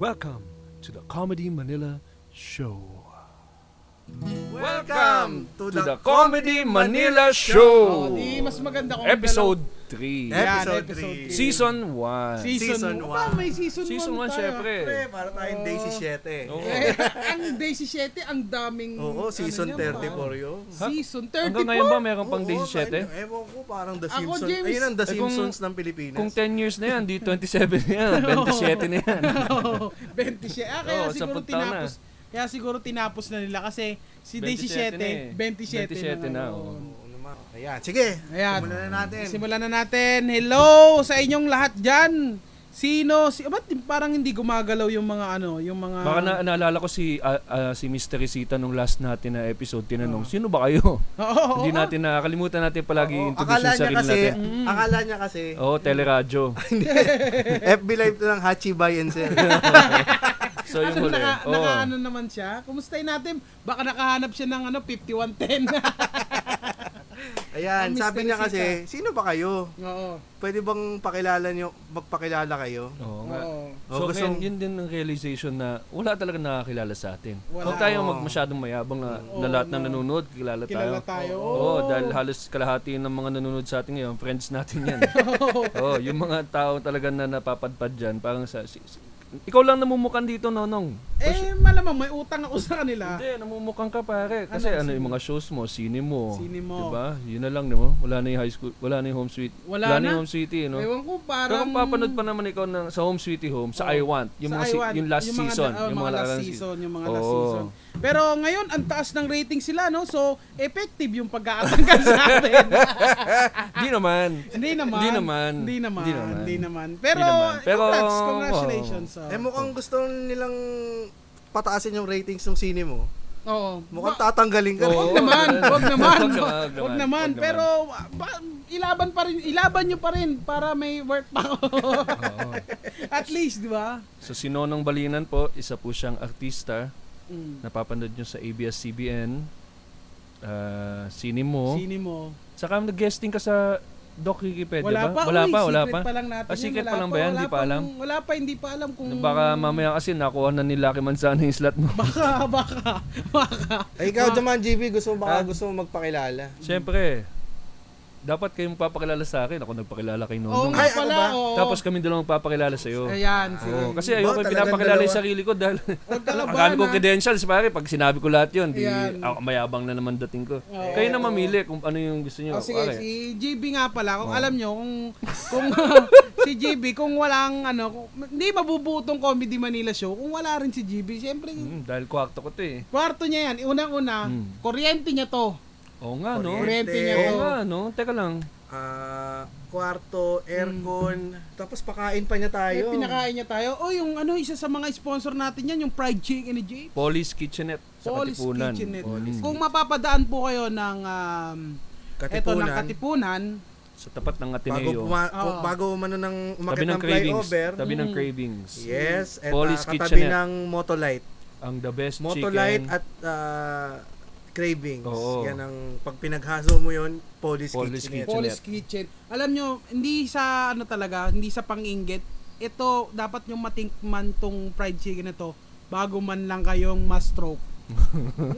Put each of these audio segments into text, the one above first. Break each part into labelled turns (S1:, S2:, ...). S1: Welcome to the Comedy Manila Show.
S2: Welcome to, the,
S1: Comedy
S2: Manila Show.
S3: Oh, di mas maganda kung
S1: Episode 3.
S3: Yan,
S2: Episode
S3: episode
S2: three.
S3: three.
S1: Season 1.
S2: Season
S3: Season
S2: one.
S3: 1. Ba, may season 1
S1: Season 1, syempre.
S2: Pre, para tayong day 17.
S1: Oo.
S3: Eh, ang day 17, ang daming...
S2: Oo, season 34
S3: ano niyan, parang-
S2: yun.
S3: Season 34?
S1: Hanggang ngayon ba meron Ano pang
S2: Oo,
S1: day 17?
S2: tayo- Ewan ko, parang The
S3: Ako,
S2: Simpsons.
S3: James.
S2: Ayun ang The
S1: Eh, kung-
S2: Simpsons ng Pilipinas.
S1: Kung 10 years na yan, di 27 na yan. 27 na yan.
S3: Oo, 27. Ah, kaya
S1: Oo,
S3: siguro
S1: sampung taon na.
S3: tinapos. Kaya siguro tinapos na nila kasi si day
S1: 27 na eh.
S3: 17,
S1: 27
S3: 27,
S1: na,
S3: na.
S1: oo.
S3: ngayon.
S2: Oo naman. Ayan, sige.
S3: Ayan.
S2: Simulan na natin.
S3: Simulan na natin. Hello sa inyong lahat dyan. Sino? Si, ba't parang hindi gumagalaw yung mga ano, yung mga...
S1: Baka na, naalala ko si ah, ah, si Mr. Resita nung last natin na episode tinanong, sino ba kayo?
S3: Oo, oo,
S1: Hindi
S3: oo.
S1: natin nakakalimutan natin palagi
S2: Oo,
S1: introduce
S2: akala
S1: yung
S2: niya
S1: sarili
S2: kasi, Mm-hmm.
S1: natin.
S2: akala niya kasi,
S1: Oo, teleradyo.
S2: FB Live to ng Hachi Buy and Sell.
S1: So yung
S3: ano,
S1: huli.
S3: naka,
S1: Oo.
S3: naka- ano naman siya? Kumustahin natin? Baka nakahanap siya ng ano, 5110.
S2: Ayan,
S3: Ang
S2: sabi
S3: Mr.
S2: niya kasi, sino ba kayo?
S3: Oo.
S2: Pwede bang pakilala niyo, magpakilala kayo?
S1: Oo nga.
S3: Oo.
S1: So ngayon,
S2: Oo, gustong-
S1: yun din ang realization na wala talaga nakakilala sa atin.
S3: Wala.
S1: Huwag tayo
S2: Oo.
S1: mag masyadong mayabang na, na
S3: Oo,
S1: lahat ng
S3: no.
S1: nanonood, kilala, tayo.
S3: Kilala tayo.
S1: Oo, dahil halos kalahati ng mga nanonood sa atin ngayon, friends natin yan. Oo, yung mga tao talaga na napapadpad dyan, parang sa... si- si- ikaw lang namumukan dito, Nonong.
S3: Eh, malamang may utang ako sa kanila.
S1: Hindi, namumukhang ka pare. Kasi
S3: Ano,
S1: ano,
S3: sino?
S1: yung mga shows mo, sine mo.
S3: Sine mo.
S1: Diba? Yun na lang, di mo? Wala na yung high school, wala na yung home sweet.
S3: Wala
S1: na.
S3: na?
S1: yung home city, no?
S3: Ewan ko,
S1: Pero
S3: parang...
S1: kung papanood pa naman ikaw ng, sa home sweet home, sa
S3: Oo.
S1: I Want, yung,
S3: sa
S1: mga, si-
S3: Iwan,
S1: yung last
S3: mga-
S1: season.
S3: oh, mga last
S1: nakarang
S3: season, yung mga
S1: Oo.
S3: last season. Pero ngayon, ang taas ng rating sila, no? So, effective yung pagkakatanggal sa atin. Ah,
S1: Di naman.
S3: Hindi naman.
S1: Hindi naman.
S3: Hindi naman.
S1: Hindi naman.
S3: Hindi naman. Pero,
S1: Hindi naman. Pero,
S3: congrats, congratulations. ah.
S2: Eh mukhang gusto nilang pataasin yung ratings ng sine mo.
S3: Oo. Oh.
S2: Mukhang tatanggalin ka.
S1: Oo.
S3: Wag naman, wag naman,
S1: Wag naman,
S3: wag,
S1: wag
S3: wag
S1: naman,
S3: naman.
S1: wag
S3: Pero ah, ba- ilaban pa rin, ilaban nyo pa rin para may work pa ako. At least, di ba?
S1: So si Nonong Balinan po, isa po siyang artista.
S3: Mm.
S1: Napapanood nyo sa ABS-CBN. Uh, sine mo.
S3: Sini mo.
S1: Saka nag-guesting ka sa Doc Wikipedia
S3: Eh,
S1: ba?
S3: Wala pa,
S1: wala
S3: uy,
S1: pa, wala
S3: secret
S1: pa.
S3: pa lang natin.
S1: Ah,
S3: yan,
S1: secret
S3: wala
S1: pa lang ba yan? Hindi
S3: wala
S1: pa alam?
S3: kung- Wala pa, Ano, hindi pa alam kung...
S1: Baka mamaya kasi nakuha na ni Lucky Manzano yung slot mo.
S3: Baka, baka, baka.
S2: Ay, Eh, ikaw naman, JB, gusto mo
S1: Ah.
S2: baka gusto mo magpakilala.
S1: Siyempre, dapat kayong papakilala sa akin. Ako nagpakilala kay
S3: Oo
S1: Nonong.
S3: nga
S2: Ay, ako
S3: pala,
S2: ba?
S3: oo.
S1: Tapos kami dalawang papakilala sa'yo.
S3: Ayan, sige.
S1: Oo, kasi
S2: Ba,
S1: ayoko
S2: talagang
S1: pinapakilala yung
S2: dalawa?
S1: sarili ko dahil
S3: Huwag ka labanan.
S1: akala ko credentials pare pag sinabi ko lahat yun di
S3: Ayan.
S1: ako mayabang na naman dating ko
S3: Oo.
S1: kayo na mamili kung ano yung gusto niyo
S3: Oh, sige,
S1: Pare. Oh.
S3: si JB nga pala, kung alam nyo, kung, kung si JB, kung walang ano, kung, hindi mabubutong Comedy Manila show, kung wala rin si JB, siyempre,
S1: Mm, dahil kuwakto ko to eh
S3: kwarto niya yan, unang-una,
S1: Mm.
S3: kuryente niya to.
S1: oo nga no oo
S3: Kuryente Ano? niya to.
S1: nga no teka lang
S2: Ah, kwarto, aircon, Hmm. tapos pakain pa niya
S3: May
S2: tayo.
S3: Eh, pinakain niya tayo. O yung ano, isa sa mga sponsor natin yan, yung fried chicken ni JB.
S1: Police Kitchenette sa
S3: Paul's
S1: Katipunan
S3: Kitchenette.
S1: Mm.
S3: Kung mapapadaan po kayo ng um, eto ng Katipunan,
S1: sa tapat ng
S2: bago,
S1: Ateneo
S2: puma-
S3: Oo.
S2: bago umano ng
S1: tabi ng
S2: umakit ng
S1: cravings
S2: flyover.
S1: tabi ng
S3: Mm.
S1: cravings
S2: Yes, at
S1: Police
S2: ah, katabi
S1: kitchenette.
S2: ng Motolite.
S1: ang the best chicken
S2: Motolite at ah, cravings.
S1: Oo.
S2: Yan ang pag pinaghaso mo yon, Police,
S1: Police
S2: kitchenette.
S3: Paul's Kitchen. Alam nyo, hindi sa ano talaga, hindi sa panginggit. Ito, dapat nyo matinkman tong fried chicken na to bago man lang kayong ma-stroke.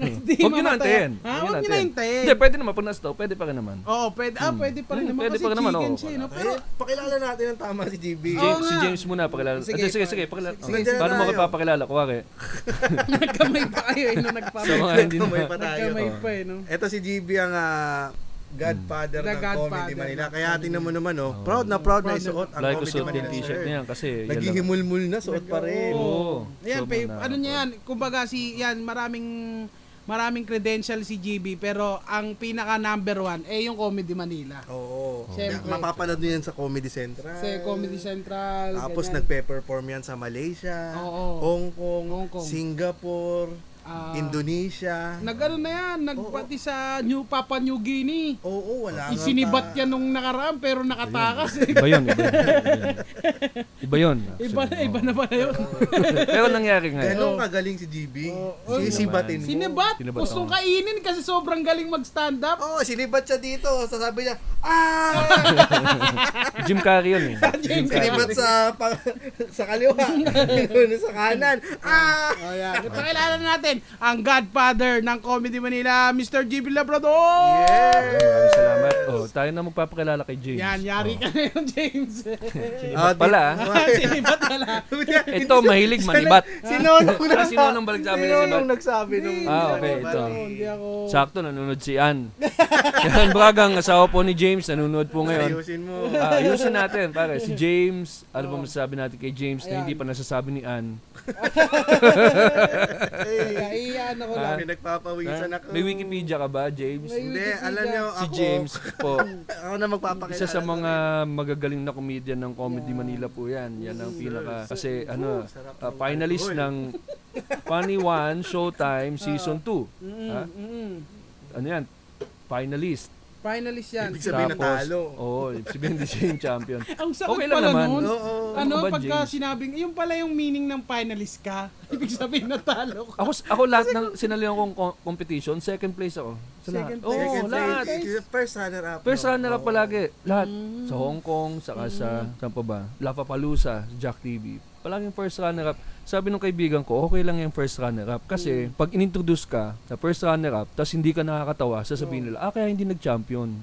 S3: Hindi
S1: huwag nyo na
S3: mamatayan.
S1: antayin nyo
S3: Ha? Huwag nyo na
S1: naantayin.
S3: hintayin.
S1: hindi pwede naman pag na-stop pwede pa rin naman
S3: Oo, pwede, ah, pwede pa rin
S1: Hmm,
S3: naman
S1: pwede
S3: kasi
S1: pa rin naman,
S3: chicken
S1: oo,
S3: siya, eh,
S1: wala.
S3: no?
S2: Pero
S3: Pero,
S2: pakilala natin ang tama si JB.
S3: Oo
S1: James, si
S3: nga.
S1: James muna pakilala. Sige,
S3: Sige,
S1: sige, sige,
S3: pa-
S1: pakilala.
S2: sige,
S1: Okay.
S2: dyan
S1: Paano mo
S2: tayo.
S1: kapapakilala? Kuwari,
S3: nagkamay pa kayo eh, no?
S1: sa
S3: Nagpamay.
S1: mga hindi na.
S2: Kamay pa tayo.
S3: Nagkamay pa eh, no?
S2: Ito si JB ang ah, godfather
S3: The
S2: ng Comedy
S3: godfather
S2: Manila.
S3: ng
S2: Kaya tingnan mo naman, oh. Proud na proud na
S3: Proud na-
S2: isuot ang
S1: Like ko
S2: Comedy
S1: suot
S2: Manila
S1: yung t-shirt niya kasi yan lang.
S2: Naghihimulmul na, suot pa rin.
S1: Oo.
S3: Ayan,
S1: Sobrang
S3: pay,
S1: nakaka-
S3: ano niya yan, kumbaga si, yan, maraming, maraming credential si GB, pero ang pinaka number one, eh yung Comedy Manila.
S2: Oo.
S3: Siyempre.
S2: Mapapanood nyo yan sa Comedy Central.
S3: Sa Comedy Central,
S2: Tapos
S3: ganyan.
S2: nagpe-perform yan sa Malaysia,
S3: Oo.
S2: Hong, Kong,
S3: Hong Kong.
S2: Singapore,
S3: Ah,
S2: Indonesia.
S3: Nagano na yan, nagpati sa New Papua New Guinea.
S2: Oo, wala nga
S3: Isinibat
S2: pa.
S3: yan nung nakaraan pero nakatakas.
S1: Iba yun, iba yun. Iba yun. actually.
S3: iba na, iba na ba na yun?
S1: Pero nangyari nga. yun.
S2: Ganon kagaling si GB.
S3: eh. Oo.
S2: Sisibatin mo.
S3: Sinibat,
S1: Sinibat,
S3: gustong
S1: oo.
S3: kainin kasi sobrang galing mag-stand up.
S2: Oo, sinibat siya Oh, dito. Sasabi niya, Ah!
S1: Jim Carrey yun eh. Jim
S2: Sinibat sa, pang, sa kaliwa. Pinuno sa kanan. Ah!
S3: Oh, yeah. Pakilala na natin ang Godfather ng Comedy Manila, Mr. GB Labrador!
S1: Ay, Maraming salamat. Oh, tayo na magpapakilala kay James.
S3: Yan, yari
S1: Oh.
S3: ka na yun, James.
S1: Sinibat pala. ah.
S3: Sinibat pala.
S1: Ito, mahilig manibat.
S2: Si Nonong
S1: Ah,
S2: nagsabi.
S1: si Nonong balik sa amin na si Bat.
S2: nagsabi nung...
S1: Ah, okay,
S2: ano,
S1: ito.
S2: ano.
S3: Hindi ako...
S1: Sakto, nanonood si Ann. Si Ann Bragang, asawa po ni James, nanonood po ngayon.
S2: Ayusin mo.
S1: Ah, ayusin natin, pare. Si James, ano ba masasabi natin kay James na
S3: Ayan.
S1: hindi pa nasasabi ni Ann?
S3: Ay, ano ko lang.
S2: Sabi, nagpapawisan
S1: Ah,
S2: ako.
S1: May Wikipedia ka ba, James?
S3: May-
S2: Hindi,
S3: Wikipedia.
S2: alam niyo,
S1: Si
S2: ako,
S1: James po.
S2: ako na magpapakilala.
S1: Isa sa mga magagaling na comedian ng Comedy Manila po yan. Yan ang pinaka... Kasi ano,
S2: Mm. sarap
S1: ah,
S2: ng
S1: finalist
S2: alcohol.
S1: ng Funny One Showtime Season 2.
S3: Mm-mm,
S1: Ah.
S3: mm-mm.
S1: Ano yan? Finalist.
S3: Finalist yan.
S2: Ibig sabihin natalo.
S1: Oo, oh, sabihin hindi siya yung champion.
S3: Ang sakit
S1: Okay lang
S3: pala
S1: naman.
S3: nun.
S2: Oo.
S1: Ano
S3: Ano,
S1: ka ba,
S3: pagka
S1: James?
S3: sinabing, yung pala yung meaning ng finalist ka. Ibig sabihin natalo ka.
S1: Ako, ako lahat ng sinalihan kong co- competition, second place ako. Sa
S3: Second
S1: lahat.
S3: place.
S1: Oo,
S2: Second
S1: lahat.
S2: place. First runner-up.
S1: First
S2: no?
S1: runner up
S2: Oo.
S1: palagi. Lahat. Sa Hong Kong, saka sa, saan pa ba? Lafapalooza, sa Jack TV. Palaging first runner up. Sabi nung kaibigan ko, okay lang yung first runner up. Kasi pag inintroduce ka sa first runner up, tapos hindi ka nakakatawa, sasabihin nila, ah, kaya hindi nag-champion.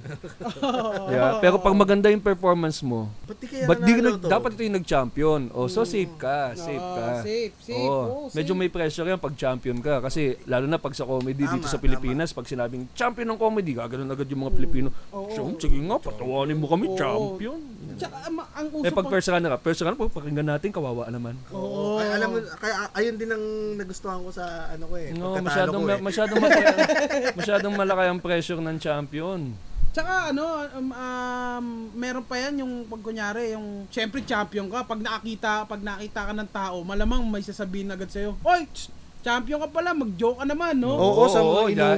S1: yeah. Pero pag maganda yung performance mo,
S2: Ba't di kaya
S1: But di
S2: nanalo
S1: nag-
S2: to?
S1: dapat ito yung nag-champion. O, so safe ka, safe
S3: Oo,
S1: ka.
S3: Ah, safe, safe.
S1: Oo.
S3: Oo,
S1: Medyo may pressure yan pag champion ka. Kasi lalo na pag sa comedy dito
S2: Tama,
S1: sa Pilipinas, pag sinabing champion ng comedy, gaganon agad yung mga Pilipino.
S2: Mm.
S3: Oo.
S1: So, sige nga, patawanin mo kami,
S3: Oo.
S1: champion.
S3: Tsaka, ma- ang uso
S1: Eh, pag first runner up, first runner up, pakinggan natin, kawawa naman.
S2: Oo. Ay, alam mo, kaya, ayun din ang nagustuhan ko sa ano ko eh.
S1: No,
S2: pagkatalo
S1: masyadong,
S2: ko
S1: ma-
S2: eh.
S1: masyadong, malaki- masyadong malaki ang pressure ng champion.
S3: Tsaka ano, um, um, meron pa yan yung pag kunyari, yung syempre champion ka, pag nakakita, pag nakita ka ng tao, malamang may sasabihin agad sa'yo, Oy, tss, champion ka pala, mag-joke ka naman, no?
S2: Oo, sa mga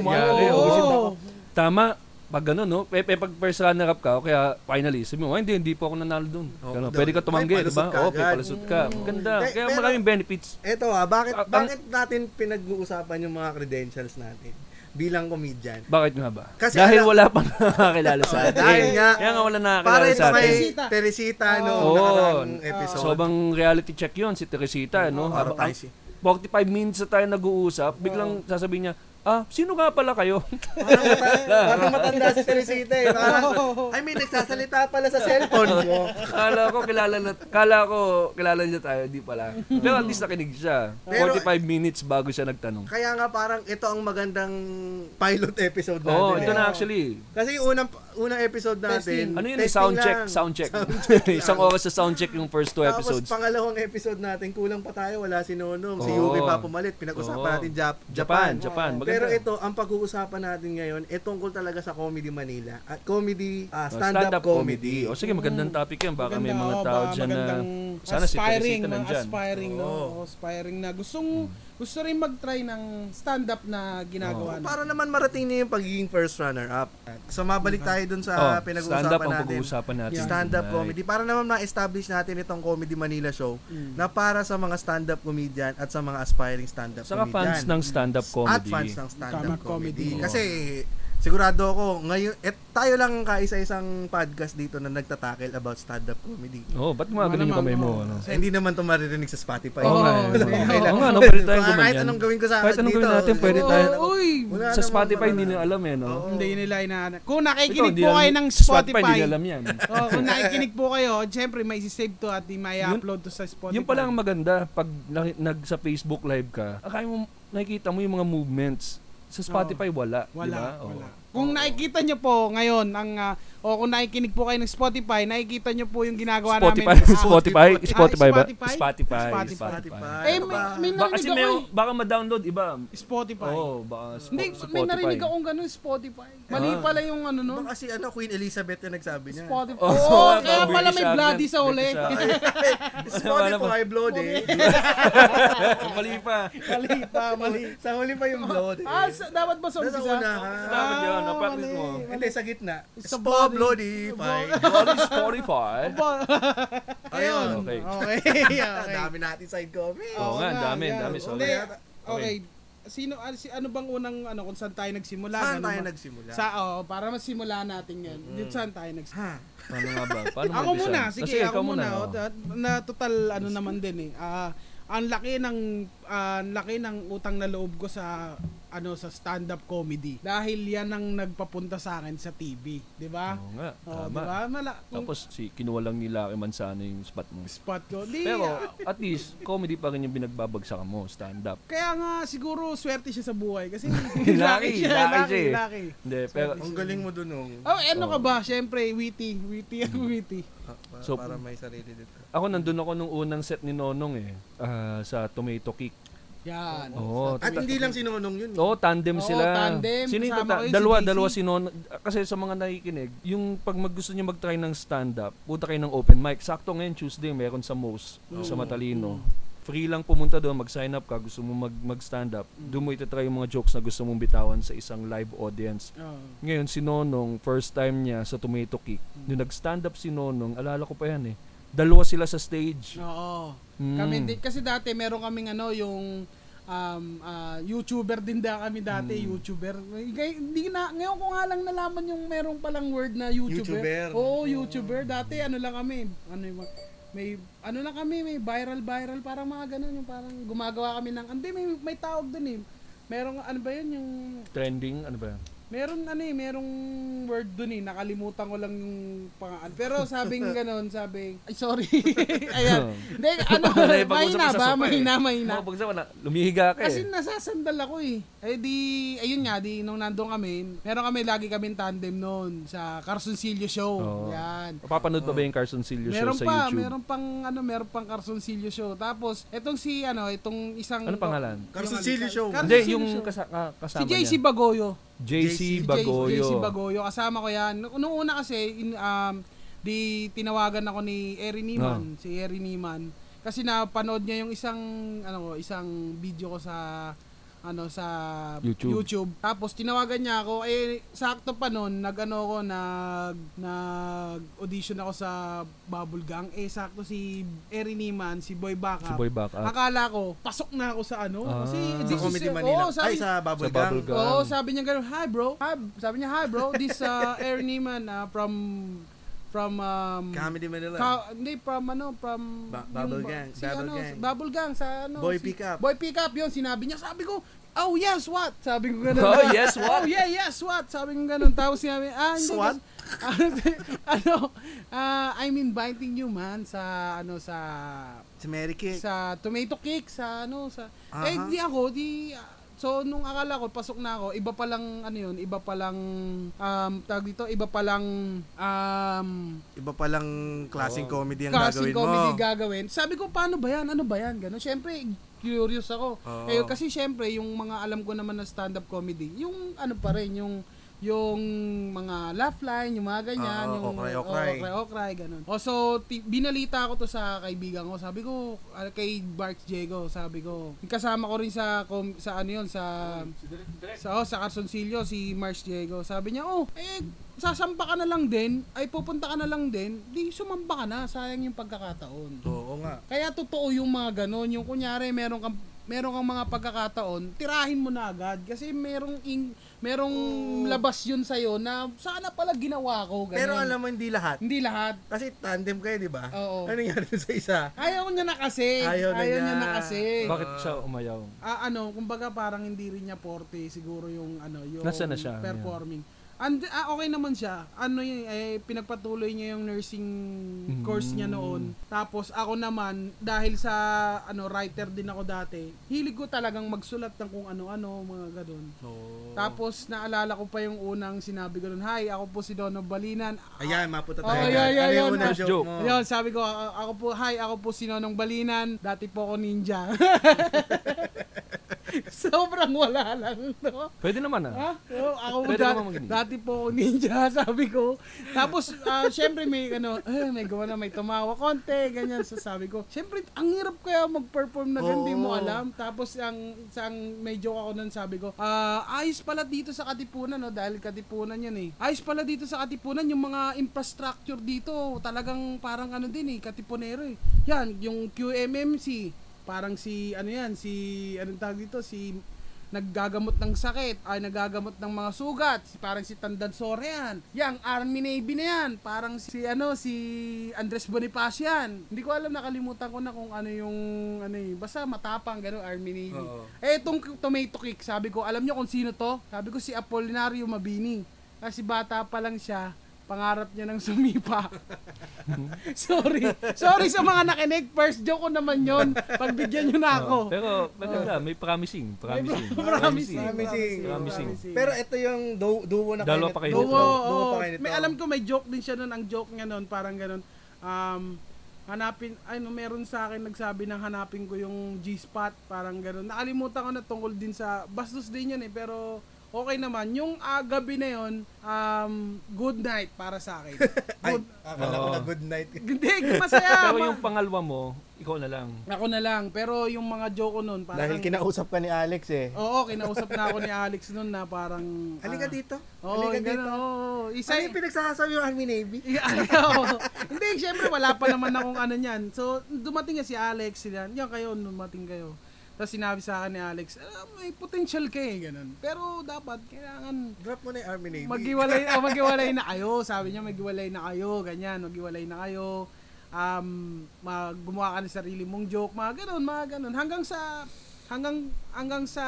S1: ya-
S2: inuman.
S1: yari,
S2: Oo.
S1: oo. Tama, pag gano'n, no? Pe, pe, pag first runner-up ka, o kaya finalist, sabi mo, "Ay, hindi, hindi po ako nanalo doon.
S2: Oo,
S1: Ganun,
S2: dapat-
S1: pwede ka tumanggi,
S2: ay,
S1: di ba?
S2: palusot ka
S1: Oo,
S2: agad. Mm.
S1: palusot ka. Ganda.
S2: Pe-
S1: Kaya
S2: pero-
S1: maraming benefits.
S2: Eto ah, bakit,
S1: Ah, ang-
S2: bakit natin pinag-uusapan yung mga credentials natin bilang comedian?
S1: Bakit nga ba?
S2: Kasi
S1: dahil
S2: alam-
S1: wala pa nakakilala sa
S2: Ah,
S1: atin.
S2: dahil nga.
S1: Kaya nga wala
S2: Para
S1: nakakilala
S2: ito
S1: sa
S2: kay
S1: atin.
S3: Teresita.
S2: Teresita noong
S1: Oo.
S2: nakaraang episode. Ah,
S1: Sobrang reality check yon si Teresita, no?
S2: para
S1: Haba-
S2: tayo si...
S1: 45 minutes na tayo nag-uusap, biglang sasabihin niya, ah, sino nga pala kayo?
S2: Parang, mata- parang matanda si Teresita eh. Parang,
S3: Oo.
S2: I mean, nagsasalita pala sa cellphone mo.
S1: kala ko kilala na, kala ko kilala niya tayo, di pala. Pero at least nakinig siya.
S2: Pero-
S1: 45 minutes bago siya nagtanong.
S2: Kaya nga parang ito ang magandang pilot episode natin.
S1: Oo, oh, ito
S2: eh.
S1: na actually.
S2: Kasi yung unang unang episode natin,
S3: Testing.
S1: Ano yun? eh,
S2: testing
S1: sound check,
S2: lang.
S1: sound check.
S2: lang.
S1: Isang oras sa sound check yung first two
S2: Tapos
S1: episodes.
S2: pangalawang episode natin, kulang pa tayo, wala si Nonong, si
S1: Oo.
S2: Yuki pa pumalit, pinag-usapan
S1: Oo.
S2: natin Jap-
S1: Japan,
S2: Japan.
S1: Japan. Maganda.
S2: Pero ito, ang pag-uusapan natin ngayon, eh tungkol talaga sa Comedy Manila. At comedy, ah,
S1: Oh,
S2: stand-up, comedy. Mm.
S1: O sige, magandang topic yan. Baka may
S3: Maganda,
S1: mga
S3: oo,
S1: tao
S3: baka
S1: dyan na...
S3: magandang
S1: Sana si
S3: aspiring,
S1: Teresita
S3: mga
S1: nandyan. Hmm.
S3: Aspiring, no?
S2: Oo.
S3: Oo, aspiring na. Gustong, gusto rin mag-try ng stand-up na ginagawa. na.
S2: Para naman marating na yung pagiging first runner-up. So mabalik tayo dun
S1: Oh,
S2: sa Ah, pinag-uusapan
S1: stand-up ang
S2: natin.
S1: pag-uusapan natin.
S2: Stand-up
S1: tonight.
S2: comedy. Para naman ma-establish natin itong Comedy Manila show
S1: Mm.
S2: na para sa mga stand-up comedian at sa mga aspiring stand-up
S1: Saka
S2: comedian.
S1: fans ng stand-up comedy.
S2: At fans ng stand-up
S3: Stand-up
S2: comedy.
S3: comedy.
S1: Oo.
S2: Kasi sigurado ako, ngayon, et, tayo lang ang kaisa-isang podcast dito na nagtatakel about stand-up comedy.
S1: Oo, Oh, ba't mga ganun yung kamay mo? Ano?
S2: Eh, hindi naman to maririnig sa Spotify.
S1: Oo nga, eh.
S3: Oo, okay.
S1: Oo nga, no, pwede tayong
S2: Baka
S1: gumanyan.
S2: Kahit anong gawin ko sa
S1: Kahit anong
S2: dito,
S1: gawin natin, pwede
S3: Oo,
S1: tayo.
S3: uy!
S2: Wala
S1: Sa
S2: namang
S1: Spotify, hindi nila
S2: mawawala.
S1: alam eh, no?
S2: Oo.
S3: Hindi nila inaanap. Kung
S1: Ikaw,
S3: nakikinig
S1: hindi
S3: po
S1: alam-
S3: kayo ng
S1: Spotify, hindi
S3: Spotify,
S1: alam yan.
S3: oh, kung nakikinig po kayo, syempre may save to at may
S1: Yun-
S3: upload to sa Spotify.
S1: Yung pala ang maganda, pag naki- nag sa Facebook Live ka, akala mo, nakikita mo yung mga movements. Sa Spotify, wala. di
S3: Wala,
S1: ba? Oo.
S3: wala. Kung nakikita nyo po ngayon ang ah, o kung nakikinig po kayo ng Spotify, nakikita nyo po yung ginagawa
S1: Spotify,
S3: namin. Ah,
S1: Spotify, Spotify ba?
S3: Spotify?
S1: Spotify,
S3: Spotify.
S1: Spotify.
S2: Spotify.
S3: Eh, may, may
S1: Baka
S3: narinig
S1: kasi
S3: ako
S1: may,
S3: eh.
S1: baka ma-download iba.
S3: Spotify.
S1: Oo, baka spo-
S3: Hindi,
S1: Spotify.
S3: may narinig akong ganun, Spotify. Mali
S1: Ah.
S3: pala yung ano nun.
S2: Baka si ano, Queen Elizabeth yung nagsabi niya.
S3: Spotify.
S1: Oh,
S3: Oo,
S1: oh,
S3: kaya
S1: British
S3: pala may
S1: accent,
S3: bloody sa uli.
S1: British accent.
S2: Spotify, blood eh.
S1: Mali pa.
S3: mali pa, mali.
S2: Sa huli pa yung blood eh.
S3: Ah, sa- dapat ba sa
S2: Nasa
S3: umpisa?
S2: una, ha?
S1: Dapat yun, napractice
S3: mali,
S1: ano, mo.
S3: mali.
S2: Hindi, sa gitna.
S3: Sa
S2: Spo
S3: bloody.
S2: Bloodify.
S1: Bloody Spotify.
S3: Ba-
S2: Ayun.
S1: Okay.
S3: Okay, okay.
S2: Ang dami natin side comment.
S1: Oo nga, ang dami, ang dami.
S2: Oo,
S1: Sorry.
S2: hindi.
S3: Okay. sino ah, si, ano bang unang ano kung saan tayo nagsimula?
S2: Saan
S3: ano
S2: tayo
S3: ba-
S2: nagsimula?
S3: Sa oh, para masimula natin 'yan.
S1: Mm.
S3: Dito saan tayo nagsimula?
S2: Ha?
S1: Paano nga ba? Paano mo
S3: Ako
S1: umpisa?
S3: muna, sige,
S1: Kasi
S3: ako
S1: ikaw
S3: muna.
S1: oh.
S3: oh. Da- na total ano naman din eh. Ah, ang laki ng ah, ang laki ng utang na loob ko sa ano sa stand-up comedy dahil yan ang nagpapunta sa akin sa TV, 'di ba?
S1: Oo nga, tama.
S3: Oh, 'di ba? Mala kung
S1: Tapos si kinuha lang ni Lucky Manzano yung spot mo.
S3: spot ko. Di,
S1: Pero
S3: ah,
S1: at least comedy pa rin yung binagbabagsakan mo, stand up.
S3: kaya nga siguro swerte siya sa buhay kasi
S1: Laki, laki siya eh.
S3: laki.
S1: Hindi, pero
S2: Ang galing mo dun, Ong.
S3: Oh, eh, ano ka ba? Siyempre, witty. Witty ang witty.
S2: Ah, pa-
S1: So-
S2: para may sarili dito.
S1: ako nandun ako nung unang set ni Nonong eh, ah, sa Tomato Kick.
S3: Yan.
S1: Oo.
S2: At hindi lang sinunong yun.
S1: Oo, tandem
S3: Oh, Oo,
S1: sila.
S3: tandem.
S1: Sino yung
S3: Kasama
S1: kata-
S3: ko yun, si
S1: dalawa,
S3: JC.
S1: dalawa si Nonong. Kasi sa mga nakikinig, yung pag mag gusto nyo mag-try ng stand-up, punta kayo ng open mic. Sakto ngayon, Tuesday, meron sa Moose,
S3: Mm.
S1: sa Matalino. Free lang pumunta doon, mag-sign up ka, gusto mo mag- mag-stand up.
S3: Mm.
S1: Doon mo itatry yung mga jokes na gusto mong bitawan sa isang live audience.
S3: Oh.
S1: Ngayon, si Nonong, first time niya sa Tomato Kick,
S3: Mm.
S1: nung nag-stand up si Nonong, alala ko pa yan eh, dalawa sila sa stage.
S3: Oo.
S1: Mm.
S3: Kami din, kasi dati meron kaming ano, yung um, ah, YouTuber din da kami dati, YouTuber. Ngay- Hindi na, ngayon ko nga lang nalaman yung merong palang word na YouTuber.
S2: YouTuber.
S3: Oo, YouTuber. Dati ano lang kami, ano yung mga- may ano lang kami, may viral viral parang mga ganun yung parang gumagawa kami ng hindi may may tawag doon eh. Merong ano ba yun yung
S1: Trending, ano ba yan?
S3: Meron ano eh, merong word dun eh, nakalimutan ko lang yung pangalan. Pero sabing ganun, sabing, ay sorry, ayan. Hindi, ano,
S1: Wala, pag-usap
S3: mahina
S1: sa
S3: ba?
S1: sopa eh.
S3: Mahina, mahina.
S1: Oo, pagsawa na, lumihiga ka
S3: Kasi
S1: eh.
S3: nasasandal ako eh. Eh di, ayun nga, di nung nandun kami, meron kami lagi kaming tandem noon sa Carsoncillo Show.
S1: Oo.
S3: Yan.
S1: Papanood pa ba yung Carson Silio show
S3: Meron
S1: sa
S3: pa,
S1: YouTube?
S3: meron pang ano, meron pang Carsoncillo Show. Tapos etong si ano, itong isang
S1: Ano pangalan?
S2: Carson Silio Show.
S3: Carson
S1: Hindi,
S3: Silio
S1: yung
S3: Show.
S1: kasa- ka-
S3: Si
S1: kasama
S3: JC
S1: niya.
S3: Bagoyo.
S1: JC
S2: JC
S1: Bagoyo.
S3: JC Bagoyo. Kasama ko yan. Nung nung una kasi, in, um, di tinawagan ako ni Eri
S1: Ah.
S3: Niman. Si Eri Niman. Kasi napanood niya yung isang, ano, isang video ko sa ano sa
S1: YouTube.
S3: Tapos tinawagan niya ako eh sakto pa noon nagano ko nag nag audition ako sa Bubble Gang eh sakto si Eri Niman, si Boy
S1: Si
S3: Baka.
S1: Boy Backup.
S3: Akala ko pasok na ako sa ano
S1: Ah.
S3: kasi
S1: Sa
S2: Sa
S3: this is-
S2: Comedy Manila.
S3: oo,
S2: Ay,
S3: sabi-
S1: Sa
S2: sa Bubble Gang.
S1: Bubble Gang.
S3: Oo, sabi niya gano'n, hi bro. Hi, sabi niya, hi bro, this uh, Aaron Neiman uh, from, from, um,
S2: Comedy Manila.
S3: ka- hindi, from ano, from,
S2: Ba- Bubble
S3: yung ba-
S2: Gang,
S3: Si,
S2: Bubble
S3: ano,
S2: Gang.
S3: si- Bubble Gang, sa ano.
S2: Boy
S3: si-
S2: Pick Up.
S3: Boy Pick Up, yun, sinabi niya, sabi ko, oh yes, what? Sabi ko gano'n.
S1: Oh, yes, what?
S3: Oh yeah, yes, what? Sabi ko gano'n. Tapos sinabi, ah, hindi.
S2: Swat?
S3: kasi- ano, ah, I'm inviting you man sa, ano, sa,
S2: Si Mary Kay.
S3: sa tomato cake sa ano sa
S2: Aha.
S3: eh di ako di so nung akala ko pasok na ako iba pa lang ano yun iba pa lang um tawag dito iba pa lang um
S2: Iba palang klaseng comedy ang gagawin
S3: classic comedy
S2: mo.
S3: gagawin sabi ko paano ba yan ano ba yan ganun syempre curious ako
S2: Oo.
S3: eh kasi syempre yung mga alam ko naman na stand up comedy yung ano pa rin yung yung mga laugh line, yung mga ganyan,
S2: Oo,
S3: yung
S2: okray, okray.
S3: okray, okray, ganun. O so, ti- binalita ko to sa kaibigan ko. Sabi ko, ah, kay Barks Diego, sabi ko. Kasama ko rin sa, com- sa ano yun, sa... Sa, oh, sa Carsoncillo, si Mars Diego. Sabi niya, oh, eh, sasamba ka na lang din, ay pupunta ka na lang din, di sumamba ka na, sayang yung pagkakataon.
S2: Oo nga.
S3: Kaya totoo yung mga ganon, yung kunyari meron kang meron kang mga pagkakataon, tirahin mo na agad kasi merong ing, merong labas yun sa na sana pala ginawa ko ganun.
S2: Oh. Pero alam mo, hindi lahat.
S3: hindi lahat.
S2: Kasi tandem kayo, di ba?
S3: Oo.
S2: Ano nangyari sa isa?
S3: Ayaw niya na kasi.
S2: Ayaw na niya.
S3: na kasi.
S1: Bakit siya umayaw?
S3: Ah, ano, kumbaga parang hindi rin niya forte siguro yung ano, yung
S1: Nasaan na siya?
S3: performing. And ah, okay naman siya. Ano yun, eh, pinagpatuloy niya yung nursing
S1: Hmm.
S3: course niya noon. Tapos ako naman dahil sa ano writer din ako dati, hilig ko talagang magsulat ng kung ano-ano, mga ganun.
S2: Oo.
S3: Tapos naalala ko pa yung unang sinabi ko nun, "Hi, ako po si Dono Balinan.
S2: Ayan, mapunta
S3: Oo,
S2: tayo.
S3: yun, yun,
S2: Ano
S3: yun.
S2: yung unang
S1: Last
S2: joke
S1: joke.
S2: mo?
S3: Ayun, sabi ko, "A- ako po, hi, ako po si Nonong Balinan. Dati po ako ninja. Sobrang wala lang, no?
S1: Pwede naman ah.
S3: Ha? Oo, ako po,
S1: Pwede
S3: da-
S1: naman mag-ninja.
S3: dati po ako ninja, sabi ko. Tapos, ah, syempre, may, ano, eh, may gawa na, may tumawa konti, ganyan. So, sabi ko, syempre, ang hirap kaya mag-perform na ganun, di
S2: Oo.
S3: mo alam. Tapos, ang, isang may joke ako nun, sabi ko, ah, ayos pala dito sa Katipunan, no? dahil Katipunan yan eh. Ayos pala dito sa Katipunan, yung mga infrastructure dito, talagang parang ano din eh, Katipunero eh. Yan, yung QMMC, parang si, ano yan, si, anong tawag dito, si naggagamot ng sakit, ay naggagamot ng mga sugat, si- parang si Tandad Sorean. Yang Army Navy na yan, parang si ano si Andres Bonifacio yan. Hindi ko alam nakalimutan ko na kung ano yung ano yun. Basta matapang gano Army Navy.
S2: Oo.
S3: Eh itong tomato cake, sabi ko, alam nyo kung sino to? Sabi ko si Apolinario Mabini. Kasi bata pa lang siya, pangarap niya ng sumipa. Sorry. Sorry sa mga nakinig. First joke ko naman yon. Pagbigyan nyo na Ah, ako.
S1: Oh,
S3: Oh.
S1: Pero maganda, may promising. Promising.
S3: Promising.
S2: Promising.
S1: Promising.
S2: Pero ito yung du- duo na
S1: Dalawa
S2: kainit-
S1: pa kainit.
S3: Oo,
S1: Duo,
S2: duo
S3: oo.
S2: pa kainit.
S3: May alam ko may joke din siya nun. Ang joke niya nun, parang ganun. Um, hanapin, ay no, meron sa akin nagsabi na hanapin ko yung G-spot. Parang ganun. Nakalimutan ko na tungkol din sa, bastos din yan eh. Pero okay naman. Yung ah, gabi na yun, um, good night para sa akin.
S2: Ay,
S3: Good,
S2: akala ko
S1: Oo.
S2: na good night.
S3: hindi, masaya.
S1: Pero
S3: ma-
S1: yung pangalwa mo, ikaw na lang.
S3: ako na lang. Pero yung mga joke ko nun, parang...
S4: Dahil kinausap ka ni Alex eh.
S3: Oo, kinausap na ako ni Alex noon na parang...
S2: Halika
S3: ah,
S2: dito.
S3: Oo,
S2: Halika
S3: yung
S2: dito.
S3: ganun, Oo, oo.
S2: Isa
S3: isa eh.
S2: yung pinagsasabi yung Army Navy.
S3: Yeah, oo. Hindi, syempre wala pa naman akong ano niyan. So, dumating nga si Alex, sila, yan kayo, dumating kayo. Tapos sinabi sa akin ni Alex, "Ah, may potential ka eh, ganun. Pero dapat, kailangan
S2: Drop mo na yung Army Navy.
S3: maghiwalay, oh, maghiwalay na kayo. Sabi niya, maghiwalay na kayo, ganyan, maghiwalay na kayo. Um, mag gumawa ka ng sarili mong joke, mga ganun, mga ganun. Hanggang sa hanggang hanggang sa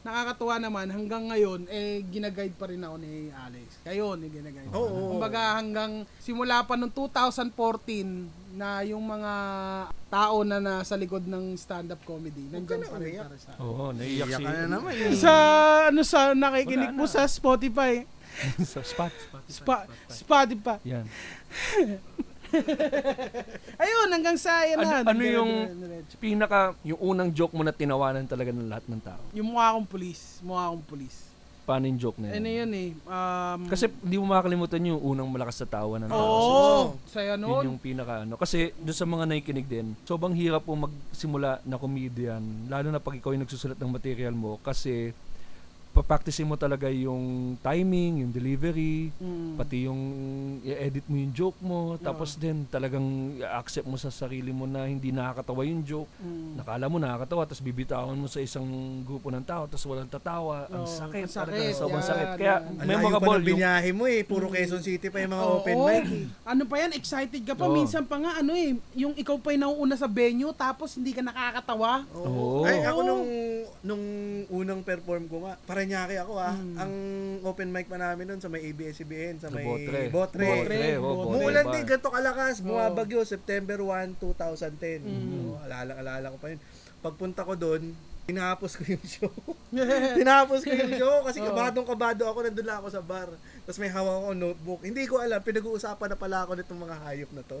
S3: nakakatuwa naman hanggang ngayon eh ginaguide pa rin ako ni Alex. Ngayon eh ginaguide. pa.
S2: Oo.
S3: Kumbaga hanggang simula pa nung 2014 na yung mga tao na nasa likod ng stand-up comedy nandiyan
S2: na
S3: pa rin
S2: umiyak.
S3: para sa
S1: Oo, naiiyak si
S2: Iyak ka na naman. eh.
S3: sa ano sa
S1: Wala
S3: nakikinig mo
S1: na.
S3: sa Spotify,
S1: sa spot. spot.
S3: Spa, Spotify.
S1: Yan.
S3: Ayun, hanggang sa yan
S1: Ano-
S3: na.
S1: ano
S3: Dire-
S1: yung-
S3: dire- diretso.
S1: Pinaka, yung unang joke mo na tinawanan talaga ng lahat ng tao.
S3: Yung mukha kong pulis. Mukha kong pulis.
S1: Paano yung joke na yun?
S3: Ano yun eh. Um,
S1: Kasi hindi mo makakalimutan yung unang malakas na tawa ng
S3: Oo.
S1: tao.
S3: Oh,
S1: Yun
S3: saya noon.
S1: yung pinaka ano. Kasi doon sa mga nakikinig din, sobrang hirap po magsimula na comedian. Lalo na pag ikaw yung nagsusulat ng material mo. Kasi papraktisin mo talaga yung timing, yung delivery,
S3: Mm.
S1: pati yung i-edit mo yung joke mo. Tapos din talagang accept mo sa sarili mo na hindi nakakatawa yung joke.
S3: Mm.
S1: Nakala mo nakakatawa, tapos bibitawan mo sa isang grupo ng tao, tapos walang tatawa. Ang
S3: Oo,
S1: sakit,
S3: ang
S1: talaga.
S3: sakit,
S1: Sobrang
S3: yan,
S1: sakit. Kaya
S3: yan.
S2: Ang layo pa
S1: memorable
S2: ng
S1: yung
S2: binyahe mo eh. Puro Quezon City pa yung mga
S3: Oo,
S2: open
S3: oo.
S2: mic. eh.
S3: Ano pa yan? Excited ka pa.
S1: Oo.
S3: Minsan pa nga, ano eh. Yung ikaw pa yung nauuna sa venue, tapos hindi ka nakakatawa.
S2: Oo.
S1: Oo.
S2: Ay, ako nung, nung unang perform ko nga, paranyake ako ah.
S3: Hmm.
S2: Ang open mic pa namin nun sa may ABS-CBN, sa
S1: Sa
S2: may
S1: botre.
S2: Botre.
S1: Botre, oo,
S3: Botre.
S1: botre
S2: Muulan
S1: bar.
S2: din, ganito kalakas.
S3: Oo. Hmm.
S2: Bumabagyo, September 1, 2010. Oo, alala, alala ko pa yun. Pagpunta ko doon, tinapos ko yung show. tinapos ko yung show kasi
S3: Oo.
S2: kabadong kabado ako, nandun lang ako sa bar. Tapos may hawak ako notebook. Hindi ko alam, pinag-uusapan na pala ako nitong mga hayop na to.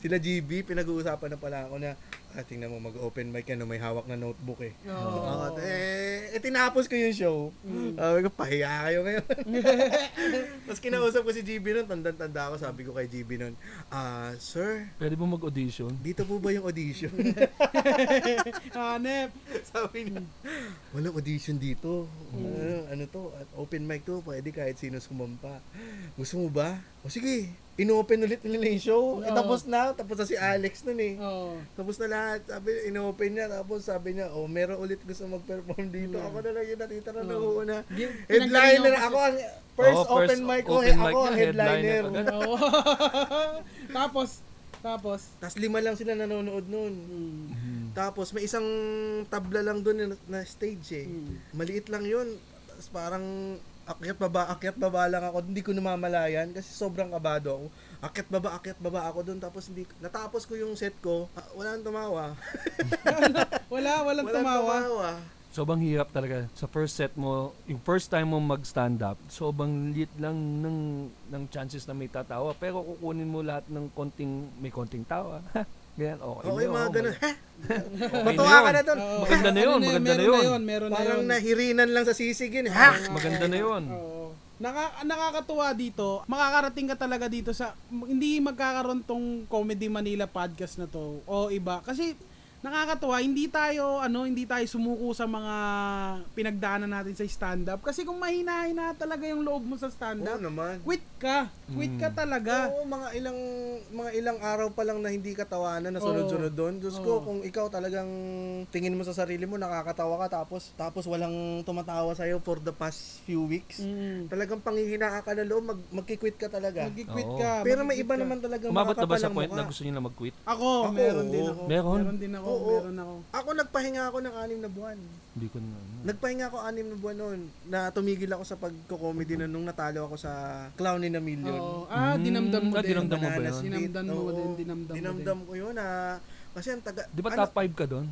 S2: Sila GB, pinag-uusapan na pala ako na, ah, tingnan mo, mag-open mic yan, no, may hawak na notebook eh.
S3: Oo.
S2: Oo, eh, eh, tinapos ko yung show.
S3: Mm.
S2: Sabi ko, pahiya kayo ngayon. Tapos kinausap ko si GB nun, tanda-tanda ako, sabi ko kay GB nun, ah, sir,
S1: Pwede ba mag-audition?
S2: dito po ba yung audition?
S3: Hanep.
S2: sabi niya,
S3: Hmm.
S2: walang audition dito. Ano, ano to, open mic to, pwede kahit sino sumampa. Gusto mo ba? O sige, inopen ulit nila yung show. Eh,
S3: Oo.
S2: tapos na, tapos na si Alex nun eh.
S3: Oo.
S2: Tapos na lahat, sabi, inopen niya, tapos sabi niya, oh, meron ulit gusto mag-perform dito.
S3: Hmm.
S2: Ako na lang yung natitira na una. Headliner, ako ang first,
S1: Oo, first
S2: open mic ko, eh.
S1: open mic
S2: ako
S1: niya,
S2: ang
S1: headliner
S2: headliner.
S1: agad.
S3: Oo. tapos, tapos,
S2: Tapos lima lang sila nanonood noon.
S3: mm,
S2: Tapos may isang tabla lang doon na, na stage eh.
S3: Mm.
S2: Maliit lang yun. Tapos parang akyat baba, akyat baba lang ako. Hindi ko namamalayan kasi sobrang kabado ako. Akyat baba, akyat baba ako doon. Tapos hindi, natapos ko yung set ko. Ah, wala nang tumawa.
S3: wala, walang
S2: Walang
S3: tumawa.
S1: Sobrang hirap talaga. Sa first set mo, yung first time mo mag-stand up, sobrang lit lang ng, ng chances na may tatawa. Pero kukunin mo lahat ng konting, may konting tawa. Ganyan, okay.
S2: Okay,
S1: na,
S2: mga
S1: oh,
S2: ganun.
S1: mag-
S2: Ha?
S1: okay
S2: Matuwa
S1: na
S2: ka
S1: yun.
S2: na doon.
S3: Oo.
S1: Maganda na yun,
S3: Ano
S1: maganda
S3: meron
S1: na yun.
S3: meron na
S2: Parang
S3: yun.
S2: nahirinan lang sa sisig yun. eh. Ha?
S1: Ah, Maganda na yun.
S3: Oo. Naka, nakakatuwa dito, makakarating ka talaga dito sa, m- hindi magkakaroon tong Comedy Manila podcast na to o iba. Kasi nakakatuwa, hindi tayo, ano, hindi tayo sumuko sa mga pinagdaanan natin sa stand-up. Kasi kung mahinahin na talaga yung loob mo sa
S2: Oo
S3: stand-up,
S2: naman.
S3: quit ka. Quit
S1: Mm.
S3: ka talaga.
S2: Oo, mga ilang mga ilang araw pa lang na hindi katawanan na sunod-sunod doon. Diyos ko,
S3: Oo.
S2: kung ikaw talagang tingin mo sa sarili mo nakakatawa ka tapos tapos walang tumatawa sa for the past few weeks.
S3: Mm.
S2: Talagang panghihinaan ka na loob, mag, magki-quit ka talaga.
S3: Mag-quit
S1: Oo.
S3: ka.
S2: Pero may
S3: mag-quit
S2: iba
S3: ah, ka.
S2: naman talaga
S1: Umabot na ba sa
S2: makakapalang
S1: point na
S2: mukha.
S1: gusto niyo na mag-quit?
S3: Ako,
S2: Ako,
S3: meron din
S2: oo.
S3: ako.
S1: Meron?
S3: din ako,
S2: Oo.
S3: meron ako.
S2: Ako nagpahinga ako ng anim na buwan.
S3: Mm.
S1: Hindi ko na. ano.
S2: Nagpahinga ako anim na buwan noon na tumigil ako sa pagko-comedy na nung natalo ako sa Clown in a Million.
S3: Oo. Ah, dinamdam mo
S1: Mm, ah,
S3: din.
S1: dinamdam mo ba
S2: Bananas
S1: yun?
S2: Split.
S3: Dinamdam mo
S2: Oo,
S3: din, dinamdam mo din.
S2: Dinamdam ko yun ah. Kasi ang taga...
S1: Di ba
S2: ano,
S1: top 5 ka doon?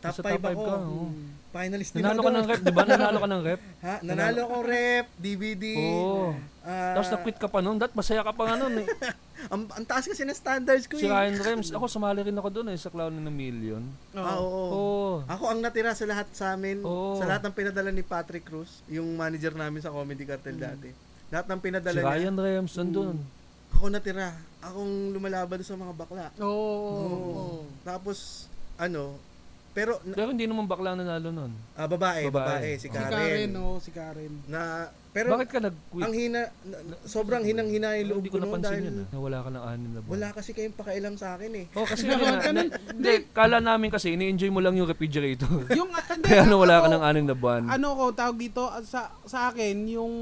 S2: Top
S1: Nasa
S2: five ako. Hmm.
S1: ka, oo.
S3: Mm.
S2: Finalist din
S1: Nanalo
S2: ako
S1: ka ng
S2: doon.
S1: rep, di ba? Nanalo ka ng rep.
S2: Ha? Nanalo akong rep, DVD.
S1: Oo.
S2: ah,
S1: Tapos na-quit ka pa noon. Dat, masaya ka pa nga noon eh.
S2: Ang, ang taas kasi ng standards ko
S1: Si
S2: eh.
S1: Ryan Rems, ako sumali rin ako doon eh, sa Clown in a Million.
S2: Ah,
S3: Oo.
S2: oo.
S1: Oo.
S2: Ako ang natira sa lahat sa amin,
S1: Oo.
S2: sa lahat ng pinadala ni Patrick Cruz, yung manager namin sa Comedy Cartel dati. Lahat ng pinadala
S1: Hmm. Si
S2: niya,
S1: Ryan Rems, nandun.
S2: ako natira. Akong lumalaban sa mga bakla.
S3: Oo.
S2: Oo. Tapos, ano, pero, na-
S1: Pero hindi naman bakla nanalo noon.
S2: ah, babae,
S1: Babae.
S2: babae, si
S1: Si
S3: Si
S2: Karen.
S3: Karen, oo, si Karen.
S2: Na, pero,
S1: Bakit ka
S2: ang
S1: nag-quit?
S2: hina, na- na- sobrang hinang-hina yung loob
S1: Hindi
S2: ko
S1: ko
S2: noon
S1: napansin yun
S2: dahil
S1: ah. Nawala ka ng anim na buwan.
S2: wala kasi kayong pakailang sa akin eh.
S1: Oh, kasi yun, na, na, hindi, kala namin kasi, ini-enjoy mo lang yung refrigerator.
S3: Yung, ah, hindi,
S1: Kaya ano, wala ka
S3: ako-
S1: ng anim na buwan.
S3: ano ko tawag dito ah, sa sa akin yung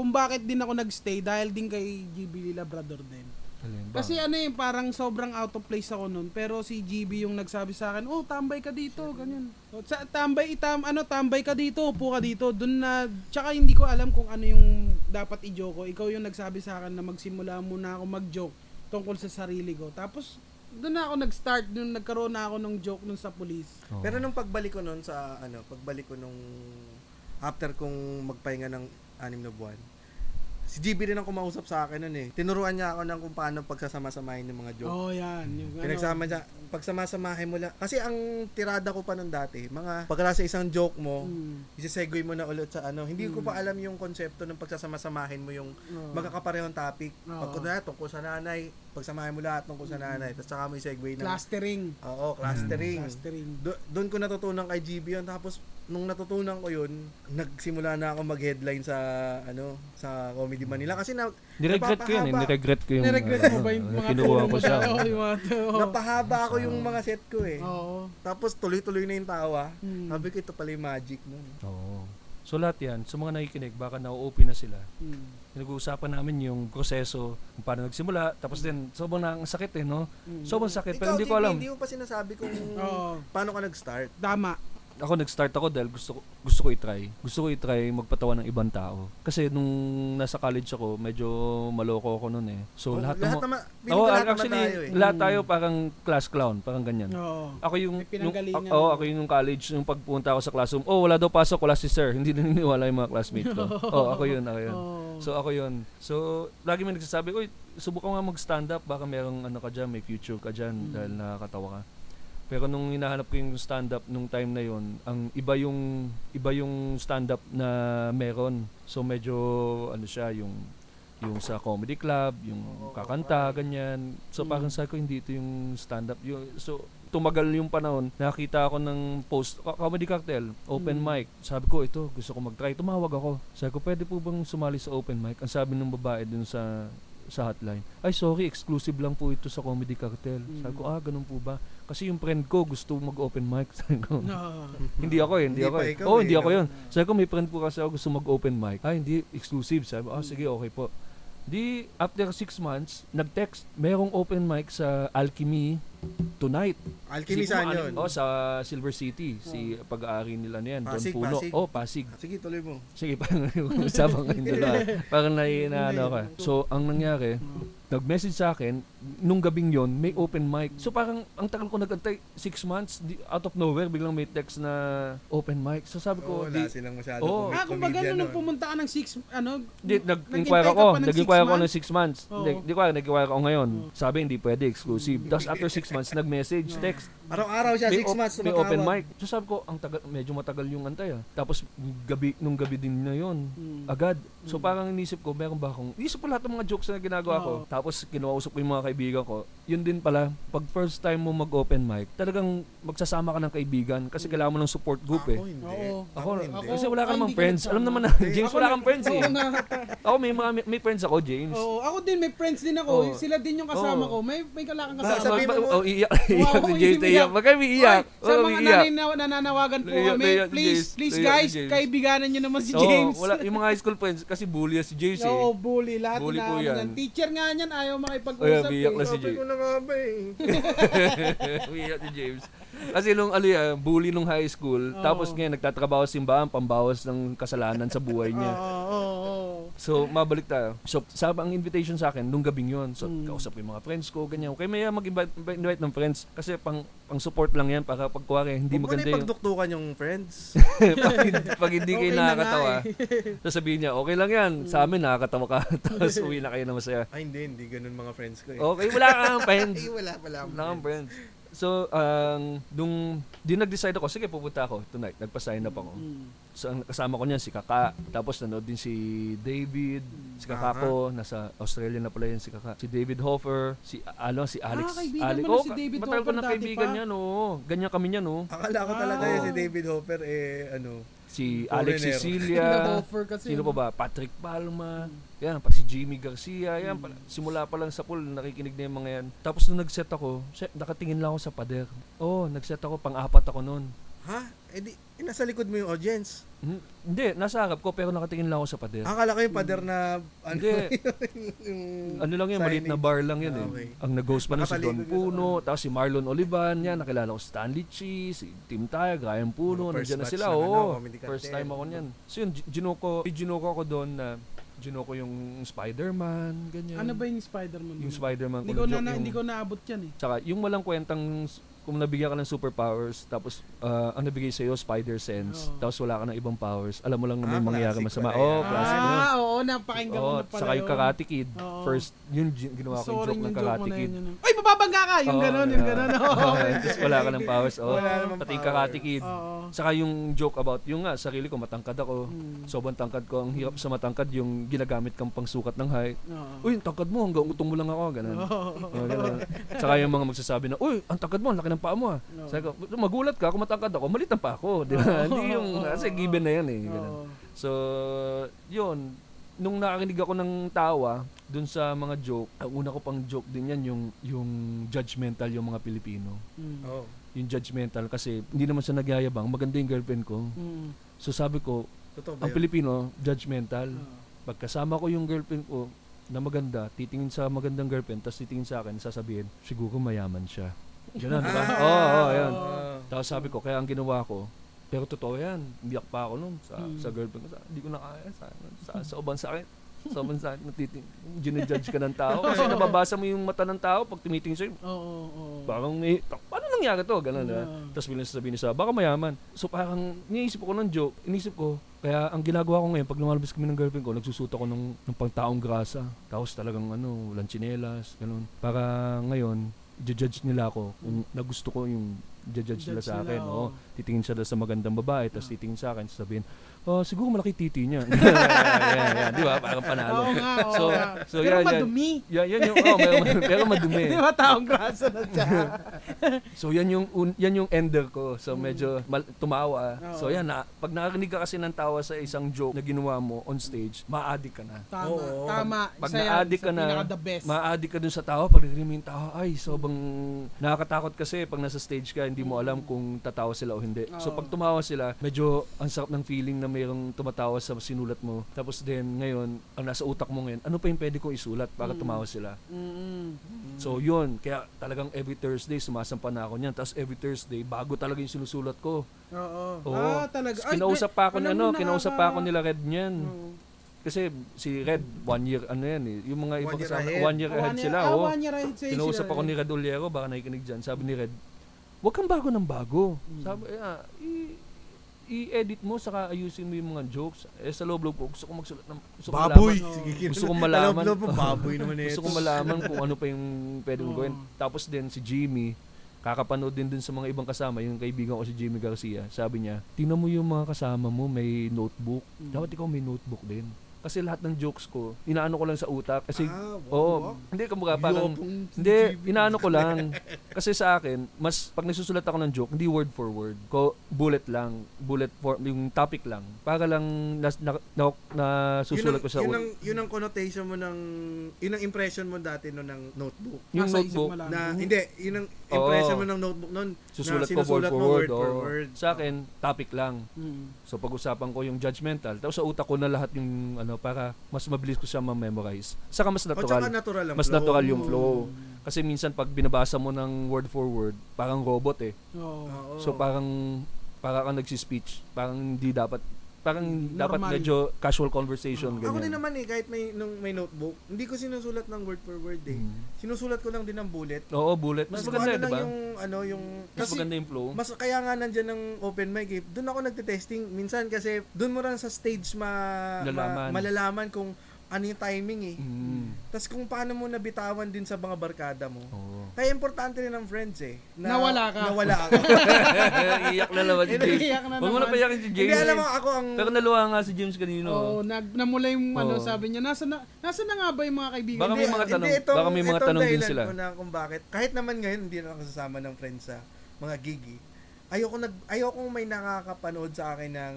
S3: kung bakit din ako nagstay dahil din kay GB Labrador din.
S1: Alin ba?
S3: Kasi ano eh, parang sobrang out of place ako nun. Pero si GB yung nagsabi sa akin, oh, tambay ka dito, ganyan. So, Sa, tambay, itam, ano, tambay ka dito, upo ka dito. Doon na, tsaka hindi ko alam kung ano yung dapat i-joke ko. Ikaw yung nagsabi sa akin na magsimula muna ako mag-joke tungkol sa sarili ko. Tapos, doon na ako nag-start, nung nagkaroon na ako ng joke nun sa police.
S1: Oo.
S2: Pero nung pagbalik ko nun sa ano, pagbalik ko nung after kong magpahinga ng anim na buwan, si GB rin ang kumausap sa akin nun eh. Tinuruan niya ako ng kung paano pagsasama-samahin ng mga joke.
S3: Oh, yan. Yung, ano,
S2: Pinagsama niya, pagsama-samahin mo lang. Kasi ang tirada ko pa nun dati, mga pagkala sa isang joke mo,
S3: Mm.
S2: isisegue mo na ulit sa ano. Hindi ko pa
S3: Hmm.
S2: alam yung konsepto ng pagsasama-samahin mo yung
S3: Oo.
S2: magkakaparehong topic.
S3: Oo.
S2: Pag kunwari, tungkol sa nanay, pagsamahin mo lahat tungkol sa
S3: Hmm.
S2: nanay, tapos saka mo isegue na.
S3: Clustering.
S2: Oo, clustering.
S3: Clustering.
S2: Do- doon ko natutunan kay GB yun. Tapos, nung natutunan ko yun, nagsimula na ako mag-headline sa, ano, sa Comedy Manila. Kasi na,
S1: Niregret ko yun eh.
S2: napapahaba-
S1: Niregret ko yung...
S3: Niregret mo ba yung
S1: ano,
S3: mga
S1: kinuha
S3: tulong
S1: ko
S3: mo
S1: siya.
S3: siya? Oo, yung mga Oo.
S2: napahaba ako yung mga set ko eh.
S3: Oo.
S2: Tapos, tuloy-tuloy na yung tawa.
S3: Hmm.
S2: Sabi ko, ito pala yung magic nun.
S1: Oo. So lahat yan, sa mga nakikinig, baka na-open na sila.
S3: Mm.
S1: Pinag-uusapan namin yung proseso, kung paano nagsimula. Tapos din, sobrang ang sakit eh, no?
S3: Mm.
S1: Sobrang sakit, pero
S2: Ikaw,
S1: hindi ko
S2: GB,
S1: alam.
S2: Hindi mo pa sinasabi kung
S3: Oo.
S2: paano ka nag-start.
S3: Tama.
S1: Ako nag-start ako dahil gusto ko, gusto ko i-try. Gusto ko i-try magpatawa ng ibang tao. Kasi nung nasa college ako, medyo maloko ako noon eh. So
S2: Oh,
S1: lahat, ng mga-
S2: naman,
S1: Oo,
S2: pinag- lahat naman
S1: actually,
S2: tayo eh.
S1: lahat tayo parang class clown, parang ganyan.
S3: Oo.
S1: Ako yung,
S3: May
S1: nung,
S3: pinanggalingan.
S1: ak- oo, ako yung nung college, yung pagpunta ako sa classroom, oh, wala daw pasok, wala si sir. Hindi naniniwala yung mga classmates ko. oh, ako yun, ako yun.
S3: Oo.
S1: So ako yun. So lagi may nagsasabi, uy, subukan nga mag-stand up, baka merong ano ka dyan, may future ka dyan dahil nakakatawa ka. Pero nung hinahanap ko yung stand up nung time na yon, ang iba yung iba yung stand up na meron. So medyo ano siya yung yung sa comedy club, yung kakanta, ganyan. So parang sa ko hindi ito yung stand up. Yung, so tumagal yung panahon, nakita ako ng post, co- comedy cocktail, open
S3: Mm.
S1: mic. Sabi ko, ito, gusto ko mag-try. Tumawag ako. Sabi ko, pwede po bang sumali sa open mic? Ang sabi ng babae dun sa sa hotline, ay sorry, exclusive lang po ito sa comedy cocktail. Sabi ko, ah, ganun po ba? Kasi yung friend ko gusto mag-open mic. Sabi ko,
S3: Oo.
S1: hindi ako eh, hindi
S2: Hindi
S1: ako
S2: pa
S1: eh.
S2: ikaw
S1: Oo,
S2: eh,
S1: hindi ako
S2: no?
S1: yun. Sabi ko, may friend po kasi ako gusto mag-open mic. Ah, hindi, exclusive. Sabi ko, ah, sige, okay po. Di, after six months, nag-text, merong open mic sa Alchemy tonight.
S2: Alchemy
S1: Sige,
S2: saan
S1: kung
S2: yun?
S1: ano- Oh, sa Silver City. Si
S3: Hmm.
S1: pag-aari nila na yan. Don
S2: Pasig,
S1: Puno.
S2: Pasig.
S1: Oh, Pasig.
S2: Sige, tuloy mo.
S1: Sige, parang usapang kayo dalawa. Parang nai- na, ano ka. So, ang nangyari, nag-message sa akin, nung gabing yon may open mic. So, parang, ang tagal ko nag-antay, six months, di, out of nowhere, biglang may text na open mic. So, sabi
S3: Oh,
S2: Oo,
S1: ko,
S2: wala
S1: di,
S2: silang masyado
S1: Oo.
S2: comi-
S3: Ah, kumbaga
S2: comedian
S3: nun, nung
S2: nun.
S3: pumunta ka ng six, ano,
S1: di,
S3: naghintay
S1: nag-inquire
S3: ka
S1: ako.
S3: pa ng six
S1: Nag-inquire ako ng
S3: months? Oh. Hmm.
S1: six months.
S3: Oo.
S1: Nag- Di ko, alam, nag-inquire ako ngayon. Sabi, hindi pwede, exclusive. Tapos, after six months, nag-message, text.
S2: Araw-araw siya,
S1: May
S2: six
S1: op-
S2: months
S1: may open
S2: tumatawag.
S1: mic. So sabi ko, ang tagal, medyo matagal yung antay ah. Tapos gabi, nung Ah,
S3: Mm.
S1: gabi din na yon agad. So parang inisip ko, meron ba akong, inisip ko lahat ng mga jokes na ginagawa ko.
S3: Oo.
S1: Tao Tapos kinuusap ko yung mga kaibigan ko. Yun din pala, pag first time mo mag-open mic, talagang magsasama ka ng kaibigan kasi kailangan mo ng support group eh.
S2: Ako hindi.
S3: Oo.
S1: Ako,
S2: hindi.
S1: kasi wala ka
S3: Mm. Ako
S1: namang
S3: hindi
S1: friends.
S3: kinasama.
S1: Alam naman na, James, wala kang friends eh.
S3: Oo nga.
S1: Ako, may, mga, may, may friends ako, James.
S3: ano. Oo, ako din, may friends din ako.
S1: Oo.
S3: Sila din yung kasama
S1: Oo.
S3: ko. May may kalakang
S1: Ba-
S3: kasama.
S2: Sabi-
S1: ba-
S2: mo-
S1: oh, iiyak. Iiyak si
S3: Wow,
S1: James.
S3: hindi
S1: Iiyak.
S3: iyak.
S1: Wag kayo iiyak.
S3: Oy,
S1: Wag
S3: sa
S1: kayo
S3: mga
S1: iiyak.
S3: nanay na nananawagan po
S1: Iiyak, iiyak
S3: kami,
S1: si
S3: please,
S1: James.
S3: please
S1: Iiyak si
S3: guys,
S1: James.
S3: kaibiganan nyo naman si
S1: Oo,
S3: James.
S1: wala, yung mga high school friends, kasi bully yan si James eh.
S3: Oo, bully. Lahat
S1: Bully
S3: na,
S1: po
S3: ano
S1: yan.
S3: yan. Teacher nga niyan, ayaw
S1: Ayan,
S3: makipag-usap.
S1: biyak
S3: eh.
S1: na si
S2: Sabi ko
S1: James.
S2: na nga ba eh.
S1: Umiiyak si James. Kasi nung ano yan, bully nung high school,
S3: Oo.
S1: tapos ngayon nagtatrabaho sa simbahan, pambawas ng kasalanan sa buhay
S3: Oo,
S1: niya.
S3: oo, oo.
S1: So, mabalik tayo. So, sabi ang invitation sa akin nung gabing yon. So,
S3: Mm.
S1: kausap ko yung mga friends ko, ganyan. Okay, maya mag-invite ng friends. Kasi pang, pang support lang yan para pag kuwari, hindi
S2: Huwag mo na
S1: maganda yung...
S2: ipagduktukan yung friends.
S1: pag, hindi- pag hindi kayo
S3: Okay na nga eh. Mm.
S1: nakakatawa, sasabihin niya, okay lang yan. Sa amin, nakakatawa ka. Tapos uwi na kayo na masaya.
S2: Ay, hindi. Hindi ganun mga friends ko eh.
S1: Okay, wala kang friends.
S2: Ay, wala pala. akong
S1: Wala kang
S2: friends.
S1: friends. So, ang nung di nag-decide ako, sige, pupunta ako tonight. Nagpa-sign up ako.
S3: Mm.
S1: So, ang kasama ko niyan, si Kaka. Tapos, nanood din si David. Si Kaka
S2: Aha.
S1: ko, nasa Australia na pala yan si Kaka. Si David Hoffer. Si, ano, si Alex.
S3: Ah, kaibigan
S1: Alex.
S3: mo na
S1: Oo,
S3: si
S1: ka-
S3: David
S1: matagal ko
S3: Hoffer
S1: ng
S3: dati
S1: kaibigan
S3: pa.
S1: niya, no. Ganyan kami niya, no.
S2: Akala ko talaga
S3: Ah.
S2: eh, si David Hopper eh, ano.
S1: Si
S2: Foreigner.
S1: Alex Cecilia.
S3: Nag-offer kasi.
S1: Sino pa ba? Patrick Palma. Yan, pa si Jimmy Garcia. Yan, pala, simula pa lang sa pool, nakikinig na yung mga yan. Tapos nung nag-set ako, set, nakatingin lang ako sa pader. Oo, oh, nag-set ako, pang-apat ako noon.
S2: Ha? Eh, di, eh, nasa likod mo yung audience.
S1: Hmm, Hindi, nasa harap ko, pero nakatingin lang ako sa pader.
S2: Akala ko yung pader na, ano,
S1: Hindi.
S2: yung...
S1: Ano lang yan, maliit na
S2: signage.
S1: bar lang yan
S2: Ah,
S1: eh.
S2: okay.
S1: Ang nag-host pa nun si Don
S2: Nakatalikod yun ah. sa
S1: Puno, tapos si Marlon Olivan, yan, nakilala ko si Stanley Chi, si Tim Taya, Ryan Puno,
S2: Mga first
S1: nandiyan na
S2: batch
S1: sila.
S2: ng, ano,
S1: Oo,
S2: comedy
S1: first
S2: cartel.
S1: time ako niyan. So yun, gi- ginuko, ginuko ako doon na ginuko yung Spider-Man, ganyan.
S3: Ano ba yung Spider-Man?
S1: Yung Spider-Man
S3: Hindi
S1: ko na
S3: ko, na,
S1: joke
S3: na-
S1: yung...
S3: hindi ko naabot yan eh.
S1: Tsaka, yung walang kwentang s- kung nabigyan ka ng superpowers, tapos ah, ang nabigay sa'yo, spider sense,
S3: Oo.
S1: tapos wala ka ng ibang powers, alam mo lang na may
S2: Ah,
S1: mangyayari
S2: classic
S1: masama.
S2: pala yan.
S1: Oo, oh, classic na.
S3: ah, oo, napakinggan ko
S1: Oo,
S3: na pala
S1: saka yung
S3: yun.
S1: Karate Kid.
S3: Oo.
S1: First, yun gi- ginawa ko yung joke
S3: Sorry,
S1: ng
S3: yung joke mo
S1: Karate
S3: na
S1: Kid.
S3: yun, yun. Ay, bababangga ka! Yung
S1: Oo,
S3: gano'n, yung
S1: yeah.
S3: gano'n.
S1: Tapos wala ka ng powers. Oo.
S2: Wala namang
S1: Pati yung
S2: power.
S1: Karate Kid.
S3: Oo.
S1: Saka yung joke about, yung nga, sarili ko, matangkad ako.
S3: Mm.
S1: Sobrang tangkad ko. Ang hirap sa matangkad, yung ginagamit kang pangsukat ng height.
S3: Oo.
S1: Uy, ang tangkad mo, hanggang utong mo lang ako. Ganun.
S3: Oo.
S1: Mga ganun. Saka yung mga magsasabi na, uy, ang tangkad mo, ang laki ng paa mo ah.
S3: Oo.
S1: Sabi ko, magulat ka, kung matangkad ako, maliit ang paa ko. Di ba? Hindi yung, kasi given na yan eh. Ganun.
S3: Oo.
S1: So, yun. Nung nakarinig ako ng tawa, dun sa mga joke, ang una ko pang joke din yan, yung, yung judgmental yung mga Pilipino.
S3: Mm.
S2: Oh.
S1: Yung judgmental kasi hindi naman siya nagyayabang, maganda yung girlfriend ko.
S3: Mm.
S1: So sabi ko,
S2: Totoo ba
S1: ang
S2: yun?
S1: Pilipino, judgmental.
S3: Oo.
S1: Pagkasama ko yung girlfriend ko na maganda, titingin sa magandang girlfriend, tapos titingin sa akin, sasabihin, siguro mayaman siya. Ganun, di ba?
S2: Ah,
S1: Oo, oo, yun.
S2: oo.
S1: Tapos sabi ko, kaya ang ginawa ko, pero totoo yan, umiyak pa ako nun sa,
S3: Mm.
S1: sa girlfriend ko. Sa- Hindi ko na kaya, sa, sa, sa ubang sakit. Sa ubang sakit, natiting, ginijudge ka ng tao. Kasi nababasa mo yung mata ng tao pag tumitingin sa'yo.
S3: Oo, oo.
S1: Parang, eh, ta- paano nangyari to? Ganun, ah.
S3: Yeah.
S1: Tapos bilang sasabihin niya sa, baka mayaman. So parang, iniisip ko ng joke, iniisip ko, kaya ang ginagawa ko ngayon, pag lumalabas kami ng girlfriend ko, nagsusuot ako ng, ng pangtaong grasa. Tapos talagang, ano, walang tsinelas, ganun. Para ngayon, judge nila ako kung nagusto ko yung judge nila
S3: Judge
S1: sa
S3: nila,
S1: akin.
S3: oo.
S1: Oo. Titingin sila sa magandang babae, tapos
S3: Yeah.
S1: titingin sa akin, sasabihin, oh, siguro malaki titi niya. Yan, yan, Di ba? Parang panalo.
S3: Oo nga, oo
S1: So,
S3: nga.
S1: so yan,
S3: Pero
S1: yan.
S3: madumi.
S1: Yan, yan yung, oh, pero, pero madumi.
S3: Di ba taong grasa na siya?
S1: So yan yung un- yan yung ender ko. So medyo mal- tumawa.
S3: Mm. Oo.
S1: So yan na pag nakarinig ka kasi ng tawa sa isang joke na ginawa mo on stage, ma-addict ka na.
S3: Tama,
S2: Oo.
S3: tama.
S1: Pag
S3: Isa yan,
S1: na-addict
S3: isa
S1: ka na,
S3: pinaka the best.
S1: Ma-addict ka dun sa tawa pag nagrinig mo yung tawa. Ay, sobrang nakakatakot kasi pag nasa stage ka, hindi mo alam kung tatawa sila o hindi. So
S3: Mm. Oo.
S1: pag tumawa sila, medyo ang sarap ng feeling na mayroong tumatawa sa sinulat mo. Tapos then ngayon, ang nasa utak mo ngayon, ano pa yung pwede kong isulat para
S3: Mm.
S1: tumawa sila?
S3: Mm-mm.
S1: So yun, kaya talagang every Thursday sumasampa na ako niyan. Tapos every Thursday, bago talaga yung sinusulat ko.
S3: Oo.
S1: Oo.
S3: Ah, talaga.
S1: Tapos
S3: Ay,
S1: kinausap pa ako ni
S3: alam
S1: ano,
S3: mo, ah. Hmm.
S1: kinausap pa
S3: nakaka-
S1: ako nila Red niyan.
S3: Oo.
S1: Kasi si Red, one year ano yan eh. Yung mga
S2: One
S1: ibang
S2: year
S1: kasama,
S2: ahead.
S1: one year
S3: Ah,
S1: ahead
S3: one
S1: sila.
S3: year- ah,
S1: Oh.
S3: one year ahead sila. eh.
S1: Kinausap ako ni Red Oliero, baka nakikinig dyan. Sabi ni Red, huwag kang bago ng bago.
S3: Hmm.
S1: Sabi, ah, i- i-edit mo, saka ayusin mo yung mga jokes. Eh, sa loob-loob ko, gusto ko magsulat ng... Gusto ko
S2: Baboy!
S1: malaman-
S2: Sige,
S1: Gusto kong
S2: alam
S1: malaman.
S2: mo, baboy naman eh.
S1: Gusto ko malaman kung ano pa yung pwede kong
S3: Oo.
S1: gawin. Tapos din si Jimmy, kakapanood din dun sa mga ibang kasama, yung kaibigan ko si Jimmy Garcia, sabi niya, tingnan mo yung mga kasama mo, may notebook. Dapat ikaw may notebook din. Kasi lahat ng jokes ko, inaano ko lang sa utak. Kasi,
S2: Ah, wow,
S1: oo,
S2: wow.
S1: hindi, kumbaga parang,
S2: Yopong
S1: hindi,
S2: GB.
S1: inaano ko lang. Kasi sa akin, mas, pag nagsusulat ako ng joke, hindi word for word. Ko, bullet lang, bullet for, yung topic lang. Para lang, nas, na, na, nasusulat
S2: ang-
S1: ko sa
S2: yun
S1: utak.
S2: ang, yun ang connotation mo ng, yun ang impression mo dati no ng notebook.
S1: Yung
S3: Nasa isip
S1: notebook,
S3: mo lang.
S2: Na,
S3: Mhm.
S2: hindi, yun ang impression mo ng notebook nun.
S1: susulat
S2: na
S1: ko word
S2: sinusulat
S1: for
S2: mo
S1: word.
S2: for
S1: oo.
S2: word.
S1: Sa akin, topic lang.
S3: Mm.
S1: So pag-usapan ko yung judgmental, tapos sa utak ko na lahat yung ano para mas mabilis ko siya ma-memorize. Saka mas
S2: O Oh, tsaka
S1: natural.
S2: natural lang.
S1: Mas natural yung flow.
S3: Mm.
S1: Kasi minsan pag binabasa mo ng word for word, parang robot eh.
S3: Oo.
S1: So parang para kang nagsi-speech, parang hindi dapat parang dapat
S3: Normal.
S1: medyo casual conversation
S2: Ako din
S1: ganyan.
S2: naman eh, kahit may, nung may notebook, hindi ko sinusulat ng word for word eh.
S1: Mm.
S2: Sinusulat ko lang din ng bullet.
S1: Oo, bullet. Mas
S2: Gusto ko
S1: maganda,
S2: ano
S1: 'di ba?
S2: lang yung, ano, yung,
S1: Mas
S2: kasi,
S1: maganda yung flow.
S2: mas kaya nga nandiyan ng open mic eh. Doon ako nagte-testing minsan kasi doon mo lang sa stage ma,
S1: Lalaman.
S2: ma- malalaman kung ano yung timing eh.
S1: Mm.
S2: Tapos kung paano mo nabitawan din sa mga barkada mo.
S1: Oo.
S2: Kaya importante rin ang friends eh.
S3: Nawala ka.
S2: Nawala ako.
S1: Iyak na naman si James.
S3: Iyak na
S1: Huwag mo na
S3: naman.
S1: paiyakin si
S2: Hindi
S1: James.
S2: alam mo ako ang
S1: Pero naluha nga si James kanino.
S3: Oo, nag, namula yung ano,
S1: Oo.
S3: sabi niya, nasa na, nasa na nga ba yung mga kaibigan?
S1: Baka may
S2: Hindi,
S1: mga
S2: hindi,
S1: tanong- baka may mga
S2: itong
S1: tanong din
S2: dahilan
S1: sila.
S2: ko na kung bakit. Kahit naman ngayon, hindi na ako sasama ng friends sa mga gig eh. Ayoko nag ayoko may nakakapanood sa akin ng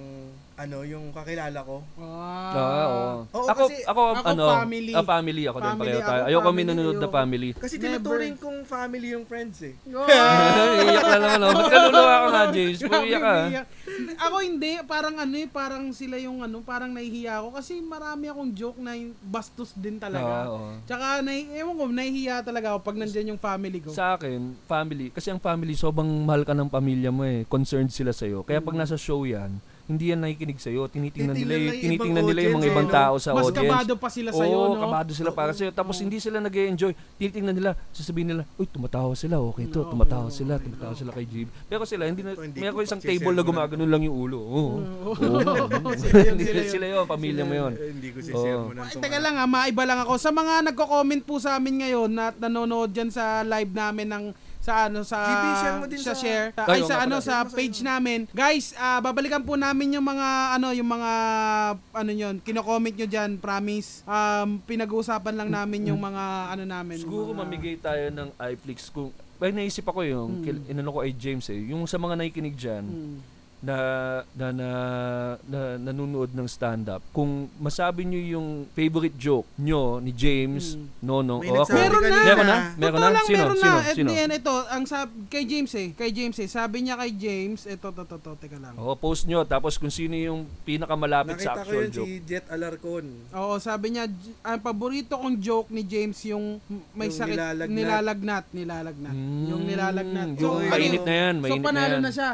S2: ano yung kakilala ko.
S3: Ah,
S1: Ah, oo.
S2: Oo,
S1: ako,
S2: kasi-
S1: ako,
S3: ako
S1: ano,
S3: family.
S1: ah, family ako din
S3: Family
S1: pareho
S3: ako,
S1: tayo. Ayoko
S3: family,
S1: may nanonood na
S3: ayoko.
S1: family.
S2: Kasi
S3: Never.
S2: tinuturing kong family yung friends eh.
S3: Oo.
S1: Iyak na naman ako. Ba't kaluluwa ka nga, James?
S3: Grabe,
S1: Pumiyak ka.
S3: umiyak. Ako hindi, parang ano eh, parang sila yung ano, parang nahihiya ako kasi marami akong joke na yung bastos
S1: Ah,
S3: din talaga.
S1: oo.
S3: Tsaka, nahi, ewan ko, nahihiya talaga ako pag nandyan yung family ko.
S1: Sa akin, family, kasi ang family, sobrang mahal ka ng pamilya mo eh. Concerned sila sa'yo. Kaya
S3: Mm.
S1: pag nasa show yan, hindi yan nakikinig sa'yo. Tinitingnan nila,
S2: Tinitingnan
S1: eh.
S2: na yung
S1: tinitingnan
S2: ibang
S1: nila yung mga
S2: audience,
S1: ibang
S2: eh, no?
S1: tao sa
S3: Mas
S1: audience.
S3: kabado pa sila sa'yo,
S1: Oo,
S3: no?
S1: kabado sila para
S2: Oo.
S1: sa'yo. Tapos hindi sila nag enjoy Tinitingnan nila, sasabihin nila, uy, tumatawa sila, okay to,
S3: Okay,
S1: tumatawa
S3: okay,
S1: sila,
S3: okay.
S1: tumatawa sila kay JB. Pero sila, hindi na,
S2: Ito, hindi
S1: meron
S2: ko
S1: isang
S2: pa
S1: table na
S2: sisermonan.
S1: gumagano lang yung ulo. Oo.
S3: Oo.
S1: Oo.
S3: Sila yun,
S1: Hindi
S3: sila yun.
S1: sila yun, pamilya mo yun. Oh.
S2: Eh, hindi ko sisir
S1: Oo.
S2: mo ano. na.
S3: Ay, teka lang ha, maiba lang ako. Sa mga nagko-comment po sa amin ngayon na at nanonood dyan sa live namin ng sa ano sa
S2: GB, share mo din sa-
S3: share sa-
S1: Ay,
S3: ay
S1: oo
S3: sa
S1: nga
S3: ano
S1: pala.
S3: sa page namin guys ah, babalikan po namin yung mga ano yung mga ano yon kino-comment nyo diyan promise um pinag-uusapan lang namin yung mga ano namin
S1: Siguro
S3: mga-
S1: mamigay tayo ng iFlix kung may naisip ako eh, yung
S3: Hmm.
S1: kil- inano ko ay James eh, yung sa mga nakikinig diyan
S3: Mm.
S1: na, na na na nanonood ng stand up. Kung masabi niyo yung favorite joke nyo ni James,
S3: Mm.
S1: Nono,
S2: May
S1: o Oh, ako.
S2: nagsabi
S3: Meron na.
S2: kanina.
S1: Meron na? Meron
S3: Totoo
S1: na?
S3: lang,
S1: Sino?
S3: meron
S1: Sino?
S3: na. At
S1: Sino?
S3: the end, ito, ang sab kay James eh, kay James eh, sabi niya kay James, ito, to, to, to, teka lang.
S1: Oo, post nyo. Tapos kung sino yung pinakamalapit sa
S2: Nakita ko
S1: actual
S2: yun
S1: joke.
S2: si Jet Alarcon.
S3: Oo, sabi niya, j- ang paborito kong joke ni James yung may
S2: Yung
S3: sakit,
S2: nilalagnat.
S3: nilalagnat, nilalagnat.
S1: Mm,
S3: yung nilalagnat.
S1: yung
S2: So,
S1: mainit
S3: ano,
S1: na yan,
S3: So,
S1: mainit na
S3: panalo
S1: yan.
S3: na siya.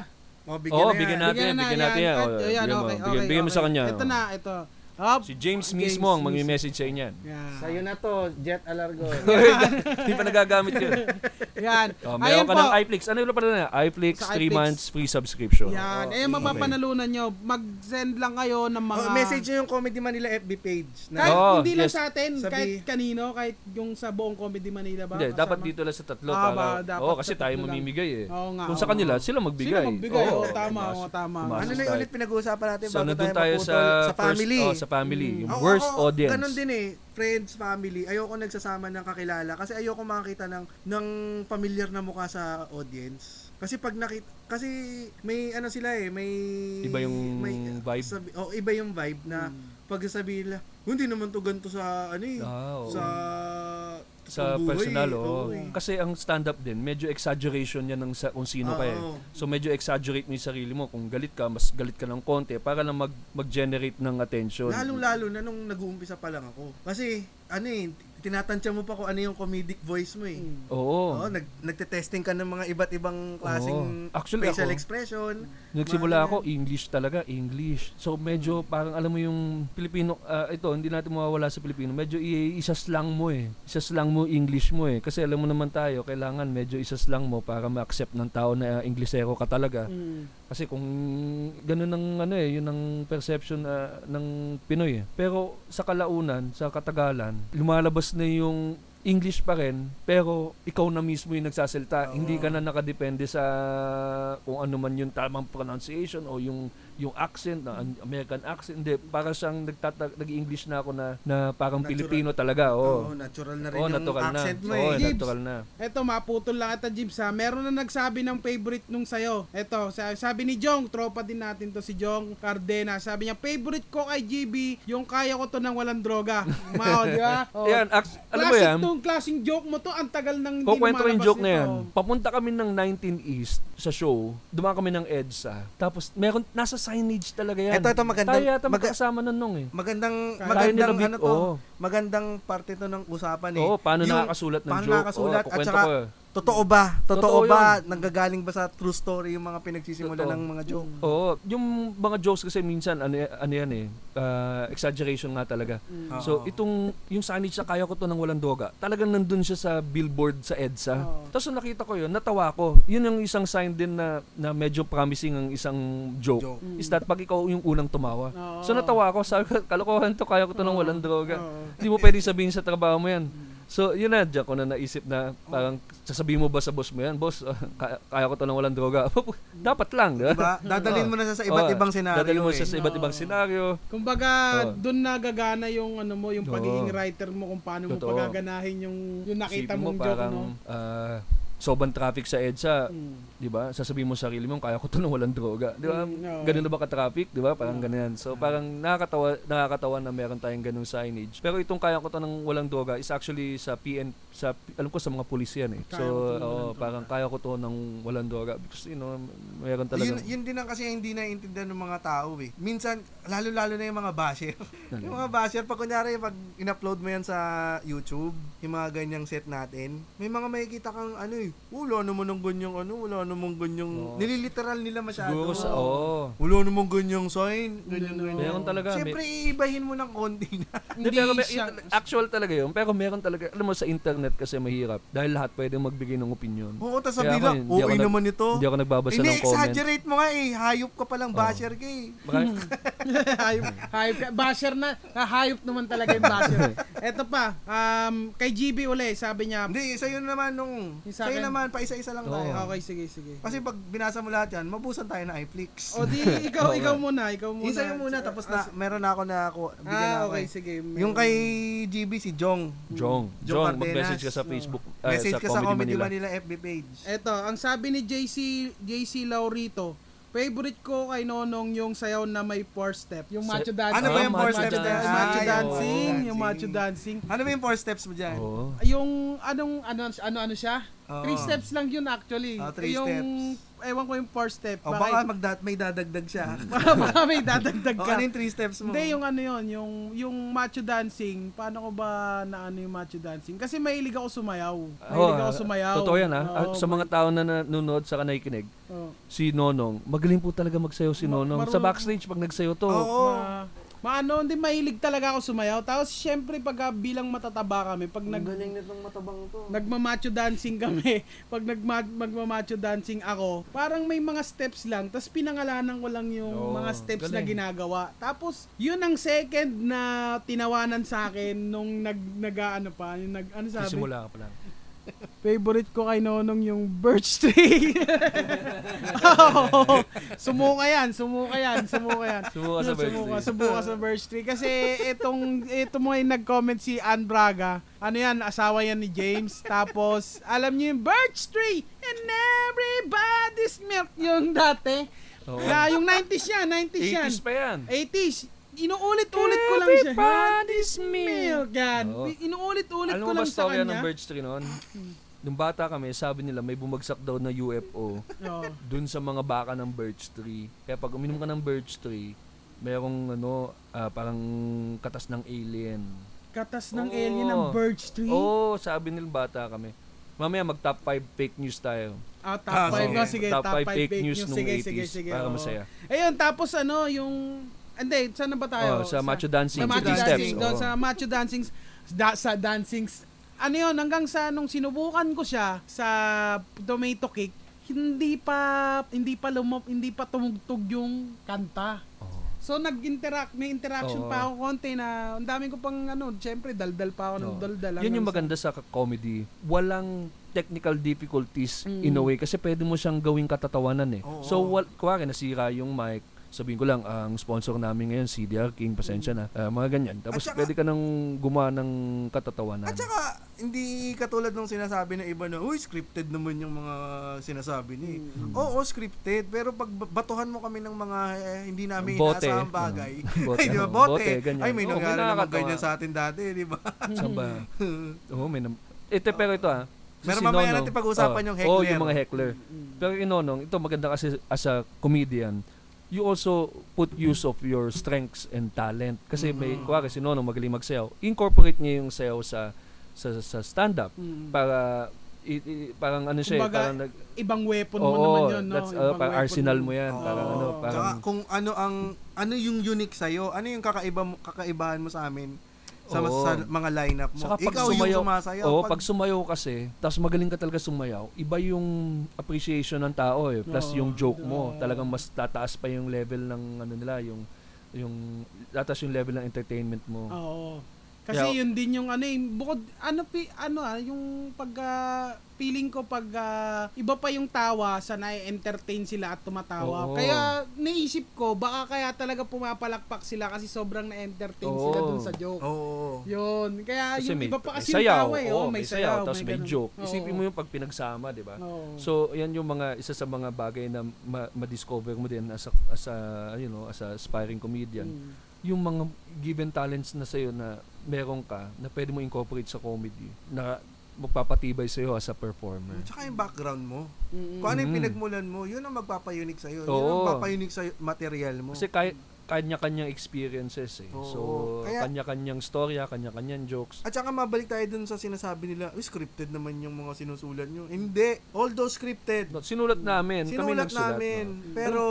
S2: Oh,
S1: Oo, bigyan natin yan, bigyan natin yan. Oo, bigyan
S3: At, ayan,
S1: mo,
S3: okay,
S1: bigyan-
S3: okay,
S1: bigyan mo sa
S3: okay.
S1: kanya.
S3: Ito
S1: Oo.
S3: na, ito. Hop.
S1: Si James
S3: James
S1: mismo ang
S3: mismo.
S1: magme-message sa inyan.
S3: Yeah.
S2: Sa'yo na to, Jet Alarcon.
S1: Hindi pa nagagamit yun.
S3: Yan.
S1: Oh,
S3: Ayan
S1: meron ka
S3: po.
S1: ng iFlix. Ano yung pala na? iFlix, 3
S3: Sa iFlix.
S1: months free subscription.
S3: Yan.
S2: Oh,
S3: eh, mapapanalunan nyo. Mag-send lang kayo ng mga...
S2: Oh, message nyo yung Comedy Manila FB page.
S3: Kahit
S2: Na,
S1: Oo,
S3: hindi lang
S1: Oh, yes.
S3: sa atin,
S2: Sabi-
S3: kahit kanino, kahit yung sa buong Comedy Manila ba?
S1: Hindi,
S3: kasama?
S1: dapat dito lang sa tatlo.
S3: Ah,
S1: para,
S3: ba, dapat
S1: oo,
S3: sa
S1: kasi
S3: tatlo
S1: tayo
S3: lang.
S1: mamimigay eh.
S3: Oo nga.
S1: Kung sa
S3: oo
S1: kanila,
S3: nga.
S1: sila magbigay.
S3: Sila magbigay. Oo,
S1: Oo.
S3: tama, oo, tama.
S1: Tumaas
S2: ano na
S1: tayo.
S2: yung ulit pinag-uusapan natin
S1: So,
S2: bago
S1: nandun
S2: tayo,
S1: tayo sa,
S2: maputol? Sa family.
S1: First, oh, sa family.
S3: Mm.
S1: Yung
S2: Oo,
S1: worst
S2: oo,
S1: audience.
S2: Ganun din eh. Friends, family. Ayoko nagsasama ng kakilala kasi ayoko makakita ng ng familiar na mukha sa audience. Kasi pag nakita kasi may ano sila eh, may
S1: Iba yung vibe.
S2: sabi- oh, iba yung vibe na pag sabihin nila, hindi naman to ganito sa ano eh,
S1: Ah, oo.
S2: sa
S1: sa
S2: pambuhay
S1: personal,
S2: eh."
S1: oo.
S2: eh.
S1: Kasi ang stand-up din, medyo exaggeration niya ng sa, kung sino ka eh.
S2: Oo.
S1: So medyo exaggerate mo yung sarili mo. Kung galit ka, mas galit ka ng konti para lang mag, mag-generate ng attention.
S2: Lalong-lalo na nung nag-uumpisa pa lang ako. Kasi, ano eh, tinatansya mo pa kung ano yung comedic voice mo eh. Oo,
S1: Oo.
S2: nag, nagte-testing ka ng mga iba't ibang
S1: Oh. Oo.
S2: klaseng
S1: Actually,
S2: facial
S1: ako-
S2: expression.
S1: Nagsimula
S2: Mga
S1: ako, English talaga, English. So medyo parang alam mo yung Pilipino, ah, ito, hindi natin mawawala sa Pilipino. Medyo i- isaslang mo eh. Isaslang mo English mo eh. Kasi alam mo naman tayo, kailangan medyo isaslang mo para ma-accept ng tao na ah, Inglesero ka talaga.
S3: Mm.
S1: Kasi kung ganun ang ano eh, yun ang perception ah, ng Pinoy eh. Pero sa kalaunan, sa katagalan, lumalabas na yung English pa rin, pero ikaw na mismo yung nagsasalita. Hindi ka na nakadepende sa kung ano man yung tamang pronunciation o yung yung accent, na an- American accent. Hindi, para siyang nagtata- nag-English na ako na, na parang
S2: Natural.
S1: Pilipino talaga. Oo,
S2: Oo, natural na rin
S1: oo
S2: yung
S1: natural na.
S2: accent mo
S1: Oo,
S2: eh.
S3: Gibbs.
S1: natural na.
S3: Eto, maputol lang ata, Jibs ha. Meron na nagsabi ng favorite nung sayo. Eto, sa- sabi ni Jong, tropa din natin to si Jong Cardena. Sabi niya, favorite ko kay GB, yung kaya ko to ng walang droga. Mao, di ba? Oh.
S1: Yan, ac- alam mo
S3: Classic
S1: yan,
S3: tong klaseng joke mo to, ang tagal nang hindi
S1: Kukwento ko yung
S3: lumalabas
S1: joke na
S3: nito.
S1: yan. Papunta kami ng 19 East sa show. Dumaan kami ng EDSA. Tapos meron, nasa signage talaga yan.
S2: Ito, ito, magandang-
S1: Tayo yata
S2: maga-
S1: magkasama nun nung eh.
S2: Magandang
S3: Kaya
S2: magandang
S1: nila
S2: ano
S1: bit-
S2: to.
S1: oo.
S2: Magandang parte to ng usapan eh.
S1: Oo, paano
S2: Yung-
S1: nakakasulat ng
S2: paano
S1: joke?
S2: nakakasulat?
S1: Oo,
S2: at
S1: kukwento
S2: saka,
S1: ko eh.
S2: totoo ba? Totoo,
S1: Totoo
S2: ba? Nanggagaling ba sa true story yung mga pinagsisimula
S1: Totoo.
S2: ng mga joke?
S1: Oo, yung mga jokes kasi minsan, ano, ano yan eh, ah, exaggeration nga talaga.
S3: Mm.
S2: Oo.
S1: So, itong, yung signage na kaya ko to ng walang doga, talagang nandun siya sa billboard sa EDSA.
S3: Oo.
S1: Tapos nung nakita ko yun, natawa ko. Yun yung isang sign din na, na medyo promising ang isang joke.
S2: Joke.
S1: Is that pag ikaw yung unang tumawa.
S3: Oo.
S1: So natawa ako, sabi ko, kalokohan to, kaya ko to ng
S2: Ah.
S1: walang droga.
S3: Oo.
S1: Hindi mo pwede sabihin sa trabaho mo yan. So, yun na, diyan ko na naisip na parang sasabihin mo ba sa boss mo yan, boss, ah, kaya, kaya ko to ng walang droga. Dapat lang, di ba?
S2: Diba? Dadalhin mo na siya sa iba't
S1: Oo,
S2: ibang senaryo.
S1: Dadalhin mo siya
S2: eh.
S1: sa iba't ibang senaryo.
S3: Kumbaga,
S1: Oo.
S3: doon nagagana yung ano mo, yung
S1: Oo.
S3: pagiging writer mo kung paano mo
S1: Totoo.
S3: pagaganahin yung yung nakita
S1: Isipin
S3: mong
S1: mo,
S3: joke, ano?
S1: parang,
S3: no?
S1: ah, sobrang traffic sa EDSA,
S3: Mm.
S1: 'di ba? Sasabihin mo sa sarili mo, kaya ko 'to nang walang droga, 'di ba?
S3: Mm, oo.
S1: Ganun na ba ka-traffic, 'di ba? Parang ganyan. So parang nakakatawa nakakatawa na meron tayong ganung signage. Pero itong kaya ko 'to nang walang droga is actually sa PN sa alam ko sa mga pulis yan eh.
S3: Kaya
S1: so
S3: ko
S1: oo,
S3: 'to ng walang droga.
S1: parang kaya ko 'to nang walang droga because you know, meron talaga.
S2: Yun, yun din ang kasi ang hindi naiintindihan ng mga tao eh. Minsan, lalo-lalo na yung mga basher. yung mga basher, pag kunyari, pag in-upload mo yan sa YouTube, yung mga ganyang set natin, may mga makikita kang ano eh, wala naman ng ganyang ano, wala naman ganyang,
S1: Oo.
S2: nililiteral nila masyado.
S1: Siguro sa oo.
S2: Wala naman ganyang sign, ganyan,
S3: Wala na.
S2: ganyan.
S1: Meron talaga. may-
S2: Siyempre, iibahin mo ng konti na.
S1: Hindi,
S3: Hindi
S1: pero may-
S3: siya-
S1: yun- actual talaga yun. Pero meron talaga, alam mo, sa internet kasi mahirap. Dahil lahat pwedeng magbigay ng opinion.
S2: Oo, tapos
S1: Kaya
S2: sabi
S1: ako,
S2: lang,
S1: hindi ako
S2: okay
S1: nag-
S2: naman ito.
S1: Hindi ako nagbabasa ng comment.
S2: Ini-exaggerate mo nga eh, hayop ka palang basher ka eh.
S1: Marami-
S3: hayop, hayop ka. Basher na. Hayop naman talaga yung basher. Eto pa, um, kay GB uli, sabi niya.
S2: Hindi, isa yun naman nung.
S3: Yung
S2: Isa
S3: sa
S2: yun
S3: akin.
S2: naman, pa isa-isa lang
S1: Oo.
S2: tayo.
S3: Okay, sige, sige.
S2: Kasi pag binasa mo lahat yan, mabusan tayo ng iFlix.
S3: o di, ikaw, ikaw muna, ikaw muna.
S2: Isa yung muna, tapos na, meron na ako na ako, bigyan na
S3: Ah,
S2: ako
S3: okay,
S2: eh.
S3: sige.
S2: Yung kay GB, si Jong.
S1: Jong,
S2: Jong
S1: Jong,
S2: Cardenas.
S1: mag-message ka sa Facebook, ah,
S2: Message
S1: sa,
S2: ka sa Comedy
S1: Manila.
S2: Manila. FB page.
S3: Eto, ang sabi ni JC, JC Laurito, favorite ko kay Nonong yung sayaw na may four step. Yung
S1: Sa-
S3: macho dancing.
S2: Ano ba yung
S1: Ah,
S2: four
S1: macho
S2: steps?
S1: dance.
S2: Ah,
S3: Macho
S2: yung
S3: dancing.
S2: macho
S3: Yung macho dancing.
S2: Ano ba yung four steps mo dyan?
S1: Oo.
S3: Yung anong ano ano ano siya?
S2: Oo.
S3: Three steps lang yun actually.
S2: Ah, three
S3: yung
S2: steps.
S3: ewan ko yung four step.
S2: O baka magda- may dadagdag siya.
S3: baka, baka may dadagdag
S2: o
S1: Oh,
S3: ka.
S2: ano yung three steps mo?
S3: Hindi yung ano yun, yung yung macho dancing. Paano ko ba na ano yung macho dancing? Kasi mahilig ako sumayaw. Mahilig
S1: Oo,
S3: ako sumayaw.
S1: Ah. Oh, Totoo yan ha. Ah,
S3: Oo,
S1: sa mga tao na nanonood sa kanakikinig,
S3: oo.
S1: si Nonong, magaling po talaga magsayo si
S3: Ma-
S1: Nonong.
S3: marunong-
S1: Sa backstage, pag nagsayo to,
S2: Oo.
S3: Ma- maano, hindi mahilig talaga ako sumayaw. Tapos syempre pag ah, bilang matataba kami, pag nag
S2: nitong matabang to.
S3: nagmamacho dancing kami. Pag nagma magmamacho dancing ako, parang may mga steps lang. Tapos pinangalanan ko lang yung
S1: Oo,
S3: mga steps na
S1: galing.
S3: ginagawa. Tapos, yun ang second na tinawanan sa akin nung nag, nag ano pa, yung nag, ano sabi?
S1: simula ka pa lang.
S3: Favorite ko kay Nonong yung birch tree. Oo. sumuka yan, sumuka yan, sumuka yan.
S1: Sumuka sa birch
S3: Sumuka,
S1: tree.
S3: sumuka sa birch tree. Kasi itong, ito mo ay nag-comment si Ann Braga. Ano yan, asawa yan ni James. Tapos, alam niyo yung birch tree and everybody's milk yung dati.
S1: Oo.
S3: Na, yung 90s yan, 90s yan.
S1: 80s pa yan.
S3: 80s. Inuulit-ulit Eh, ko lang siya.
S1: Everybody's
S3: Milk yan.
S1: Oo.
S3: Inuulit-ulit
S1: Alam
S3: ko
S1: mo ba
S3: lang sa
S1: storya ng
S3: kanya.
S1: Birch Tree noon? Nung bata kami, sabi nila may bumagsak daw na UFO
S3: Oo.
S1: dun sa mga baka ng birch tree. Kaya pag uminom ka ng birch tree, merong ano, ah, parang katas ng alien.
S3: Katas ng
S1: Oo.
S3: alien ng birch tree.
S1: Oo, sabi nila bata kami. Mamaya mag top 5 fake news tayo.
S3: Ah, top
S2: Ah,
S3: 5
S2: sige.
S3: ah, sige,
S1: top 5
S3: fake, news.
S1: nung
S3: sige,
S1: 80s
S3: sige, sige.
S1: para
S3: oo.
S1: masaya.
S3: Ayun, tapos ano, yung... Hindi, saan na ba
S1: Oh,
S3: tayo?
S1: sa macho dancing,
S3: Sa macho
S1: three
S3: dancing.
S1: steps.
S3: doon
S1: oo.
S3: sa macho dancing. Da, sa dancing. Ano yun, hanggang sa nung sinubukan ko siya sa tomato cake, hindi pa hindi pa lumop hindi pa tumugtog yung kanta.
S1: Oo.
S3: So nag-interact, may
S1: Oh. Oo.
S3: interaction pa ako konti na ang dami ko pang ano, syempre daldal pa ako ng
S1: Oo.
S3: daldal.
S1: Yun
S3: hanggang
S1: yung
S3: sa-
S1: maganda sa ka- comedy. Walang technical difficulties
S3: Mm.
S1: in a way kasi pwede mo siyang gawing katatawanan eh.
S2: Oo.
S1: So, wal, kuwari nasira yung mic, sabihin ko lang, ang sponsor namin ngayon, CDR King, pasensya na, Ah, mga ganyan. Tapos
S2: Mm. At saka-
S1: pwede ka nang gumawa ng katatawanan.
S2: At saka, hindi katulad nung sinasabi ng iba na, uy, scripted naman yung mga sinasabi niya. eh."
S1: Mm.
S2: Oo, scripted. Pero pag ba- batuhan mo kami ng mga eh, hindi namin
S1: Bote.
S2: inaasahang bagay.
S1: Mm. Bote.
S2: Ay, di ba?
S1: Oo,
S2: Bote.
S1: bote, ganyan.
S2: Ay,
S1: Oo,
S2: may
S1: may
S2: nangyari naman
S1: nakakatawa.
S2: ganyan sa atin dati, di ba?
S1: Saan ba?
S2: Mm.
S1: Oo, may nam- Ito, pero ito ah. sa
S2: Meron mamaya
S1: Nonong-
S2: natin pag-usapan
S1: Oo,
S2: yung
S1: Oo,
S2: heckler.
S1: yung mga heckler. Pero you know, nong, ito maganda kasi as a comedian, you also put use of your strengths and talent. Kasi
S3: Mm-hmm.
S1: may,
S2: Mm.
S1: kuwari si Nonong magaling magsayaw, incorporate niya yung sayaw sa sa, sa stand-up
S3: Mm.
S1: para i- i- parang ano siya, eh,
S3: Kumbaga,
S1: parang nag,
S3: Ibang weapon mo
S1: Oo,
S3: naman yun, no?
S1: that's, uh,
S3: Ibang
S1: parang
S3: weapon
S1: arsenal
S3: mo.
S1: mo yan,
S2: Oo.
S1: parang ano,
S3: Oo.
S1: parang,
S2: Tsaka kung ano ang ano yung unique sa ano yung kakaiba mo, kakaibahan mo sa amin sa,
S1: Oo.
S2: sa mga lineup mo.
S1: Saka pag
S2: Ikaw
S1: sumayaw-
S2: yung sumasayaw.
S1: Oo, pag, sumayaw kasi, tapos magaling ka talaga sumayaw, iba yung appreciation ng tao eh. Plus
S3: Oo,
S1: yung joke mo,
S3: oo.
S1: talagang mas tataas pa yung level ng ano nila, yung yung tataas yung level ng entertainment mo.
S3: Oo. Kasi
S1: Kaya-
S3: yun din yung ano eh, bukod, ano, pi, ano ah, yung pag, ah, feeling ko pag, ah, iba pa yung tawa sa na-entertain sila at tumatawa.
S1: Oo.
S3: Kaya naisip ko, baka kaya talaga pumapalakpak sila kasi sobrang na-entertain sila
S1: Oo.
S3: dun sa joke.
S2: Oo.
S3: Yun, kaya
S1: Kasi
S3: yung
S1: may,
S3: iba pa
S1: may
S3: kasi yung
S1: sayaw,
S3: tawa eh.
S1: oo,
S3: oh,
S1: may sayaw, tapos may,
S3: ganun.
S1: joke.
S3: Oo.
S1: Isipin mo yung pag pinagsama, di ba?
S3: Oo.
S1: So, yan yung mga isa sa mga bagay na ma- ma-discover mo din as a, as a, you know, as a aspiring comedian.
S3: Mm.
S1: yung mga given talents na sa'yo na meron ka, na pwede mo incorporate sa comedy, na magpapatibay sa'yo as a performer.
S2: Tsaka yung background mo.
S3: Mm-mm.
S2: Kung ano yung
S1: Mm.
S2: pinagmulan mo, yun ang magpapayunik sa'yo. Yun ang
S1: Oo.
S2: magpapayunik sa material mo.
S1: Kasi kay, kanya-kanyang experiences eh.
S2: Oo.
S1: So,
S2: Kaya-
S1: kanya-kanyang storya, kanya-kanyang jokes.
S2: At saka mabalik tayo dun sa sinasabi nila, "Uy, scripted naman yung mga sinusulat nyo. Hindi. Although scripted,
S1: No, Sinulat namin. kami
S2: Mm. sinulat
S1: nagsulat.
S2: namin.
S1: no?
S2: Pero,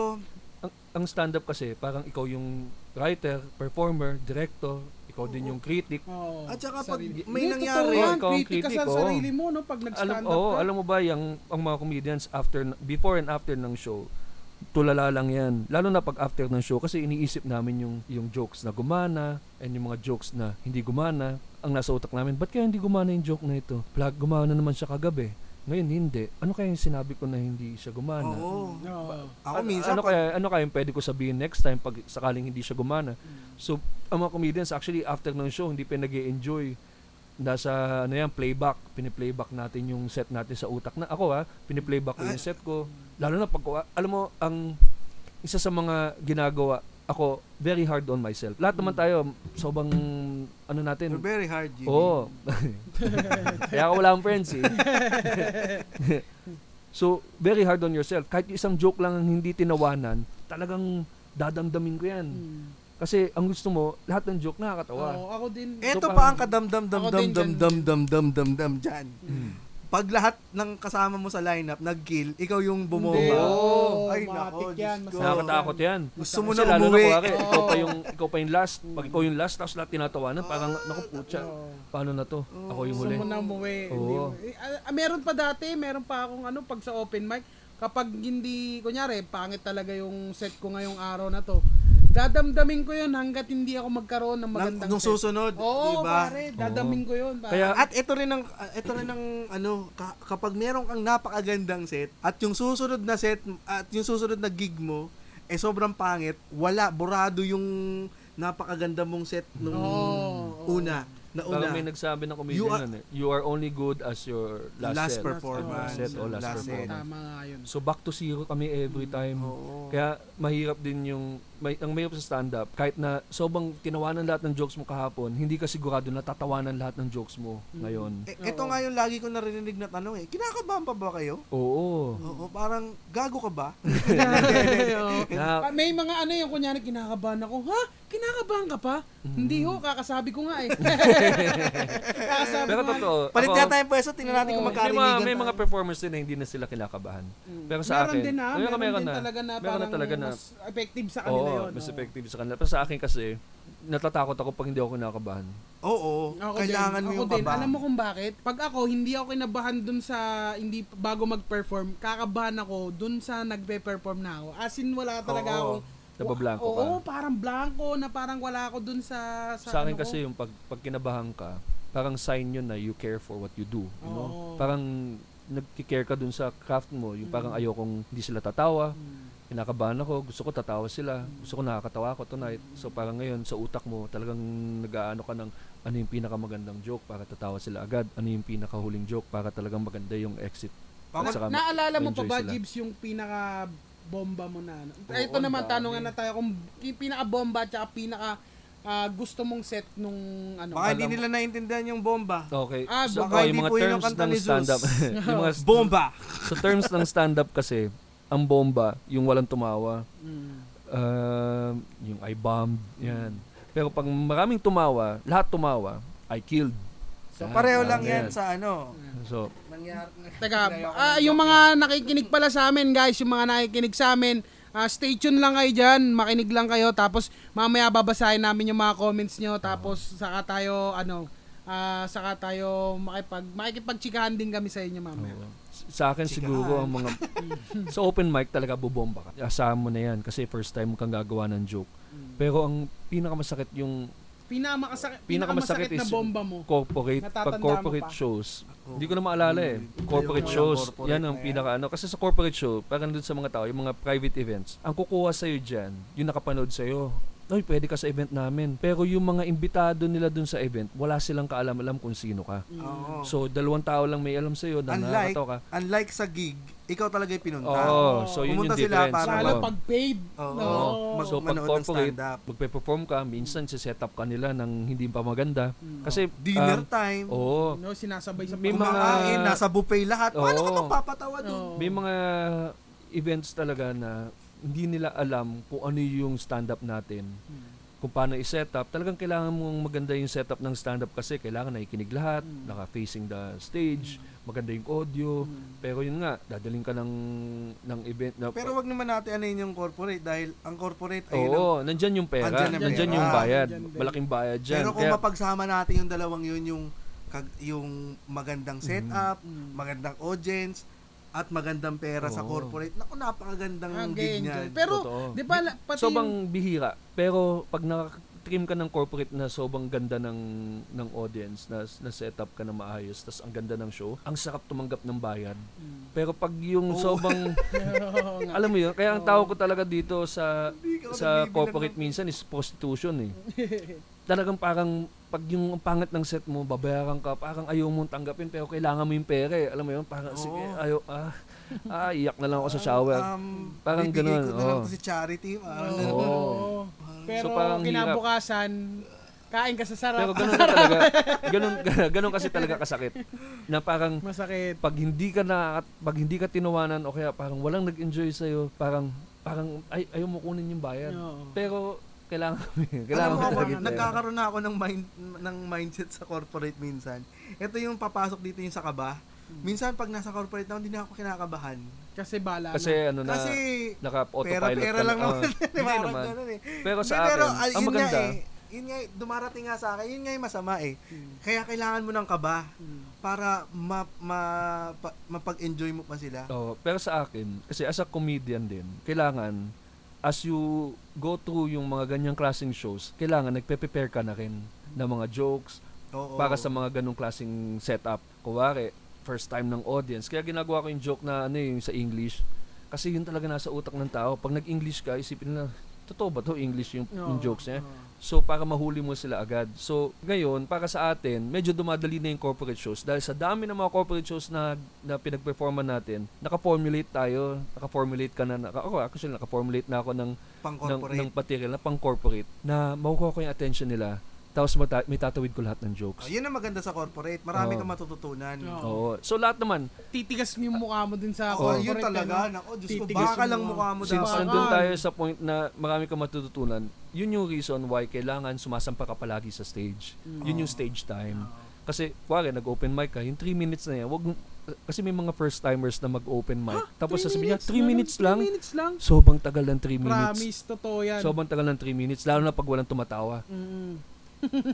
S1: Ang, ang stand-up kasi, parang ikaw yung writer, performer, director, ikaw din yung critic.
S3: Oo.
S2: At saka pag
S3: Sarili-
S2: may
S3: Hindi,
S2: nangyari-
S3: totoo yan,
S1: Ikaw ang
S3: critic ka
S1: critic,
S3: sa
S1: oo.
S3: sarili mo, no? Pag
S1: Alam,
S3: nag-stand up
S1: oh,
S3: ka.
S1: alam mo ba, yung, ang mga comedians, after, before and after ng show, tulala lang yan. Lalo na pag after ng show kasi iniisip namin yung, yung jokes na gumana and yung mga jokes na hindi gumana. Ang nasa utak namin, ba't kaya hindi gumana yung joke na ito? Plag, gumana naman siya kagabi. Ngayon, hindi. Ano kaya yung sinabi ko na hindi siya gumana?
S2: oo.
S3: Oo.
S2: Ako
S1: Ano-
S2: minsan,
S1: ano
S2: pag-
S1: kaya ano kaya yung pwede ko sabihin next time pag sakaling hindi siya gumana.
S2: Hmm.
S1: So ang mga comedians actually after ng show hindi pa nag enjoy nasa ano yan playback pini-playback natin yung set natin sa utak na ako ha pini-playback ko yung set ko lalo na pag alam mo ang isa sa mga ginagawa ako very hard on myself lahat
S2: Hmm.
S1: naman tayo sobrang ano natin
S2: you're very hard, Jimmy.
S1: Oo. Kaya ka wala akong friends eh. so, very hard on yourself. Kahit yung isang joke lang ang hindi tinawanan, talagang dadamdamin ko yan. Kasi ang gusto mo, lahat ng joke nakakatawa.
S3: Hmm. Oo, ako din.
S2: Ito
S1: So,
S2: pa
S1: parang-
S2: ang kadamdam dam
S3: Ano Ako
S2: dam
S3: din
S2: dam
S3: dyan.
S2: dam dam dam dam dam dyan.
S1: Mm.
S2: Pag lahat ng kasama mo sa lineup nag-kill, ikaw yung
S3: Hindi.
S2: bumomba.
S3: Oo,
S2: Ay,
S3: matik
S2: nako, Diyos
S3: yan,
S2: ko.
S3: masakit
S1: Nakakatakot yan.
S2: Gusto mo
S1: Kasi
S2: na
S1: lalo na
S2: umuwi.
S1: kuwari, ikaw
S3: Oo.
S1: pa yung ikaw pa yung last. Pag ikaw yung last, tapos lahat tinatawanan, parang naku putya.
S3: Oo.
S1: Paano na to? Ako yung
S3: Gusto
S1: huli.
S3: mo na umuwi.
S1: Oo.
S3: hindi mo- Eh, ah, meron pa dati, meron pa akong ano, pag sa open mic, kapag hindi, kunyari, pangit talaga yung set ko ngayong araw na to, dadamdamin ko yun hanggat hindi ako magkaroon ng
S2: Nang,
S3: magandang
S2: nung
S3: set.
S2: susunod,
S3: Oo,
S2: di ba?
S3: pare, dadamin ko yun. pare.
S1: Kaya-
S2: At ito rin ang ah, ito rin ang ano ka- kapag meron kang napakagandang set at yung susunod na set at yung susunod na gig mo eh sobrang pangit, wala burado yung napakaganda mong set nung
S3: Oo, oo.
S2: una na una.
S1: Parang may nagsabi ng comedian
S2: You are-
S1: nun eh, you are only good as your last,
S2: last
S1: set.
S2: performance.
S1: Last set o last
S2: Last set.
S1: performance.
S3: Tama nga yun.
S1: So back to zero kami every time.
S2: Oo.
S1: Kaya mahirap din yung may, ang mahirap sa stand up kahit na sobrang tinawanan lahat ng jokes mo kahapon, hindi ka sigurado na tatawanan lahat ng jokes mo
S3: Mm.
S1: ngayon.
S2: Eh, ito nga yung lagi ko narinig na tanong eh. Kinakabahan pa ba kayo?
S1: Oo.
S2: Oo, parang gago ka ba?
S3: Oo.
S1: Na-
S3: Pa- may mga ano yung kunyari kinakabahan ako. Ha? Kinakabahan ka pa?
S1: Mm.
S3: Hindi ho, kakasabi ko nga eh. kakasabi
S1: pero
S3: ko nga.
S1: totoo.
S2: Palit
S1: ako-
S2: nga tayong pwesto, tingnan natin kung
S1: may mga,
S2: magkarinigan
S1: may mga
S2: tayo.
S1: performers din na hindi na sila kinakabahan. Pero sa
S3: meron
S1: akin,
S3: din ah,
S1: Ayun,
S3: meron,
S1: meron
S3: din
S1: na.
S3: talaga na
S1: meron
S3: parang
S1: na talaga na
S3: mas effective sa kanila
S1: Oo,
S3: yun.
S1: mas
S3: oo.
S1: effective sa kanila. Pero sa akin kasi, natatakot ako pag hindi ako kinakabahan.
S2: Oo,
S3: Ako
S2: kailangan
S3: din,
S2: mo
S3: ako
S2: yung
S3: din.
S2: kaba.
S3: Alam mo kung bakit? Pag ako, hindi ako kinabahan dun sa, hindi bago mag-perform, kakabahan ako dun sa nagpe-perform na ako. As in, wala talaga
S2: Oo.
S3: akong...
S1: Nabablanko ka.
S3: Oo, parang blanco na parang wala ako dun sa...
S1: Sa akin
S3: ano ko.
S1: kasi yung pag, pag kinabahan ka, parang sign yun na you care for what you do. You know?
S2: Oh.
S3: Oo.
S2: Mm.
S1: Parang nagkikare ka dun sa craft mo. Yung parang ayokong hindi sila tatawa. kinakabahan ako, gusto ko tatawa sila,
S2: Mm.
S1: gusto ko nakakatawa ako tonight. So parang ngayon, sa utak mo, talagang nag-aano ka ng ano yung pinakamagandang joke para tatawa sila agad, ano yung pinakahuling joke para talagang maganda yung exit.
S2: Bakit?
S1: Saka-
S3: Naalala mo
S1: enjoy
S3: pa ba,
S1: sila.
S3: Jibs, yung pinaka bomba mo na ano?
S1: Oo,
S3: Ito
S1: ang
S3: naman,
S1: dami.
S3: tanungan na tayo kung yung pinaka bomba at saka pinaka ah, gusto mong set nung ano.
S2: Baka hindi
S1: alam-
S2: nila naintindihan yung bomba.
S1: Okay.
S3: Ah,
S1: so, oh,
S2: baka
S1: yung
S2: hindi
S1: mga
S2: po yun ang
S1: terms
S2: kanta
S1: ng
S2: ni Zeus.
S1: stand-up. yung mga,
S2: Bomba!
S1: sa terms ng stand-up kasi, ang bomba, yung walang tumawa,
S3: Mm.
S1: Um, yung I bombed, yan. Pero pag maraming tumawa, lahat tumawa, I killed.
S2: So
S1: Ah,
S2: pareho lang
S1: tama
S2: yan
S1: yan.
S2: sa ano.
S1: So,
S2: Nangyari.
S3: Teka, ah, yung mga nakikinig pala sa amin, guys, yung mga nakikinig sa amin, ah, stay tuned lang kayo dyan, makinig lang kayo, tapos mamaya babasahin namin yung mga comments nyo, tapos saka tayo, ano, ah, saka tayo makipag, makikipagtsikahan din kami sa inyo mamaya.
S1: oo. S- sa akin siguro ang mga sa open mic talaga bubomba ka. Asahan mo na yan kasi first time mo kang gagawa ng joke.
S2: Mm.
S1: Pero ang pinakamasakit yung
S3: Pinakamasakit,
S1: Pinakamasakit
S3: pinakamasakit na
S1: is-
S3: bomba mo.
S1: corporate, pag
S3: Natatandaan mo
S1: corporate
S3: pa.
S1: shows. Hindi ko na maalala eh. Corporate
S2: Ayoko
S1: shows,
S2: ng corporate
S1: yan ang
S2: na yan.
S1: pinaka ano. Kasi sa corporate show, parang doon sa mga tao, yung mga private events, ang kukuha sa'yo dyan, yung nakapanood sa'yo, Uy, pwede ka sa event namin. Pero yung mga imbitado nila doon sa event, wala silang kaalam-alam kung sino ka.
S2: Oo.
S1: So, dalawang tao lang may alam sa'yo na
S2: Oh. unlike,
S1: nakakatawa ka.
S2: unlike sa gig, ikaw talaga yung pinunta.
S1: Oo, so yun
S2: Pumunta
S1: yung
S2: sila
S1: difference.
S2: para-
S1: Diba?
S3: Lalo pag paid.
S2: Oo.
S3: no?
S2: Mag-
S1: so, pag
S2: manood ng
S1: corporate,
S2: stand-up.
S1: magpe-perform ka, minsan siset up ka nila ng hindi pa maganda. Kasi,
S2: Hmm.
S1: um,
S2: Dinner time.
S1: oo,
S3: No, sinasabay sa
S1: May mga-
S2: Kumakain, nasa buffet lahat. Paano ka
S1: Oo.
S2: magpapatawa dun?
S3: Oo.
S1: May mga events talaga na hindi nila alam kung ano yung stand-up natin. Kung paano i-set up. Talagang kailangan mong maganda yung setup ng stand-up kasi kailangan nakikinig lahat, naka-facing the stage, maganda yung audio. Pero yun nga, dadaling ka ng, ng event. Na,
S2: Pero wag naman natin anayin yung corporate dahil ang corporate ay
S1: Oo, nandyan yung pera. Nandyan,
S2: Nandyan yung pera. Ah,
S1: yung bayad.
S3: Nandyan din.
S1: Malaking bayad dyan.
S2: Pero kung
S1: Kaya-
S2: mapagsama natin yung dalawang yun, yung kag- yung magandang
S1: Mm-hmm.
S2: setup,
S3: Mm.
S2: magandang audience, at magandang pera sa
S1: Oo.
S2: corporate. Naku, napakagandang
S3: Ah,
S2: gig
S3: ganyan.
S2: niyan.
S3: Pero,
S1: Totoo.
S3: di ba, la- pati
S1: Sobrang
S3: yung-
S1: bihira. Pero pag nakatrim ka ng corporate na sobrang ganda ng ng audience, na, na setup ka na maayos, tas ang ganda ng show, ang sarap tumanggap ng bayad. Pero pag yung sobrang,
S3: Oo Hmm. Oh. nga. Oh.
S1: alam mo yun, kaya ang tawag ko talaga dito sa
S2: Hindi ka
S1: sa
S2: nabibilang
S1: corporate minsan is prostitution eh. Talagang parang pag yung ang pangat ng set mo, babayaran ka, parang ayaw mong tanggapin pero kailangan mo yung pera eh. Alam mo yun, parang
S2: Oo.
S1: sige,
S3: Oh.
S1: ayaw, ah, ah, iyak na lang ako sa shower.
S2: Um,
S1: Parang
S2: bibigay ko
S1: ganun,
S2: na lang
S1: oo.
S2: to si charity. parang
S3: Oo.
S2: ganun.
S3: Oh.
S1: Oo.
S3: Pero
S1: So, parang
S3: kinabukasan, kain ka
S1: Pero
S3: sa sarap.
S1: ganun na talaga. Ganun, ganun kasi talaga kasakit. Na parang
S3: Masakit.
S1: pag hindi ka na pag hindi ka tinawanan o kaya parang walang nag-enjoy sa parang parang ay ayaw mo kunin yung bayad.
S3: Oo.
S1: Pero kailangan kailangan
S2: Alam mo
S1: mo
S2: ako,
S1: talaga. yung pera.
S2: nagkakaroon na ako ng mind ng mindset sa corporate minsan. Ito yung papasok dito yung sa kaba.
S1: Hmm.
S2: Minsan pag nasa corporate na ako, hindi na ako kinakabahan.
S3: Kasi bala
S1: Kasi
S3: na.
S1: ano na
S2: Kasi
S1: naka-autopilot
S2: pera-pera
S1: ka na.
S2: lang
S1: Oo.
S2: naman. Di
S1: hindi
S2: ba? Parang
S1: naman.
S2: ganun eh.
S1: Pero sa
S2: Hindi,
S1: akin,
S2: ah,
S1: ang
S2: yun nga
S1: maganda,
S2: eh. yun nga, eh, dumarating nga sa akin, yun nga yung masama eh.
S1: Hmm.
S2: Kaya kailangan mo ng kaba para ma, ma, pa- mapag-enjoy mo pa sila.
S1: Oo, pero sa akin, kasi as a comedian din, kailangan, as you go through yung mga ganyang klaseng shows, kailangan nagpe-prepare ka na rin ng mga jokes,
S2: Oo.
S1: para sa mga ganong klaseng setup. Kuwari, first time ng audience. Kaya ginagawa ko yung joke na ano eh, yung sa English. Kasi yun talaga nasa utak ng tao. Pag nag-English ka, isipin nila, totoo ba to English yung, yung
S3: Oo,
S1: jokes niya?
S3: oo.
S1: So, para mahuli mo sila agad. So, ngayon, para sa atin, medyo dumadali na yung corporate shows. Dahil sa dami ng mga corporate shows na, na pinag-performan natin, nakaformulate tayo, nakaformulate ka na, naka, ako actually, nakaformulate na ako ng ng,
S2: pang-corporate.
S1: ng material na pang-corporate na makukuha ko yung attention nila tapos mata- may tatawid ko lahat ng jokes.
S2: Ah, yun ang maganda sa corporate.
S1: Oo.
S2: Marami kang matututunan.
S3: Oo.
S1: Oo. So lahat naman,
S3: Titigas mo yung mukha mo dun sa
S2: Oo,
S3: corporate,
S2: yun talaga.
S3: ano?
S2: Nako, Diyos ko,
S3: Titigas
S2: baka
S3: mo.
S2: lang mukha mo
S1: since
S2: dapat.
S1: nandun
S3: Tama.
S1: tayo sa point na marami kang matututunan, yun yung reason why kailangan sumasampa ka palagi sa stage. Yun
S3: Mm.
S1: yung stage time. Kasi, kuwari, nag-open mic ka, yung 3 minutes na yan, wag, mo- kasi may mga first-timers na mag-open mic. Tapos
S3: Three
S1: sasabihin niya, 3
S3: na
S1: minutes
S3: three
S1: lang?
S3: minutes lang.
S1: Sobrang tagal ng 3 minutes.
S3: Promise, totoo yan.
S1: Sobrang tagal ng 3 minutes, lalo na pag walang tumatawa.
S3: Mm.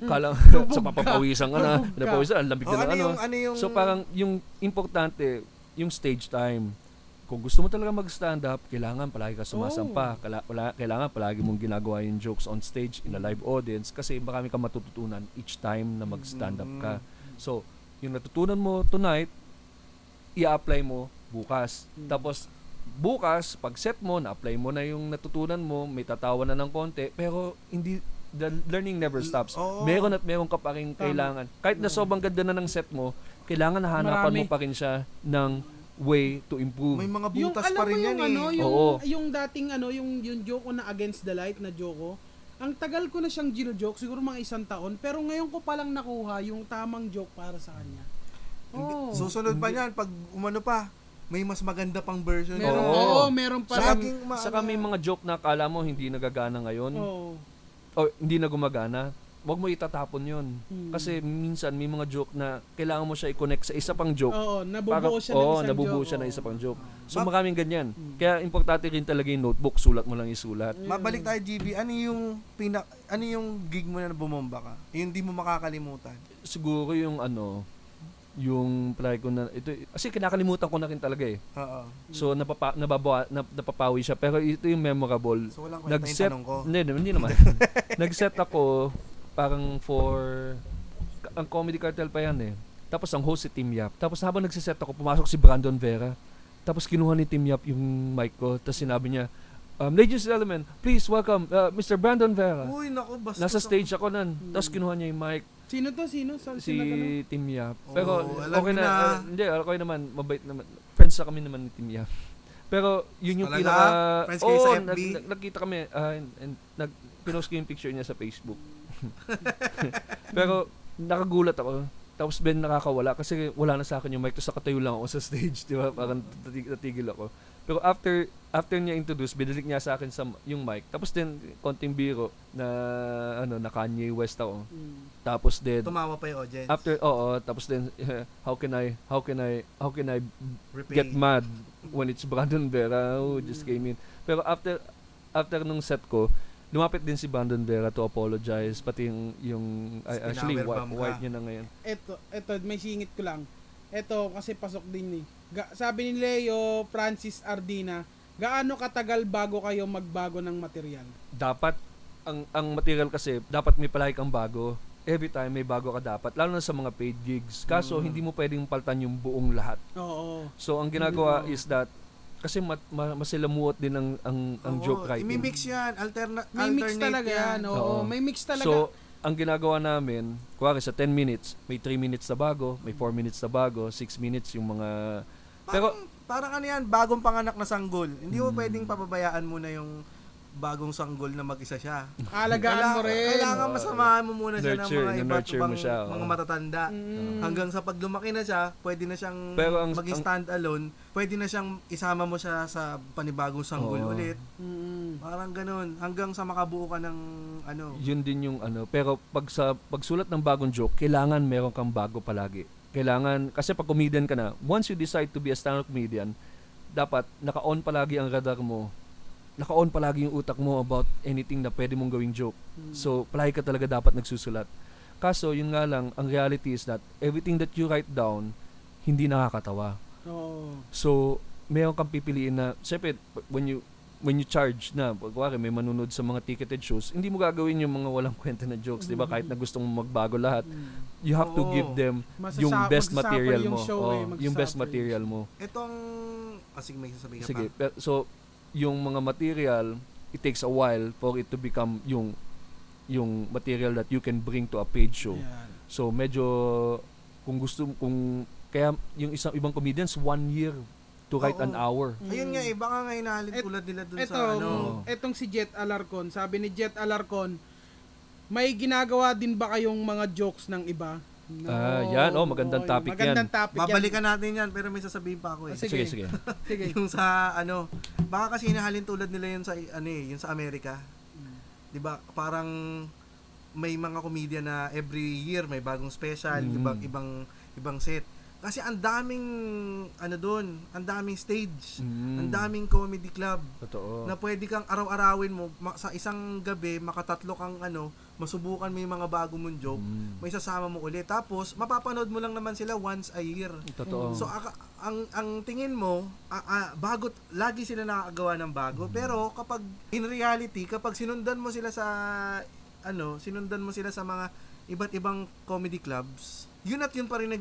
S1: Kala, sa papapawisan ka na,
S3: Lubog ka.
S1: napawisan, ang lamig
S2: Oh,
S1: na ng
S2: ano,
S1: ano.
S2: yung, ano yung...
S1: So parang yung importante, yung stage time. Kung gusto mo talaga mag-stand up, kailangan palagi ka sumasampa. Kala, wala- kailangan palagi mong ginagawa yung jokes on stage in a live audience kasi marami kang matututunan each time na mag-stand up ka.
S3: Mm.
S1: So,
S3: Mm.
S1: yung natutunan mo tonight, i-apply mo bukas. Tapos, bukas, pag set mo, na-apply mo na yung natutunan mo, may tatawa na ng konti, pero hindi the learning never stops.
S2: oo.
S1: Meron at meron ka pa rin
S3: oh. Tama. Mm.
S1: kailangan. Kahit na sobrang ganda na ng set mo, kailangan hahanapan
S3: Marami.
S1: mo pa rin siya ng way to improve.
S2: May mga
S3: Yung
S2: butas
S3: alam
S2: pa
S3: mo
S2: rin yan
S3: yung
S2: eh.
S3: ano, yung,
S1: Oo.
S3: yung dating ano, yung, yung joke ko na against the light na joke ko, ang tagal ko na siyang gino-joke, siguro mga isang taon, pero ngayon ko palang nakuha yung tamang joke para sa kanya.
S2: Hindi-
S3: Oh.
S2: Susunod pa niyan pag umano pa, may mas maganda pang version. Oh.
S3: meron,
S1: Oo.
S3: oo. meron pa
S2: Sa
S3: rin.
S2: aking ma- ano,
S1: Saka may mga joke na akala mo hindi nagagana ngayon.
S3: Oo.
S1: o hindi na gumagana, wag mo itatapon yun.
S3: Hmm.
S1: Kasi minsan may mga joke na kailangan mo siya i-connect sa isa pang joke.
S3: Oo, nabubuo siya ng
S1: oo,
S3: isang
S1: nabubuo
S3: joke. oh.
S1: siya ng
S3: oo. Hmm.
S1: isa pang joke. So
S2: Mab-
S1: maraming ganyan. Kaya importante rin talaga yung notebook, sulat mo lang isulat.
S2: Mabalik tayo GB, ano yung pinak ano yung gig mo na bumomba ka? Yung di mo makakalimutan.
S1: Siguro yung ano, yung try ko na, ito, kasi kinakalimutan ko na rin talaga eh.
S2: Oo.
S3: Hmm.
S1: So napapa, nababawa, nap- napapawi siya. Pero ito yung memorable.
S2: So walang kwenta yung
S1: Nag-set,
S2: tanong ko.
S1: hindi, hindi naman. Nag-set ako parang for, ang Comedy Cartel pa yan eh. Tapos ang host si Team Yap. Tapos habang nagsiset ako, pumasok si Brandon Vera. Tapos kinuha ni Team Yap yung mic ko. Tapos sinabi niya, um, Ladies and gentlemen, please welcome uh, Mr. Brandon Vera.
S2: Uy, naku, basta.
S1: Nasa stage ako nun. Tapos kinuha niya yung mic
S3: Sino to? Sino? Sa,
S1: si
S3: sino
S1: Team Yap.
S2: Oo,
S1: Pero
S2: Oh, alam
S1: okay
S2: niyo
S1: na,
S2: na.
S1: ah, hindi, okay naman, mabait naman. Friends na kami naman ni Team Yap. Pero yun yung
S2: Talaga?
S1: pinaka
S2: Friends kayo sa
S1: Oo,
S2: FB?
S1: nag- nag- nagkita kami ah, and, and nag pinost ko yung picture niya sa Facebook. Pero nakagulat ako. Tapos Ben nakakawala kasi wala na sa akin yung mic. Tapos nakatayo lang ako sa stage, di ba? Parang tatig- tatigil ako. Pero after after niya introduce, binalik niya sa akin sa, yung mic. Tapos din, konting biro na ano na Kanye West ako. Tapos din,
S2: Tumawa pa yung audience.
S1: after oo tapos then how can I how can I how can I
S2: Repay.
S1: get mad when it's Brandon Vera who
S2: Mm.
S1: just came in pero after after nung set ko lumapit din si Brandon Vera to apologize pati yung yung ay,
S2: Spinower
S1: actually white,
S2: bomb ka.
S1: white niya na ngayon
S3: Eto, eto, may singit ko lang. Eto, kasi pasok din ni. Ga- sabi ni Leo Francis Ardina, gaano katagal bago kayo magbago ng material?
S1: dapat ang ang material kasi dapat may palagi kang bago every time may bago ka dapat lalo na sa mga paid gigs kaso
S2: Mm.
S1: hindi mo pwedeng paltan yung buong lahat
S3: Oo.
S1: so ang ginagawa
S2: Mm.
S3: Hindi mo-
S1: is that kasi mat, ma, masilamuot din ang ang, ang
S2: Oo,
S1: joke writing
S2: Imimix yan. Alterna-
S3: May mix
S2: alternate
S3: talaga yan. Oo,
S1: Oo.
S3: may mix talaga.
S1: So, ang ginagawa namin, kuwari sa 10 minutes, may 3 minutes na bago, may 4 minutes na bago, 6 minutes yung mga... Pero, Hmm.
S2: Parang, parang ano yan, bagong panganak na sanggol. Hindi mo pwedeng papabayaan mo na yung bagong sanggol na mag-isa siya.
S3: Alagaan mo rin.
S2: Kailangan masamahan mo muna siya ng
S1: Nurture,
S2: mga iba't
S1: nurture mo
S2: ibang
S1: siya, oo.
S2: mga matatanda.
S3: Mm.
S2: Hanggang sa pag lumaki na siya, pwede na siyang
S1: Pero ang-
S2: maging
S1: ang-
S2: stand alone. Pwede na siyang isama mo siya sa panibagong sanggol
S1: Oo.
S2: ulit.
S3: Mm.
S2: Parang ganun. Hanggang sa makabuo ka ng ano.
S1: yun din yung ano. Pero, pag sa pagsulat ng bagong joke, kailangan meron kang bago palagi. Kailangan, kasi pag comedian ka na, once you decide to be a stand-up comedian, dapat naka-on palagi ang radar mo. Naka-on palagi yung utak mo about anything na pwede mong gawing joke. So, palagi ka talaga dapat nagsusulat. Kaso, yun nga lang, ang reality is that everything that you write down, hindi nakakatawa.
S3: Oo.
S1: So, meron kang pipiliin na, syempre, p- when you when you charge na, pagwari may manunod sa mga ticketed shows, hindi mo gagawin yung mga walang kwenta na jokes, di ba? Kahit na gusto mong magbago lahat, you have to
S2: Oo.
S1: give them
S3: Masasa-
S1: yung best
S3: magsasapal
S1: material
S3: yung
S1: mo.
S3: show eh,
S1: Oo, yung best
S3: magsasapal
S1: material mo.
S2: Itong... Ah, sige, may sasabihin ka
S1: Sige,
S2: pa.
S1: pe- so, yung mga material, it takes a while for it to become yung yung material that you can bring to a paid show.
S3: Ayan.
S1: So medyo kung gusto kung kaya yung isang ibang comedians one year to write an
S2: Oo.
S1: hour.
S2: Ayun nga eh, baka nga inaalin
S3: Et-
S2: tulad nila dun
S3: Ito,
S2: sa ano.
S3: etong si Jet Alarcon. Sabi ni Jet Alarcon, may ginagawa din ba kayong mga jokes ng iba? No.
S1: Ah, yan. Oh, magandang topic yan.
S3: magandang topic
S2: Babalikan natin yan, pero may sasabihin pa ako eh.
S3: Ah, sige.
S1: sige.
S3: yan. Sige.
S2: yung sa ano, baka kasi inahalin tulad nila yun sa ano eh, yun sa Amerika. 'Di ba? Parang may mga comedian na every year may bagong special,
S1: Mm.
S2: ibang ibang ibang set. Kasi ang daming ano doon, ang daming stage,
S1: Mm. Oh.
S2: ang daming comedy club
S1: Totoo.
S2: na pwede kang araw-arawin mo ma- sa isang gabi makatatlo kang ano, masubukan mo yung mga bago mong joke,
S1: Mm.
S2: may sasama mo ulit. Tapos mapapanood mo lang naman sila once a year.
S1: Totoo.
S2: So ah. aka- ang ang tingin mo a- a- bago lagi
S1: Mm.
S2: sila nakakagawa ng bago pero kapag in reality kapag sinundan mo sila sa ano, sinundan mo sila sa mga iba't ibang comedy clubs, yun at yun pa rin ang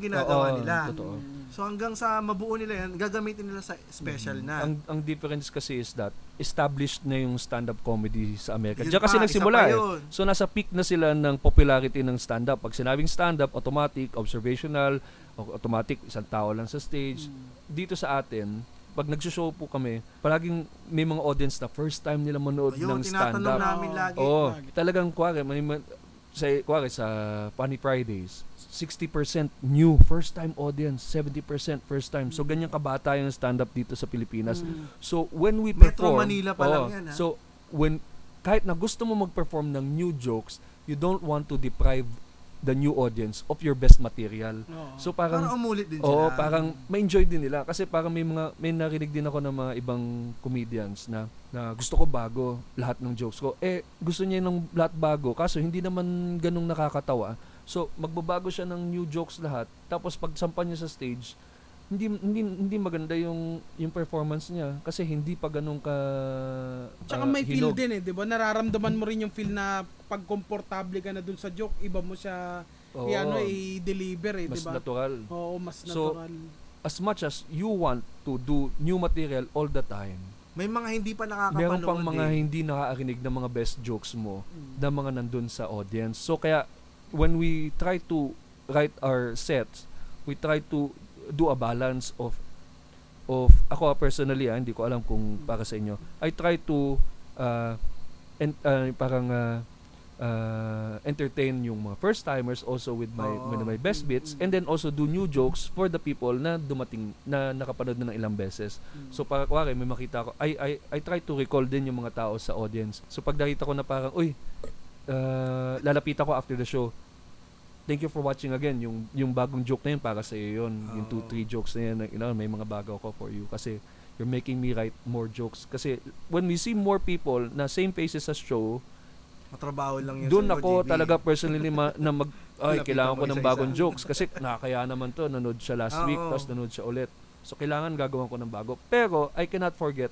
S1: Oo,
S2: ginagawa nila.
S1: totoo.
S2: So hanggang sa mabuo nila yan, gagamitin nila sa special
S1: Mm-hmm.
S2: na.
S1: Ang, ang difference kasi is that established na yung stand-up comedy sa Amerika.
S2: Yun
S1: Diyan kasi
S2: pa, isa
S1: nagsimula
S2: pa
S1: eh.
S2: yun.
S1: So nasa peak na sila ng popularity ng stand-up. Pag sinabing stand-up, automatic, observational, o- automatic, isang tao lang sa stage.
S2: Mm.
S1: Dito sa atin, pag nagsushow po kami, palaging may mga audience na first time nila manood
S2: Ayun,
S1: ng
S2: tinatanong
S1: stand-up.
S2: namin
S3: Oo.
S2: lagi.
S1: Oo.
S3: Lagi.
S1: Talagang kuwari, may ma- sa kuwari sa Funny Fridays, 60% new first time audience, 70% first time. So ganyan kabata yung stand up dito sa Pilipinas.
S3: Mm.
S1: So when we
S2: Metro
S1: perform,
S2: Manila pa
S1: Oo.
S2: lang yan, ah. ha?
S1: So when kahit na gusto mo mag-perform ng new jokes, you don't want to deprive the new audience of your best material.
S3: Oo.
S1: So
S2: Para
S1: parang
S2: umulit din sila.
S1: Oo, parang ma-enjoy din nila kasi parang may mga may narinig din ako ng mga ibang comedians na na gusto ko bago lahat ng jokes ko. Eh gusto niya ng lahat bago kaso hindi naman ganung nakakatawa. So magbabago siya ng new jokes lahat tapos pag sampa niya sa stage hindi hindi hindi maganda yung yung performance niya kasi hindi pa ganun ka
S3: Tsaka
S1: ah,
S3: may feel
S1: hinog.
S3: din eh, 'di ba? Nararamdaman mo rin yung feel na pag komportable ka na dun sa joke, iba mo siya
S1: Oo,
S3: i-ano i-deliver eh, 'di
S1: mas
S3: ba?
S1: natural.
S3: Oo, mas
S1: So,
S3: natural.
S1: As much as you want to do new material all the time,
S2: May mga hindi pa nakakapanood.
S1: meron pang mga
S2: eh.
S1: hindi nakakarinig ng mga best jokes mo
S3: Mm.
S1: na mga nandun sa audience. So kaya when we try to write our sets, we try to do a balance of of ako ah, personally ah, hindi ko alam kung
S2: Mm.
S1: para sa inyo. I try to uh, en- ah, parang ah, ah, entertain yung mga first timers also with my
S2: Oo.
S1: with my best bits and then also do new jokes for the people na dumating na nakapanood na ng ilang beses. So para kuwari, may makita ako, I, I, I try to recall din yung mga tao sa audience. So pag nakita ko na parang, uy, uh, lalapit ako after the show, thank you for watching again. Yung, yung bagong joke na yun, para sa iyo yun. Yung two,
S2: Oo.
S1: three jokes na yun, you know, may mga bago ako for you. Kasi you're making me write more jokes. Kasi when we see more people na same faces sa show,
S2: Matrabaho lang yun.
S1: doon
S2: sa
S1: ako
S2: OGB.
S1: talaga personally ma- na mag ay
S2: Lapitan
S1: kailangan ko
S2: mo
S1: ng
S2: isa-isa.
S1: bagong jokes kasi nakakaya naman to nanood siya last
S2: Ah,
S1: week
S2: oo.
S1: tapos nanood siya ulit so kailangan gagawin ko ng bago pero I cannot forget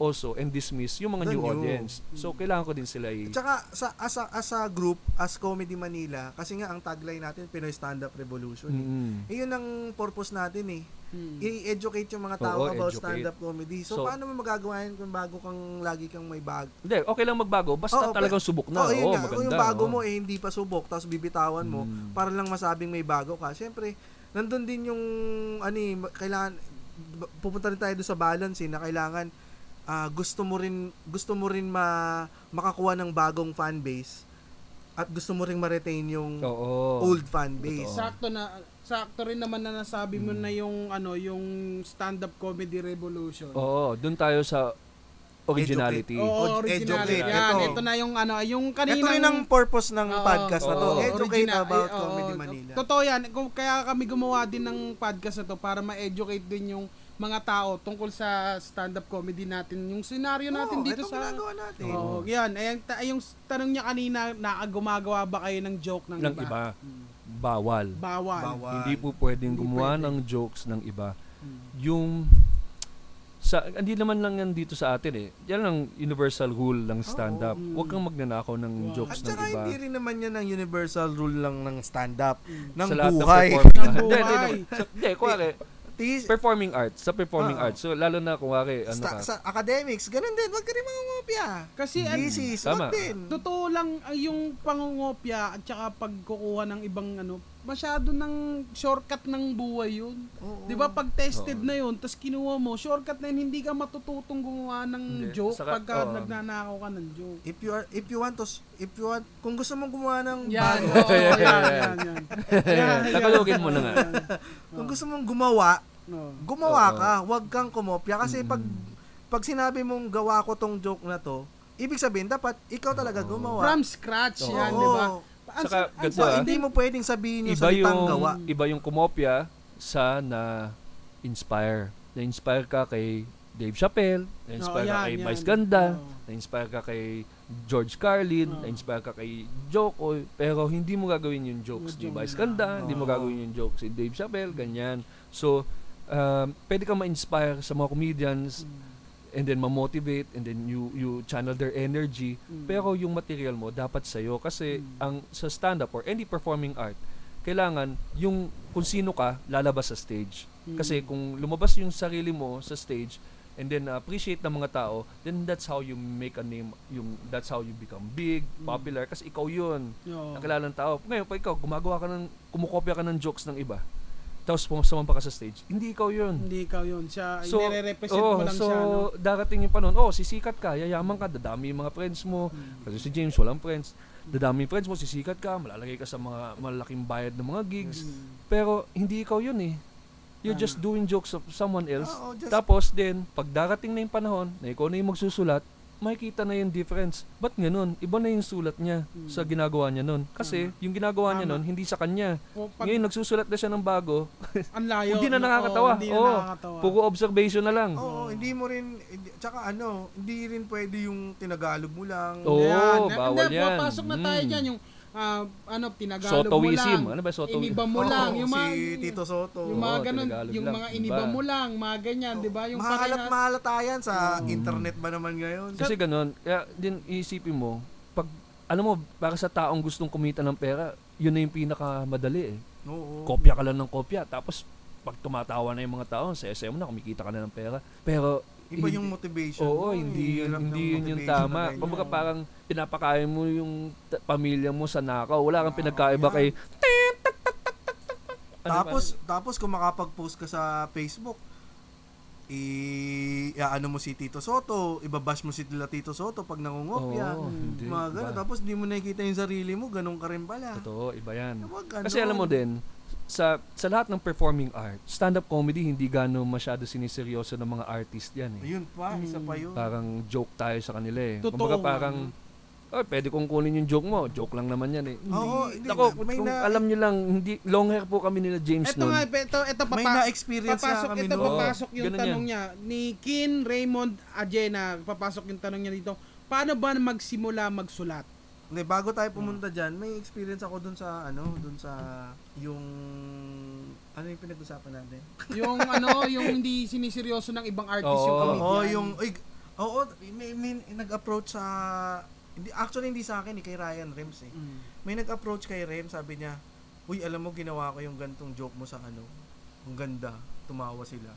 S1: also and dismiss yung mga
S2: The
S1: new,
S2: new. Mm.
S1: audience so kailangan ko din sila i-
S2: Tsaka sa as a, as a group, as Comedy Manila, kasi nga ang tagline natin Pinoy Stand Up Revolution.
S1: Mm.
S2: Eh. Yun ang purpose natin eh.
S3: Mm.
S2: I-educate yung mga tao
S1: Oo,
S2: about
S1: educate.
S2: stand-up comedy. So,
S1: So-
S2: paano mo magagawa yun kung bago kang lagi kang may bag?
S1: Hindi, okay lang magbago basta
S2: Oo,
S1: talagang subok na
S2: Oo, Oh, yun
S1: oo
S2: nga.
S1: maganda
S2: Yung bago
S1: oo.
S2: mo eh hindi pa subok tapos bibitawan mo
S1: Mm.
S2: para lang masabing may bago ka. Siyempre, nandun din yung ano eh, ma- kailangan ba- pupunta rin tayo doon sa balance eh, na kailangan ah, gusto mo rin gusto mo rin ma, makakuha ng bagong fan base at gusto mo rin ma-retain yung
S1: oo
S2: old fan base.
S1: Totoo.
S3: Sakto na sakto rin naman na nasabi
S1: Hmm.
S3: mo na yung ano, yung stand-up comedy revolution.
S1: oo doon tayo sa originality
S3: Oo,
S2: Od-
S3: originality.
S2: educate.
S3: Yan,
S2: Ito.
S3: ito na yung ano, yung kanina.
S2: Ito eh. rin ang purpose ng podcast na to.
S1: oo.
S2: Educate about Comedy Manila.
S3: eh, Totoo yan. Kung- Kaya kami gumawa din ng podcast na to para ma-educate din yung mga tao tungkol sa stand-up comedy natin. Yung senaryo natin
S2: Oo,
S3: dito
S2: itong
S3: sa...
S2: ginagawa natin.
S3: Oo, yan. Ayan, ta- yung tanong niya kanina, na gumagawa ba kayo ng joke ng,
S1: ng
S3: iba?
S2: diba?
S1: iba
S2: Mm.
S1: bawal
S3: Bawal.
S2: Bawal.
S1: Hindi po pwedeng
S3: Hindi
S1: gumawa
S3: pwede.
S1: ng jokes ng iba.
S3: Mm.
S1: Yung sa hindi naman lang yan dito sa atin eh. Yan ang universal rule ng stand up.
S3: Oo.
S1: Huwag kang magnanakaw ng
S3: Wow.
S1: jokes ng
S2: At saka
S1: iba.
S2: hindi rin naman yan ang universal rule lang ng stand-up. Ng
S1: Mm. sa lahat
S2: buhay.
S1: ng performing
S3: Ng
S1: arts. Hindi, hindi,
S3: buhay.
S1: hindi. Sa- Hindi, kuwari,
S2: Tis,
S1: performing arts. Sa performing
S2: Oo.
S1: arts. So, lalo na kuwari, ano
S2: sta-
S1: ka.
S2: sa academics, ganun din. Huwag ka rin mangungopia.
S3: Kasi ano,
S2: Thesis,
S1: Tama.
S2: huwag din.
S3: totoo lang ah, yung pangungopya at saka pagkukuha ng ibang ano, masyado ng shortcut ng buhay yun.
S2: Oo.
S3: Di ba pag tested
S1: Oo.
S3: na yun, tapos kinuha mo, shortcut na yun, hindi ka matututong gumawa
S1: Hindi.
S3: ng joke
S1: Saka- oo.
S3: pagka nagnanakaw ka ng joke.
S2: If you are, if you want to, s- if you want, kung gusto mong gumawa ng
S3: Yan,
S2: bago,
S3: oo,
S1: Yeah, yeah,
S3: yan, yan,
S1: yeah.
S3: yan, yan.
S1: Tagalogin mo na nga.
S2: kung gusto mong gumawa,
S3: Oo.
S2: gumawa
S1: Oo. Mm.
S2: ka. Huwag kang kumopia. Kasi pag, pag sinabi mong gawa ko tong joke na to, ibig sabihin, dapat ikaw talaga gumawa.
S3: From
S1: Oo.
S3: scratch yan, di ba?
S2: Oo.
S3: Ang-
S1: Saka,
S3: ang-
S1: ganito, ah.
S2: hindi mo pwedeng sabihin yung
S1: Iba
S2: salitang
S1: yung,
S2: gawa.
S1: iba yung kumopya sa na inspire. Na-inspire ka kay Dave Chappelle, na-inspire
S3: Oo,
S1: ka
S3: yan,
S1: kay
S3: yan.
S1: Vice Ganda,
S3: Oo.
S1: na-inspire ka kay George Carlin,
S3: Oo.
S1: na-inspire ka kay Joko, pero hindi mo gagawin yung jokes ni
S3: Yung
S1: Vice
S3: na-
S1: Ganda, hindi mo
S2: Oo.
S1: gagawin yung jokes ni Dave Chappelle, ganyan. So, um, pwede ka ma-inspire sa mga comedians and then ma-motivate and then you you channel their energy pero yung material mo dapat sa kasi ang sa stand up or any performing art kailangan yung kung sino ka lalabas sa stage kasi kung lumabas yung sarili mo sa stage and then uh, appreciate ng mga tao then that's how you make a name yung that's how you become big popular kasi ikaw yun
S3: Oo.
S1: nakilala ng tao. Ngayon, pa ikaw, gumagawa ka ng, kumukopya ka ng jokes ng iba, tapos pumasama pa ka sa stage, hindi ikaw yun.
S3: Hindi ikaw yun. Siya,
S1: So,
S3: Ah, nire-represent
S1: oo,
S3: mo lang
S1: so,
S3: siya. No?
S1: darating yung panahon, oh, sisikat ka, yayaman ka, dadami yung mga friends mo.
S3: Hmm.
S1: Kasi si James, walang friends. Dadami yung friends mo, sisikat ka, malalagay ka sa mga malaking bayad ng mga gigs.
S3: Mm.
S1: Pero, hindi ikaw yun eh. You're
S3: Tama.
S1: just doing jokes of someone else.
S3: Ah, oh,
S2: Oo, just-
S1: Tapos din, pag darating na yung panahon na ikaw na yung magsusulat, makikita na yung difference. Ba't ganun? Iba na yung sulat niya sa ginagawa niya nun. Kasi yung ginagawa niya
S3: Hmm.
S1: nun,
S3: Tama.
S1: hindi sa kanya.
S3: O, pag,
S1: Ngayon, nagsusulat na siya ng bago.
S3: ang layo.
S1: hindi na
S3: no?
S1: nakakatawa.
S3: Oo, Hindi na
S1: Oo.
S3: nakakatawa.
S1: Puro observation na lang.
S2: Oo, hindi mo rin, hindi, tsaka ano, hindi rin pwede yung tinagalog mo lang.
S1: Oo,
S3: Yan.
S1: bawal
S3: Hindi,
S1: yan.
S3: Papasok na tayo
S1: Mm.
S3: dyan yung ah, ano, tinagalog mo
S1: Sotoism.
S3: lang.
S1: Ano ba sotoism?
S3: Iniba mo
S2: Oo,
S3: lang. Yung mga,
S2: si Tito Soto.
S3: yung mga
S1: Oo,
S3: ganun,
S1: Tagalog
S3: yung
S1: lang.
S3: mga iniba
S1: Iba.
S3: mo lang, mga ganyan, di ba? Yung
S2: mahalat,
S3: parehas-
S2: mahalata yan sa internet ba naman ngayon?
S1: Mm-hmm. Kasi ganun, kaya din iisipin mo, pag, alam mo, para sa taong gustong kumita ng pera, yun na yung pinakamadali eh.
S2: Oo.
S1: kopya ka lang ng kopya. Tapos, pag tumatawa na yung mga tao, sa SM na, kumikita ka na ng pera. Pero,
S2: Iba
S1: hindi-
S2: yung motivation.
S1: Oo,
S2: mo, eh.
S1: hindi yun,
S2: hirap ng
S1: hindi yun yung
S2: motivation na
S1: tama.
S2: ganyan.
S1: Kumbaga parang pinapakain mo yung t- pamilya mo sa nakaw. Wala kang pinagkaiba
S2: yan.
S1: kay... Ano
S2: Tapos, tapos kung makapag-post ka sa Facebook, i ano mo si Tito Soto, ibabash mo si Tila Tito Soto pag nangungopya.
S1: Oo, hindi.
S2: Mga ganun.
S1: Iba.
S2: Tapos di mo nakikita yung sarili mo, ganun ka rin pala.
S1: Totoo, iba yan.
S2: Huwag ganun.
S1: Kasi alam mo din, sa sa lahat ng performing art, stand-up comedy hindi gaano masyado siniseryoso ng mga artist yan eh.
S2: Ayun pa, isa pa
S3: Hmm.
S2: yun.
S1: Parang joke tayo sa kanila eh.
S3: Totoo
S1: Kumbaga
S3: nga.
S1: parang, oh, pwede kong kunin yung joke mo. Joke lang naman yan eh.
S2: Oo, hindi.
S1: Ako,
S2: May
S1: kung
S2: na-
S1: alam nyo lang, hindi, long hair po kami nila James
S3: Ito
S1: nun.
S3: nga, ito, ito, papa,
S2: May na-experience
S3: papasok,
S2: na kami
S3: ito,
S2: noon.
S3: papasok yung
S1: Ganun yan.
S3: tanong niya. Ni Kin Raymond Ajena, papasok yung tanong niya dito. Paano ba magsimula magsulat?
S2: Hindi, bago tayo pumunta dyan, may experience ako dun sa, ano, dun sa, yung, ano yung pinag-usapan natin?
S3: Yung ano, yung hindi siniseryoso ng ibang artist
S1: Oo.
S3: yung
S2: Oo,
S3: comedian.
S2: yung, uy, oo, may, may nag-approach sa, hindi, actually hindi sa akin, eh, kay Ryan Rems eh.
S3: Mm.
S2: May nag-approach kay Rem, sabi niya, Uy, alam mo, ginawa ko yung gantong joke mo sa ano. Ang ganda. Tumawa sila.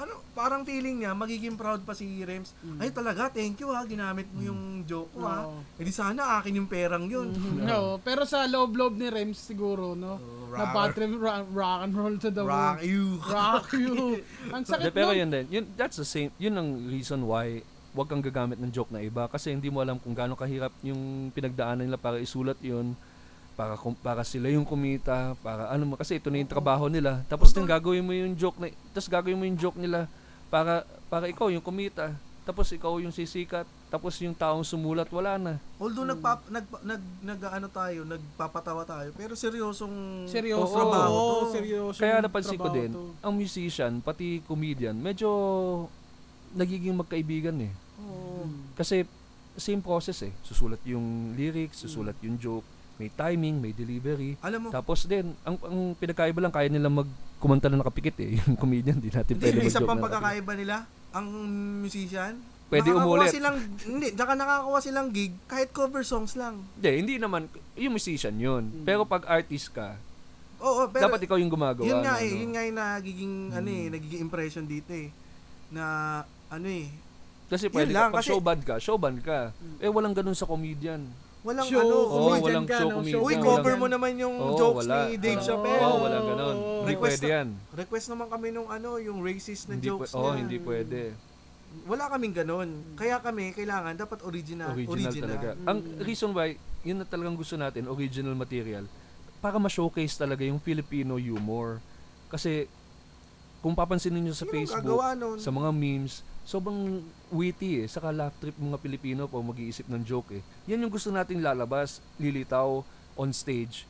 S2: Ano, parang feeling niya, magiging proud pa si Rems. Ay talaga, thank you ha, ginamit mo yung joke ko ha.
S3: Hmm. Oo. Hmm.
S2: Eh di sana akin yung perang yun.
S3: No, Mm. pero sa loob-loob ni Rems siguro, no?
S2: Oh, rock.
S3: na bad trip, rock, rock and roll to the
S2: Rock
S3: moon.
S2: you.
S3: Rock you. Ang
S1: Hindi,
S3: sakit
S1: pero
S3: nun.
S1: yun din. Yun, that's the same. Yun ang reason why wag kang gagamit ng joke na iba kasi hindi mo alam kung gaano kahirap yung pinagdaanan nila para isulat yun para kum- para sila yung kumita para ano mo kasi ito na yung trabaho nila tapos din gagawin mo yung joke na tapos gagawin mo yung joke nila para para ikaw yung kumita tapos ikaw yung sisikat tapos yung taong sumulat wala na
S2: Although nagpap, nag, nag, nag, ano tayo, nagpapatawa tayo, pero seryosong
S3: Seryoso.
S1: Oo.
S2: trabaho
S3: Oo,
S2: to.
S3: seryoso.
S1: Kaya
S3: yung
S1: napansin ko
S3: trabaho
S1: din,
S3: to.
S1: ang musician, pati comedian, medyo nagiging magkaibigan eh.
S2: Oo.
S1: Kasi same process eh. Susulat yung lyrics, susulat yung joke, may timing, may delivery.
S2: Alam mo,
S1: Tapos din, ang, ang pinakaiba lang, kaya nila magkumanta na nakapikit eh. Yung comedian, di natin
S2: Hindi,
S1: pwede
S2: yung isa
S1: mag-joke na
S2: pang
S1: nakapikit.
S2: pagkakaiba nila, ang musician,
S1: Pwede
S2: nakakakuha
S1: umulit.
S2: Silang, hindi, tsaka nakakakuha silang gig kahit cover songs lang.
S1: Hindi, hindi naman. Yung musician yun. Pero pag artist ka,
S2: Oo, pero
S1: dapat ikaw yung gumagawa.
S2: yun nga
S1: ng
S2: eh,
S1: ano. Hmm.
S2: yun nga yung nagiging, ano eh, nagiging impression dito eh, na ano eh,
S1: Kasi
S2: yun
S1: pwede
S2: lang,
S1: ka, pag
S2: kasi-
S1: show band ka, show band ka. Eh, walang ganun sa comedian.
S2: walang
S3: Show,
S2: ano,
S1: Oo,
S2: comedian.
S1: walang
S3: ka,
S1: show
S3: no?
S1: comedian.
S2: Uy,
S1: walang-
S2: cover mo naman yung
S1: Oo,
S2: jokes
S1: wala.
S2: ni
S1: Oo,
S2: Dave Chappelle.
S1: Oo, walang ganun. Hindi
S2: Request
S1: pwede
S2: na-
S1: yan.
S2: Request naman kami nung ano, yung racist na
S1: Hindi
S2: jokes
S1: pwe- oh,
S2: niya.
S1: hindi pwede.
S2: Wala kaming ganun. Kaya kami, kailangan, dapat original.
S1: Original, talaga. Ang reason why, yun na talagang gusto natin, original material, para ma-showcase talaga yung Filipino humor. Kasi, kung papansinin nyo sa
S2: Sino ang
S1: Facebook,
S2: gagawa nun?
S1: sa mga memes, sobrang witty eh. Saka laugh trip mga Pilipino po mag-iisip ng joke eh. Yan yung gusto nating lalabas, lilitaw, on stage.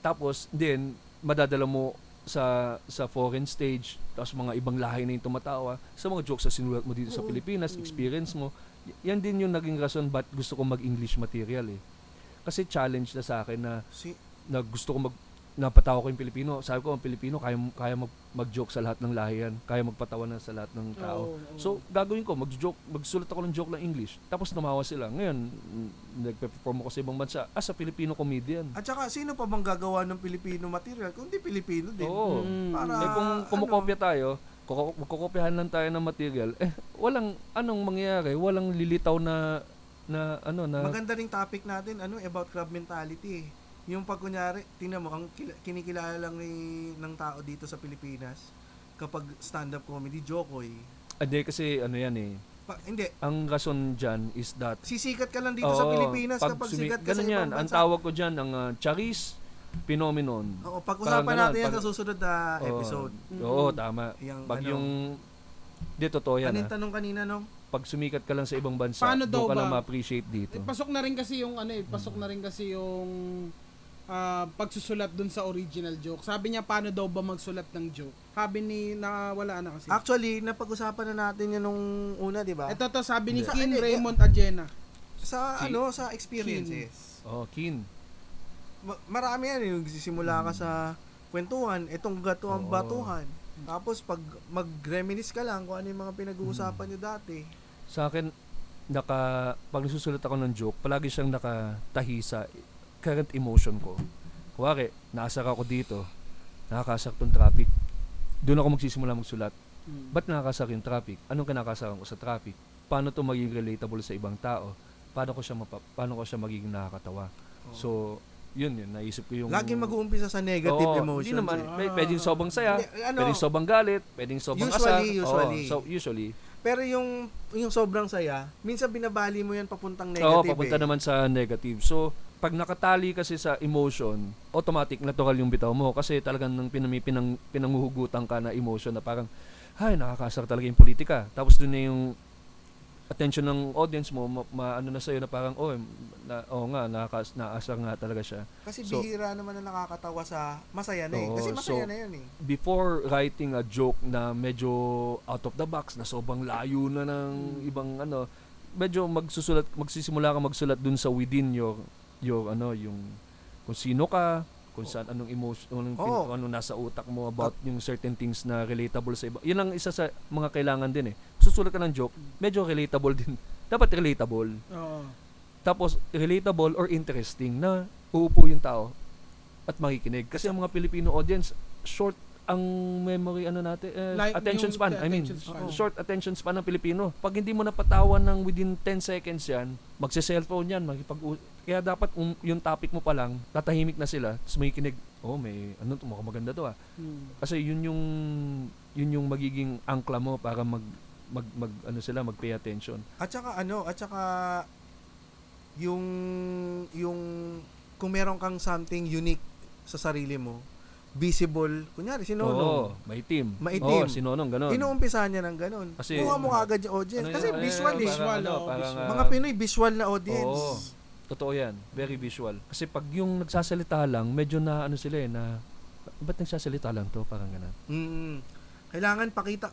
S1: Tapos, then, madadala mo sa sa foreign stage, tapos mga ibang lahi na yung tumatawa, sa mga jokes na sinulat mo dito sa Pilipinas, experience mo. Y- yan din yung naging rason ba't gusto ko mag-English material eh. Kasi challenge na sa akin na,
S2: Si,
S1: na gusto ko mag napatawa ko yung Pilipino. Sabi ko, ang Pilipino, kaya, kaya mag, mag-joke sa lahat ng lahi yan. Kaya magpatawanan sa lahat ng tao.
S3: Oo, oo.
S1: So, gagawin ko, mag-joke, magsulat ako ng joke ng English. Tapos tumawa sila. Ngayon, mm, nagpe-perform ako sa ibang bansa as a Filipino comedian.
S2: At saka, sino pa bang gagawa ng Pilipino material? Kung di Pilipino din.
S1: Oo.
S3: Mm.
S2: Para, ano,
S1: eh kung kumukopya
S3: ano?
S1: tayo, kuko- magkukopyahan lang tayo ng material, eh walang anong mangyayari, walang lilitaw na na ano na
S2: Maganda rin topic natin, ano, about club mentality. eh. Yung pag kunyari, tingnan mo, ang kila- kinikilala lang ni, ng tao dito sa Pilipinas, kapag stand-up comedy, Jokoy.
S1: Ah, di, kasi ano yan eh.
S2: Pa, hindi,
S1: Ang rason diyan is that
S2: sisikat ka lang dito sa
S1: Oo,
S2: Pilipinas
S1: pag
S2: kapag
S1: sumi-
S2: sikat ka sa
S1: ganun
S2: ibang
S1: yan. Ang
S2: bansa.
S1: tawag ko diyan ang ah, charis phenomenon.
S2: Oo,
S1: Parang
S2: pag-usapan
S1: ganun,
S2: natin yan
S1: pag-
S2: sa susunod na
S1: Oo.
S2: episode.
S1: Oo, tama.
S2: Yung
S1: Pag
S2: ano-
S1: yung Di, totoo yan.
S2: Ano yung
S1: ah.
S2: tanong kanina, no?
S1: Pag sumikat ka lang sa ibang bansa,
S3: Paano
S1: doon
S3: daw
S1: ka lang
S3: ba-
S1: ma-appreciate
S3: Eh,
S1: dito.
S3: pasok na rin kasi yung ano eh, pasok na rin kasi yung ah, pagsusulat dun sa original joke. Sabi niya paano daw ba magsulat ng joke? Sabi ni nawala na kasi.
S2: Actually, napag-usapan na natin yan nung una, di ba?
S3: Ito to sabi ni
S2: Hindi.
S3: King
S2: Hindi.
S3: Raymond Agena.
S2: Sa
S1: Si-
S2: ano, sa experiences.
S1: Oh, kin.
S2: Ma- marami yan, yung nagsisimula ka sa kwentuhan, itong gato ang
S1: Oo.
S2: batuhan. Tapos pag mag-reminis ka lang kung ano yung mga pinag-uusapan
S1: Hmm.
S2: niyo dati.
S1: Sa akin naka pag nasusulat ako ng joke, palagi siyang nakatahi sa current emotion ko. Kuwari, nasa ako dito, nakakasaktong traffic. Doon ako magsisimula magsulat.
S3: Hmm.
S1: Ba't nakakasak yung traffic? Anong kinakasakan ko sa traffic? Paano to maging relatable sa ibang tao? Paano ko siya mapa- paano ko siya magiging nakakatawa? So, yun yun naisip ko yung
S2: Lagi mag-uumpisa sa negative
S1: Oo,
S2: emotions.
S1: Hindi naman,
S2: eh.
S1: May- pwedeng sobrang saya,
S2: Hindi, ano,
S1: pwedeng sobrang galit, pwedeng sobrang asar.
S2: Usually, usually.
S1: Oo, so usually.
S2: pero yung yung sobrang saya, minsan binabali mo yan papuntang
S1: Oo,
S2: negative.
S1: papunta
S2: eh.
S1: naman sa negative. So, pag nakatali kasi sa emotion, automatic natural yung bitaw mo kasi talagang nang pinami, pinang, pinanguhugutan ka na emotion na parang, ay, nakakasar talaga yung politika. Tapos doon na yung attention ng audience mo, ma, ma- ano na sa'yo na parang, oh, na, oh nga, nakakas, naasar nga talaga siya.
S2: Kasi
S1: So-
S2: bihira naman na nakakatawa sa masaya na eh.
S1: Oo,
S2: Kasi
S1: so-
S2: masaya na yan eh.
S1: Before writing a joke na medyo out of the box, na sobrang layo na ng ibang ano, medyo magsusulat, magsisimula ka magsulat dun sa within your, your ano, yung kung sino ka, kung saan anong emotion, anong, pin-
S2: Oo.
S1: anong nasa utak mo about yung certain things na relatable sa iba. Yun ang isa sa mga kailangan din eh. Susulat ka ng joke, medyo relatable din. Dapat relatable.
S3: Oo.
S1: Tapos relatable or interesting na uupo yung tao at makikinig. Kasi ang mga Filipino audience, short ang memory ano natin, eh,
S3: Like,
S1: attention
S3: yung
S1: span. I mean,
S3: attention span. Oh.
S1: Oo. short attention span ng Pilipino. Pag hindi mo napatawan ng within 10 seconds yan, magse-cellphone yan, magipag kaya dapat um, yung topic mo pa lang, tatahimik na sila, tapos makikinig, oh may, ano to, mukhang maganda to ah.
S3: Hmm.
S1: Kasi yun yung, yun yung magiging angkla mo para mag, mag, mag ano sila, mag-pay attention.
S2: At saka ano, at saka yung yung kung meron kang something unique sa sarili mo, visible, kunyari si
S1: Oo,
S2: Nono.
S1: may team. Oo,
S2: Maitim.
S1: si Nonong, ganun.
S2: Inuumpisa niya ng ganun.
S1: Kasi-
S2: Kuha mo agad yung audience.
S1: Ano
S2: Kasi
S1: yun?
S2: visual
S1: Ano,
S2: eh.
S1: parang
S3: Visual,
S1: ano,
S3: oo,
S1: parang,
S3: visual.
S1: ah,
S2: Mga Pinoy, visual na audience.
S1: Oo. Totoo yan. Very visual. Kasi pag yung nagsasalita lang, medyo na ano sila eh, na ba't nagsasalita lang to? Parang ganun.
S2: Mm. Kailangan pakita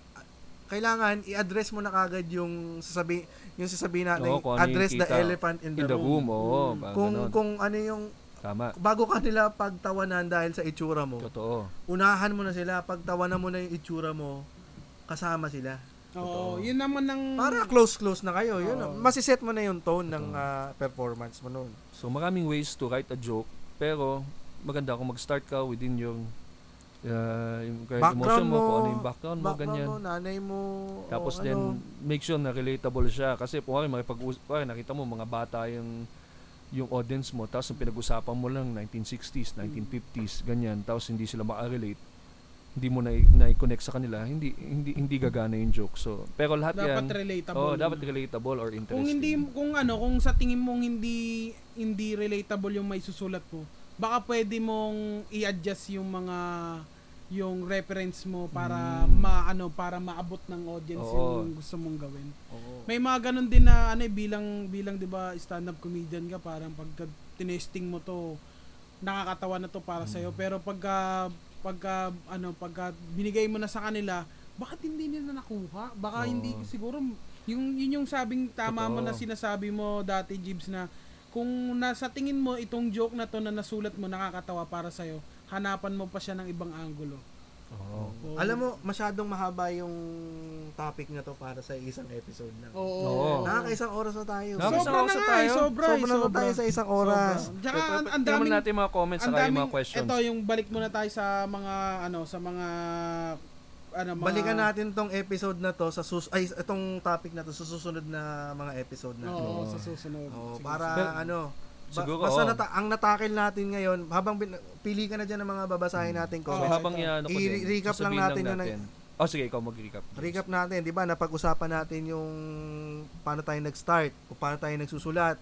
S2: kailangan i-address mo na kagad yung sasabi yung sasabihin natin
S1: Oo, kung ano yung
S2: address the
S1: kita.
S2: elephant in the, room.
S1: oo.
S3: Mm.
S1: Parang
S2: Kung
S1: ganun.
S2: kung ano yung
S1: Hmm. Tama.
S2: bago ka nila pagtawanan dahil sa itsura mo.
S1: Totoo.
S2: unahan mo na sila, pagtawanan mo na yung itsura mo, kasama sila.
S3: Oo, yun naman ng
S2: Para close-close na kayo. Yun,
S3: Oo.
S2: masiset mo na yung tone ng ah, performance mo noon.
S1: So maraming ways to write a joke, pero maganda kung mag-start ka within yung uh, yung kahit emotion
S2: Background
S1: mo, kung
S2: mo,
S1: ano yung background mo,
S2: Background
S1: ganyan.
S2: mo, nanay mo,
S1: Tapos
S2: o
S1: then,
S2: ano.
S1: make sure na relatable siya. Kasi kung makipag kuwari, nakita mo, mga bata yung, yung audience mo, tapos ang pinag-usapan mo lang, 1960s, 1950s, ganyan, tapos hindi sila makarelate, hindi mo na, na-connect sa kanila, hindi, hindi, hindi gagana yung joke. So, pero lahat yan,
S3: dapat relatable.
S1: oh, dapat relatable or interesting.
S3: Kung hindi kung ano, kung sa tingin mong hindi hindi relatable yung may susulat mo, baka pwede mong i-adjust yung mga yung reference mo para
S1: Mm.
S3: maano para maabot ng audience
S1: Oo.
S3: yung gusto mong gawin.
S1: Oo.
S3: May mga ganun din na ano eh, bilang bilang 'di ba stand-up comedian ka parang pagka tinesting mo to nakakatawa na to para sa'yo pero pagka pagka ano pagka binigay mo na sa kanila bakit hindi nila nakuha?
S1: Oo.
S3: Baka hindi siguro yung yun yung sabing tama mo
S1: Totoo.
S3: na sinasabi mo dati Jibs na Kung nasa tingin mo itong joke na to na nasulat mo nakakatawa para sa'yo, hanapan mo pa siya ng ibang angulo.
S1: Oo.
S3: Oo.
S2: Alam mo, masyadong mahaba yung topic na to para sa isang episode lang.
S3: Oo.
S1: Oo.
S2: Nakakaisang oras na tayo.
S1: Nakakaisang
S3: Sobra na
S1: oras na
S3: nga eh,
S1: tayo.
S3: Sobra, eh,
S2: Sobra na
S3: sobra.
S2: tayo sa isang oras.
S3: Sobra. Tsaka ang- ang
S1: Tingnan
S3: daming
S1: natin yung mga comments
S3: ang
S1: sa
S3: daming
S1: mga questions.
S3: Ito yung balik muna tayo sa mga ano sa mga ano mga
S2: Balikan natin tong episode na to sa sus ay itong topic na to sa susunod na mga episode na.
S3: Oo,
S1: Oo.
S3: sa susunod.
S2: Oo,
S3: Sige,
S2: para
S1: sige.
S2: ano ba-
S1: Siguro, oh.
S2: basta
S1: oo.
S2: nata- ang natakil natin ngayon habang bin- pili ka na diyan ng mga babasahin nating
S1: So,
S3: Oo,
S2: comments.
S1: habang i-ano ko din,
S2: i-recap lang
S1: sasabihin
S2: natin yun ang-
S1: Oh, sige, ikaw mag-recap.
S2: Recap natin, 'di ba? Napag-usapan natin yung paano tayo nag-start, kung paano tayo nagsusulat,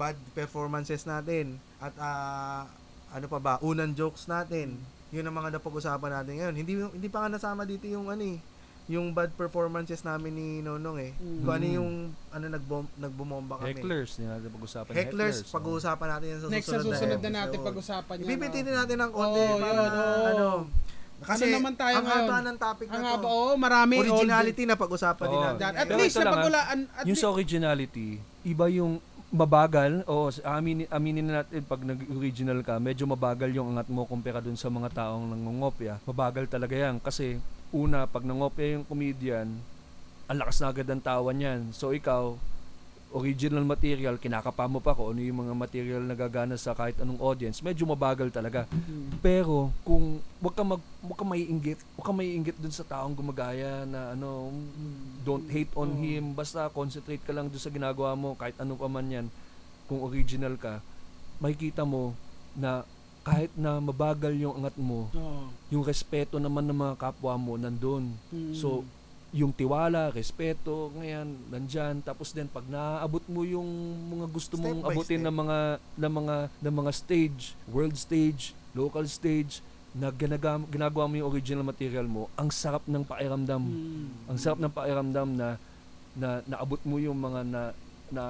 S2: bad performances natin at ah, ano pa ba, unang jokes natin. 'Yun ang mga napag-usapan natin ngayon. Hindi hindi pa nga nasama dito yung ano eh, yung bad performances namin ni Nonong eh.
S3: Mm.
S2: Kung ano yung ano nagbom nagbumomba kami.
S1: Hecklers, hindi natin pag-usapan. yung
S2: Hecklers,
S1: oh.
S2: pag-uusapan natin yan sa
S3: Next sa
S2: susunod,
S3: susunod na
S2: episode.
S3: natin pag-usapan yan.
S2: Bibititin natin ng konti
S3: Oo,
S2: para
S3: yun, oo.
S2: ano. Kasi
S3: Ano naman tayo
S2: ang haba
S3: ngayon?
S2: ng topic na
S3: Ang
S2: to.
S3: haba, oo, marami.
S2: Originality na pag-usapan
S1: Oo.
S2: din
S3: all
S2: natin.
S3: that. At
S1: Pero ito
S3: least sa
S1: lang, ah.
S3: pagulaan, at
S1: yung
S3: least,
S1: sa originality, iba yung mabagal. O aminin, aminin na natin pag nag-original ka, medyo mabagal yung angat mo kumpara dun sa mga taong nangongopya. Mabagal talaga yan kasi una pag nangopya yung comedian, ang lakas na agad ang tawa niyan. So ikaw, original material, kinakapa mo pa kung ano yung mga material na gagana sa kahit anong audience, medyo mabagal talaga. Pero kung wag ka mag wag ka maiinggit, wag ka maiinggit dun sa taong gumagaya na ano, don't hate on
S3: Oo.
S1: him, basta concentrate ka lang dun sa ginagawa mo kahit ano pa man 'yan. Kung original ka, makikita mo na kahit na mabagal yung angat mo,
S3: Oo.
S1: yung respeto naman ng mga kapwa mo nandun.
S3: Mm.
S1: So, yung tiwala, respeto, ngayon, nandyan. Tapos din, pag naaabot mo yung mga gusto
S2: Step
S1: mong
S2: by
S1: abutin
S2: step.
S1: ng mga, ng mga, ng mga stage, world stage, local stage, na ginagawa, ginagawa mo yung original material mo, ang sarap ng pakiramdam.
S3: Mm.
S1: Ang sarap ng pakiramdam na, na naabot mo yung mga na, na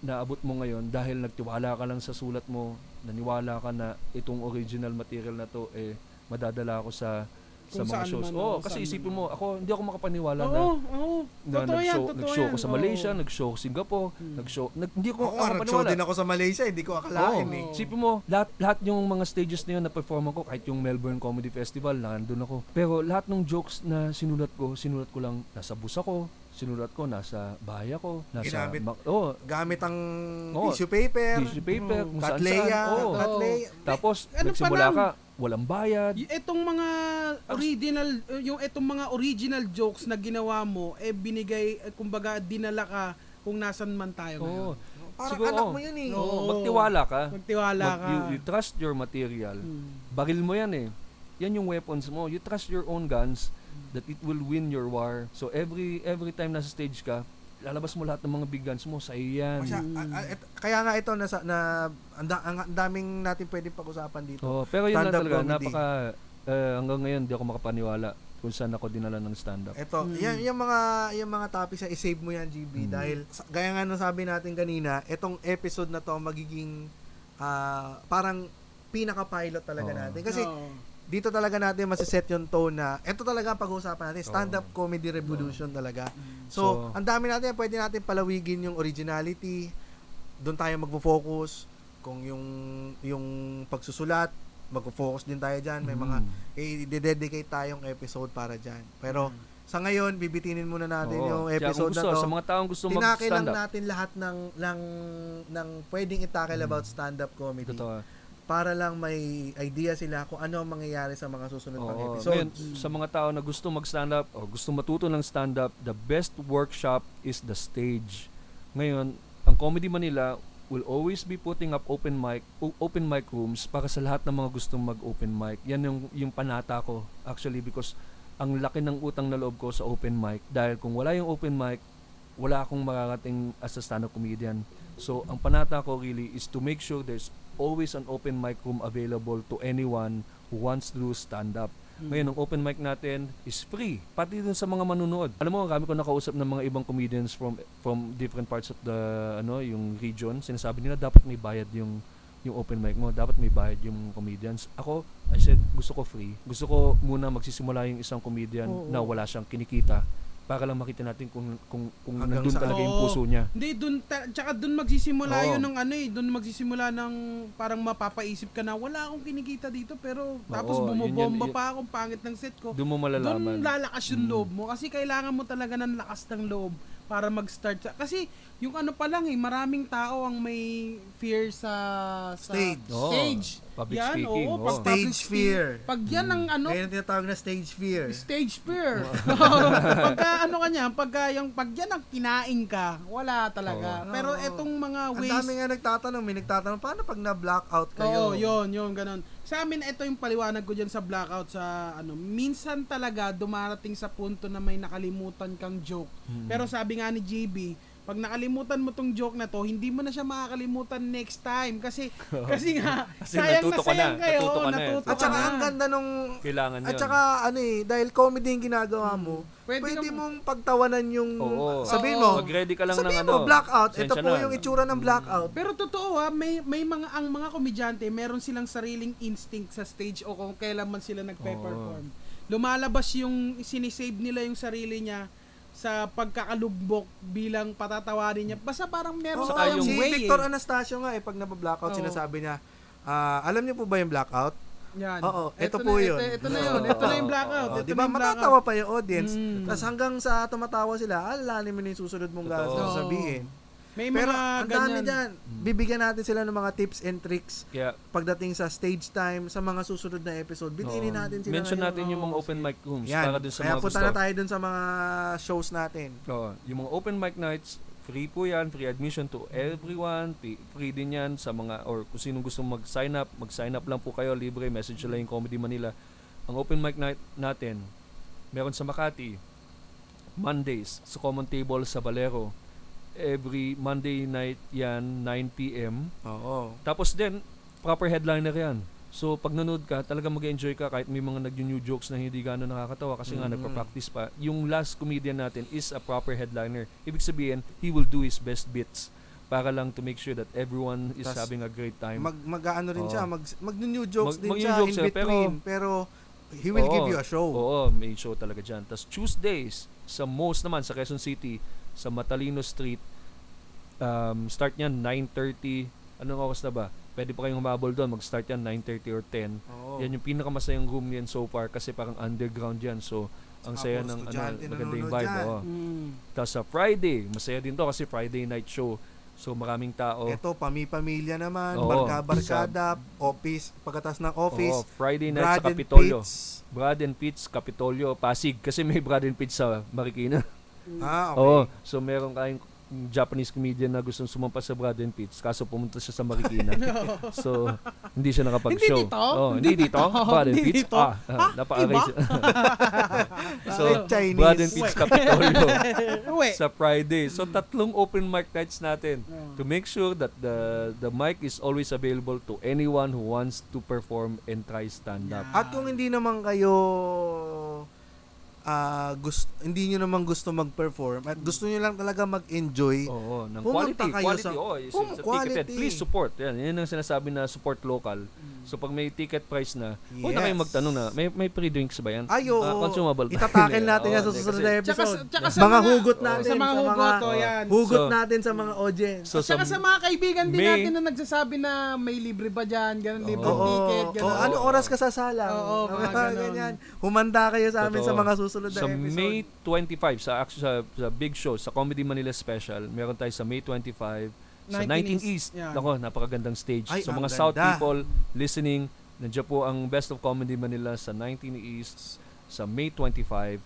S1: naabot mo ngayon dahil nagtiwala ka lang sa sulat mo, naniwala ka na itong original material na to, eh, madadala ako sa sa
S3: Kung
S1: mga
S3: saan
S1: shows.
S3: man,
S1: Oo,
S3: kung
S1: kasi
S3: saan
S1: isipin
S3: man.
S1: mo, ako, hindi ako makapaniwala na
S3: Oo, oo.
S1: na
S3: Totoo yan,
S1: nag-show,
S3: totoo
S1: nag-show ko
S3: yan.
S1: sa Malaysia,
S3: Oo.
S1: nag-show ko sa Singapore,
S3: Mm.
S1: nag-show, nag- hindi ko
S2: Ako nga, nag-show
S1: makapaniwala.
S2: din ako sa Malaysia, hindi ko akalain
S1: Oo.
S2: eh.
S3: Oo.
S1: Isipin mo, lahat, lahat yung mga stages na yun na performan ko, kahit yung Melbourne Comedy Festival, nandun ako. Pero lahat ng jokes na sinulat ko, sinulat ko lang nasa bus ako, sinulat ko nasa bahay ako, nasa...
S2: Ginamit.
S1: Mak- oh,
S2: Gamit ang
S1: Oo.
S2: tissue paper,
S1: tissue paper, kung saan
S2: katleya,
S1: saan. Oo.
S2: katleya.
S1: Tapos,
S3: Ano pa
S1: nagsimula
S3: lang?
S1: ka, walang bayad.
S3: Y- Etong mga original eh, yung etong mga original jokes na ginawa mo eh binigay eh, kumbaga dinala ka kung nasan man tayo
S1: Oo.
S3: ngayon.
S2: Parang
S1: Siguro,
S2: anak
S1: oo.
S2: mo yun eh.
S1: Oo,
S3: Oo.
S1: magtiwala ka.
S3: Magtiwala
S1: Mag-
S3: ka.
S1: you, you trust your material.
S3: Mm.
S1: baril mo yan eh. Yan yung weapons mo. You trust your own guns that it will win your war. So every every time nasa stage ka, lalabas mo lahat ng mga big guns mo sa yan.
S2: Masya- a- a- et- kaya nga ito, nasa, na, ang, da- ang ang daming natin pwedeng pag-usapan dito.
S1: Oo, pero yun lang
S2: Stand-up
S1: talaga,
S2: comedy.
S1: napaka eh, hanggang ngayon di ako makapaniwala kung saan ako dinala ng stand up.
S2: Ito, yan, yung mga yung mga topics na i-save mo yan GB dahil sa- gaya nga nung sabi natin kanina, itong episode na to magiging ah, parang pinaka-pilot talaga
S1: Oo.
S2: natin kasi
S3: Oo.
S2: dito talaga natin masiset yung tone na ito talaga ang pag-uusapan natin, stand-up comedy revolution talaga. So,
S1: Mm. So,
S2: ang dami natin, pwede natin palawigin yung originality, doon tayo magpo-focus, kung yung yung pagsusulat, magpo-focus din tayo diyan. May mga
S1: Mm.
S2: i-dedicate tayong episode para diyan. Pero sa ngayon, bibitinin muna natin
S1: Oo.
S2: yung
S1: Kaya kung
S2: episode
S1: gusto,
S2: na to.
S1: Sa mga taong gusto
S2: Tinake lang
S1: mag-stand up.
S2: natin lahat ng ng ng pwedeng itakil about stand-up comedy
S1: Mm. Totoo.
S2: para lang may idea sila kung ano ang mangyayari sa mga susunod pang
S1: Oo.
S2: episode.
S1: Ngayon, sa mga tao na gusto mag-stand up o gusto matuto ng stand up, the best workshop is the stage. Ngayon, ang Comedy Manila will always be putting up open mic o- open mic rooms para sa lahat ng mga gustong mag-open mic. Yan yung yung panata ko actually because ang laki ng utang na loob ko sa open mic dahil kung wala yung open mic, wala akong makakating as a stand-up comedian. So, ang panata ko really is to make sure there's always an open mic room available to anyone who wants to do stand-up. Ngayon, ang open mic natin is free, pati dun sa mga manunood. Alam mo, ang kami ko nakausap ng mga ibang comedians from from different parts of the ano, yung region. Sinasabi nila dapat may bayad yung yung open mic mo, dapat may bayad yung comedians. Ako, I said, gusto ko free. Gusto ko muna magsisimula yung isang comedian
S3: Oo.
S1: na wala siyang kinikita para lang makita natin kung kung kung
S2: Hanggang
S1: nandun
S2: saan.
S1: talaga yung
S3: Oo.
S1: puso niya.
S3: Hindi, dun, ta- tsaka dun magsisimula
S1: Oo.
S3: yun ng ano eh, dun magsisimula ng parang mapapaisip ka na wala akong kinikita dito pero tapos
S1: Oo, yun yan,
S3: bumobomba
S1: yun-
S3: pa akong pangit ng set ko.
S1: Doon mo malalaman. Mm.
S3: Doon lalakas yung loob mo kasi kailangan mo talaga ng lakas ng loob para mag-start. Sa, kasi yung ano pa lang eh, maraming tao ang may fear sa, sa
S2: Stage.
S1: Oo.
S3: stage.
S1: Public
S3: yan,
S1: speaking,
S3: oo,
S1: oo. Mm.
S3: pag
S2: Stage
S3: public spe-
S2: fear.
S3: Pag yan ang ano,
S2: Kaya yung tinatawag na stage fear.
S3: stage fear. pagka ano ka niyan, pagka yung pag yan ang kinain ka, wala talaga.
S2: Oo.
S3: Pero etong mga
S2: Ang
S3: ways
S2: dami nga nagtatanong, may nagtatanong, paano pag na-blackout
S3: Oo,
S2: kayo?
S3: yun, yun, ganun. Sa amin, ito yung paliwanag ko dyan sa blackout sa ano. Minsan talaga dumarating sa punto na may nakalimutan kang joke. Pero sabi nga ni JB, pag nakalimutan mo tong joke na to, hindi mo na siya makakalimutan next time. Kasi, kasi nga,
S1: Kasi
S3: sayang na
S1: natuto ka
S3: sayang
S1: na,
S3: kayo.
S1: natuto ka
S3: oo,
S1: na eh.
S3: natuto
S2: At
S3: ka
S2: saka
S3: na.
S2: ang ganda nung
S1: Kailangan
S2: At
S1: yun.
S2: saka ano eh, dahil comedy yung ginagawa mo,
S3: Hmm. Pwede
S2: pwede,
S3: ka-
S2: mong pagtawanan yung
S1: Oo.
S2: sabihin
S3: Oo.
S2: mo.
S1: Mag-ready ka lang ng
S2: sabihin
S1: ano.
S2: mo blackout, ito
S1: sensya
S2: po
S1: na.
S2: yung itsura ng blackout.
S3: Pero totoo ha, may, may mga, ang mga komedyante, meron silang sariling instinct sa stage o kung kailan man sila nagpe-perform. Lumalabas yung, sinisave nila yung sarili niya sa pagkakalugbok bilang patatawarin niya. Basta parang meron
S1: Oo,
S3: sa
S1: saka
S3: tayong
S2: si
S3: way
S2: Victor
S3: eh.
S2: Anastasio nga eh, pag nabablackout,
S3: Oo.
S2: sinasabi niya, "Ah, alam niyo po ba yung blackout?
S3: Yan.
S2: Oo, ito
S3: Eto
S2: po
S3: na,
S2: yun.
S3: Ito, ito na yun. Ito na yung blackout.
S2: Oh,
S3: Ito
S2: di
S3: na
S2: ba?
S3: yung
S2: Matatawa
S3: blackout.
S2: pa yung audience.
S3: Mm.
S2: Tapos hanggang sa tumatawa sila, alalanin mo na yung susunod mong
S1: Hmm. Totoo.
S2: gagawin sabihin.
S3: May mga
S2: Pero ang dami
S3: ganyan.
S2: dyan.
S1: Hmm.
S2: Bibigyan natin sila ng mga tips and tricks
S1: Kaya,
S2: pagdating sa stage time, sa mga susunod na episode. Bitinin
S1: oo.
S2: natin sila
S1: Mention
S2: ngayon.
S1: natin yung mga open mic rooms
S2: Yan.
S1: para dun sa
S2: Kaya
S1: mga
S2: punta
S1: gusto.
S2: na tayo dun sa mga shows natin.
S1: Oo, yung mga open mic nights, free po yan, free admission to everyone, pi- free din yan sa mga, or kung sinong gusto mag-sign up, mag-sign up lang po kayo, libre, message lang yung Comedy Manila. Ang open mic night natin, meron sa Makati, Mondays, sa Common Table sa Valero. Every Monday night yan, 9pm.
S2: Oo.
S1: Tapos din, proper headliner yan. So, pag nanood ka, talaga mag enjoy ka kahit may mga nag-new jokes na hindi gano'n nakakatawa kasi nga
S2: Mhm.
S1: nagpa-practice pa. Yung last comedian natin is a proper headliner. Ibig sabihin, he will do his best bits para lang to make sure that everyone is
S2: Tas,
S1: having a great time.
S2: Mag mag-ano
S1: Oo.
S2: rin siya, mag mag-new
S1: Mag-
S2: jokes din
S1: mag-new
S2: siya
S1: jokes
S2: in
S1: siya,
S2: between, pero, he will
S1: Oo.
S2: give you a show.
S1: Oo, may show talaga dyan. Tapos Tuesdays, sa most naman, sa Quezon City, sa Matalino Street, um, start niyan 9.30. Anong oras na ba? Pwede pa kayong humabol doon. Mag-start yan 9.30 or 10.
S2: Oo.
S1: Yan yung pinakamasayang room niyan so far kasi parang underground yan. So, ang
S2: Saka
S1: saya
S2: puro
S1: ng ano,
S2: estudyante
S1: maganda yung
S2: nanonood
S1: vibe.
S2: dyan.
S1: Oo.
S3: Mm.
S1: Tapos sa Friday, masaya din to kasi Friday night show. So, maraming tao.
S2: Ito, pami-pamilya naman,
S1: Oh. Oo.
S2: barka-barkada, office, pagkatas ng
S1: Oo,
S2: office,
S1: Friday night
S2: Brad
S1: sa
S2: and
S1: Kapitolyo.
S2: Pitts.
S1: Brad and Pitts, Kapitolyo, Pasig. Kasi may Brad and Pitts sa Marikina.
S2: Ah, okay.
S1: Oo. So, meron kayong Japanese comedian na gustong sumampa sa Brad and Pitts kaso pumunta siya sa Marikina. so, hindi siya nakapag-show.
S3: Hindi dito?
S1: Oo,
S3: Hindi
S1: hindi, dito.
S3: dito?
S1: Brad and
S3: Hindi
S1: Pitts.
S3: dito?
S1: Ah,
S3: Ha?
S1: ah, napa-aray
S3: Iba?
S1: siya.
S2: So,
S1: so,
S2: Chinese.
S1: Brad and Pitts, Kapitolyo.
S3: Uwe.
S1: sa Friday. So
S3: Hmm.
S1: tatlong open mic nights natin
S2: Hmm.
S3: Oo.
S1: to make sure that the the mic is always available to anyone who wants to perform and try stand up.
S2: At kung hindi naman kayo ah gusto, hindi nyo naman gusto mag-perform at gusto nyo lang talaga mag-enjoy,
S1: Oo, ng
S2: Pumunta
S1: quality,
S2: kayo
S1: quality.
S2: sa-
S1: oh, is, is a
S2: Pum-
S1: ticketed.
S2: quality. Hmm.
S1: Please support. Yan, yan ang sinasabi na support local. So pag may ticket price na, huwag na
S2: Yes.
S1: kayong magtanong na, may may free drinks ba yan?
S2: Ay, oo.
S1: Ah, consumable ba?
S2: Itatakin natin yan
S1: Oo,
S2: sa
S1: hindi,
S2: susunod
S1: kasi-
S2: na
S3: Tsaka,
S2: episode.
S3: tsaka sa
S2: mga hugot
S1: Oo.
S2: natin.
S3: Sa mga hugot, oh, yan.
S2: Hugot
S1: So,
S2: natin sa mga audience.
S1: So,
S3: Saka sa mga kaibigan din
S1: May-
S3: natin na nagsasabi na may libre ba dyan, ganun, libre
S1: Oo.
S3: ticket,
S2: Oo,
S3: ganun.
S2: oo, ano oras ka sasala?
S3: Oo, mga ganon.
S2: ganyan. Humanda kayo sa amin sa
S1: Totoo.
S2: mga susunod na
S1: sa
S2: episode.
S1: May 25 sa actually sa, sa big show sa Comedy Manila special meron tayo sa May 25 sa 19 East
S3: Yan.
S1: nako napakagandang stage
S2: Ay,
S1: so
S2: ang
S1: mga South
S2: ganda.
S1: people listening nandiyan po ang Best of Comedy Manila sa 19 East sa May 25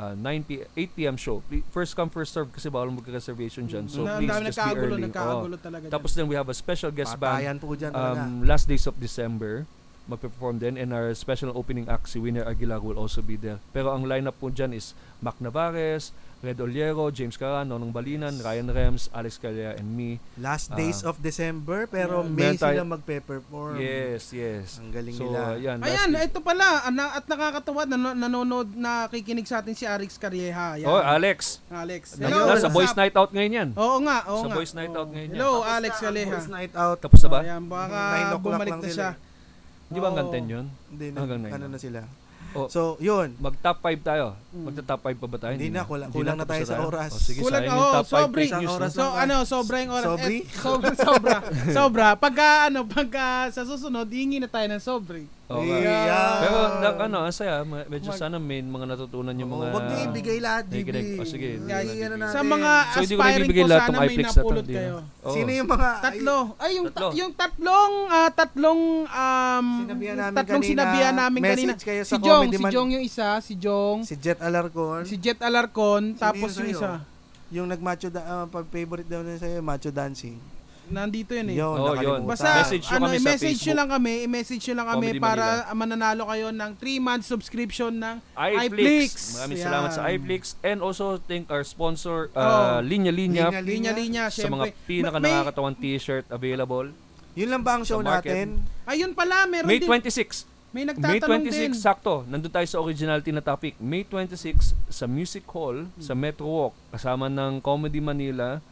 S1: uh, 9 p 8 p.m. show Pl- first come first serve kasi bawal magka-reservation dyan so
S3: Mm-hmm. Na- ang
S1: please just
S3: dami
S1: be
S3: nagkakagulo,
S1: early Oo.
S3: nagkakagulo talaga dyan.
S1: tapos then we have a special guest band
S2: Patayan po dyan talaga.
S1: um, last days of December magpe-perform din and our special opening act si Winner Aguilar will also be there. Pero ang lineup po dyan is Mac Navarez, Red Oliero, James Caran, Nonong Balinan, Ryan Rems, Alex Calea and me.
S2: Last days
S1: ah,
S2: of December, pero
S3: yeah.
S1: Meron
S2: May
S1: tayo-
S2: sila magpe-perform.
S1: Yes, yes.
S2: Ang galing
S1: So,
S2: nila.
S1: uh, yan. last
S3: Ayan,
S1: week.
S3: ito pala, ana- at nakakatawa, nan- nanonood, nakikinig sa atin si Arix Carrieja. eh, Ayan.
S1: Oh, Alex.
S3: Alex.
S2: Hello,
S1: Hello, sa
S3: what's
S1: Boys
S3: up? Oh.
S1: Night Out ngayon yan.
S3: Oo nga, oo
S1: Sa
S3: nga.
S1: Boys Night
S3: Oo.
S1: Out ngayon yan.
S3: Hello,
S2: Tapos
S3: Oh, Alex
S2: na ang
S3: Calleja.
S2: Boys night out.
S1: Tapos na ba?
S3: Ayan, baka
S2: Nine o'clock
S3: bumalik
S2: lang
S3: na
S2: sila
S3: siya.
S2: eh.
S1: Di ba hanggang
S3: Oo.
S1: 10 yun?
S2: Hindi,
S1: Hanggang
S2: nag-
S1: nine
S2: ano
S1: na.
S2: na sila.
S1: Ah, Oh.
S2: So, yun.
S1: Mag top 5 tayo. Magta top 5 pa ba tayo?
S2: Hindi na, kulang- kulang na tayo sa oras.
S1: O, Oh, sige,
S3: Hmm. Kulang,
S1: sayang yung
S3: oo,
S1: top 5
S3: sobri.
S1: news.
S2: Isang
S1: no?
S2: oras.
S3: So
S2: lang,
S3: ano, sobra yung oras.
S2: Sobri?
S3: Eh, sobra, sobra. sobra. Pagka ano, pagka sa susunod, hingi na tayo ng sobri.
S1: Oh, Okay.
S2: Yeah. Oh,
S1: Pero
S3: Ah.
S1: na- ano, ang saya. Ma- Medyo sana may mga natutunan yung
S2: Oo,
S1: mga...
S2: wag niyo ibigay lahat,
S1: Sige,
S2: GB.
S1: o, sige.
S2: Kaya yun na
S3: Sa
S2: natin.
S3: mga
S1: So, hindi ko na
S3: aspiring
S1: ibibigay
S3: ko,
S1: lahat
S3: sana
S1: ng
S3: may
S1: iFlex
S3: napulot
S1: natin, no?
S3: kayo.
S1: Oo.
S2: Sino yung mga...
S3: Tatlo. Ay, yung, ta-
S1: Tatlo.
S3: yung tatlong, ah, tatlong, um,
S2: Sinabihan namin
S3: tatlong
S2: kanina.
S3: sinabihan namin kanina.
S2: Message kayo
S3: Si
S2: sa
S3: Jong,
S2: Comedy
S3: si
S2: Man.
S3: Jong yung isa, si Jong,
S2: Si Jet Alarcon.
S3: si Jet Alarcon,
S2: Sino
S3: tapos
S2: yun sa'yo?
S3: yung isa.
S2: Yung nag-macho, da- ah, pag favorite daw na sa'yo, macho dancing.
S3: Nandito yun eh.
S2: Yun,
S1: Oo, yun.
S2: nakalimutan.
S3: Basta,
S1: Message nyo
S3: ano,
S1: kami sa
S3: message nyo
S1: Facebook.
S3: lang kami, i-message nyo lang kami
S1: Comedy
S3: para mananalo kayo ng 3 month subscription ng
S1: iFlix.
S3: iFlix.
S1: Maraming
S3: Yan.
S1: salamat sa iFlix. And also, thank our sponsor, uh,
S3: Oh.
S1: Linya Linya,
S2: Linya
S3: Linya Linya,
S1: sa
S3: syempre.
S1: mga pinaka
S3: May-
S1: nakakatawang t-shirt available.
S2: Yun lang ba ang show
S1: Sa market.
S2: natin?
S3: Ayun pala, meron
S1: May
S3: din.
S1: 26.
S3: May
S1: May
S3: nagtatanong
S1: 26,
S3: din.
S1: sakto. Nandun tayo sa originality na topic. May 26, sa Music Hall, sa Metro Walk, kasama ng Comedy Manila,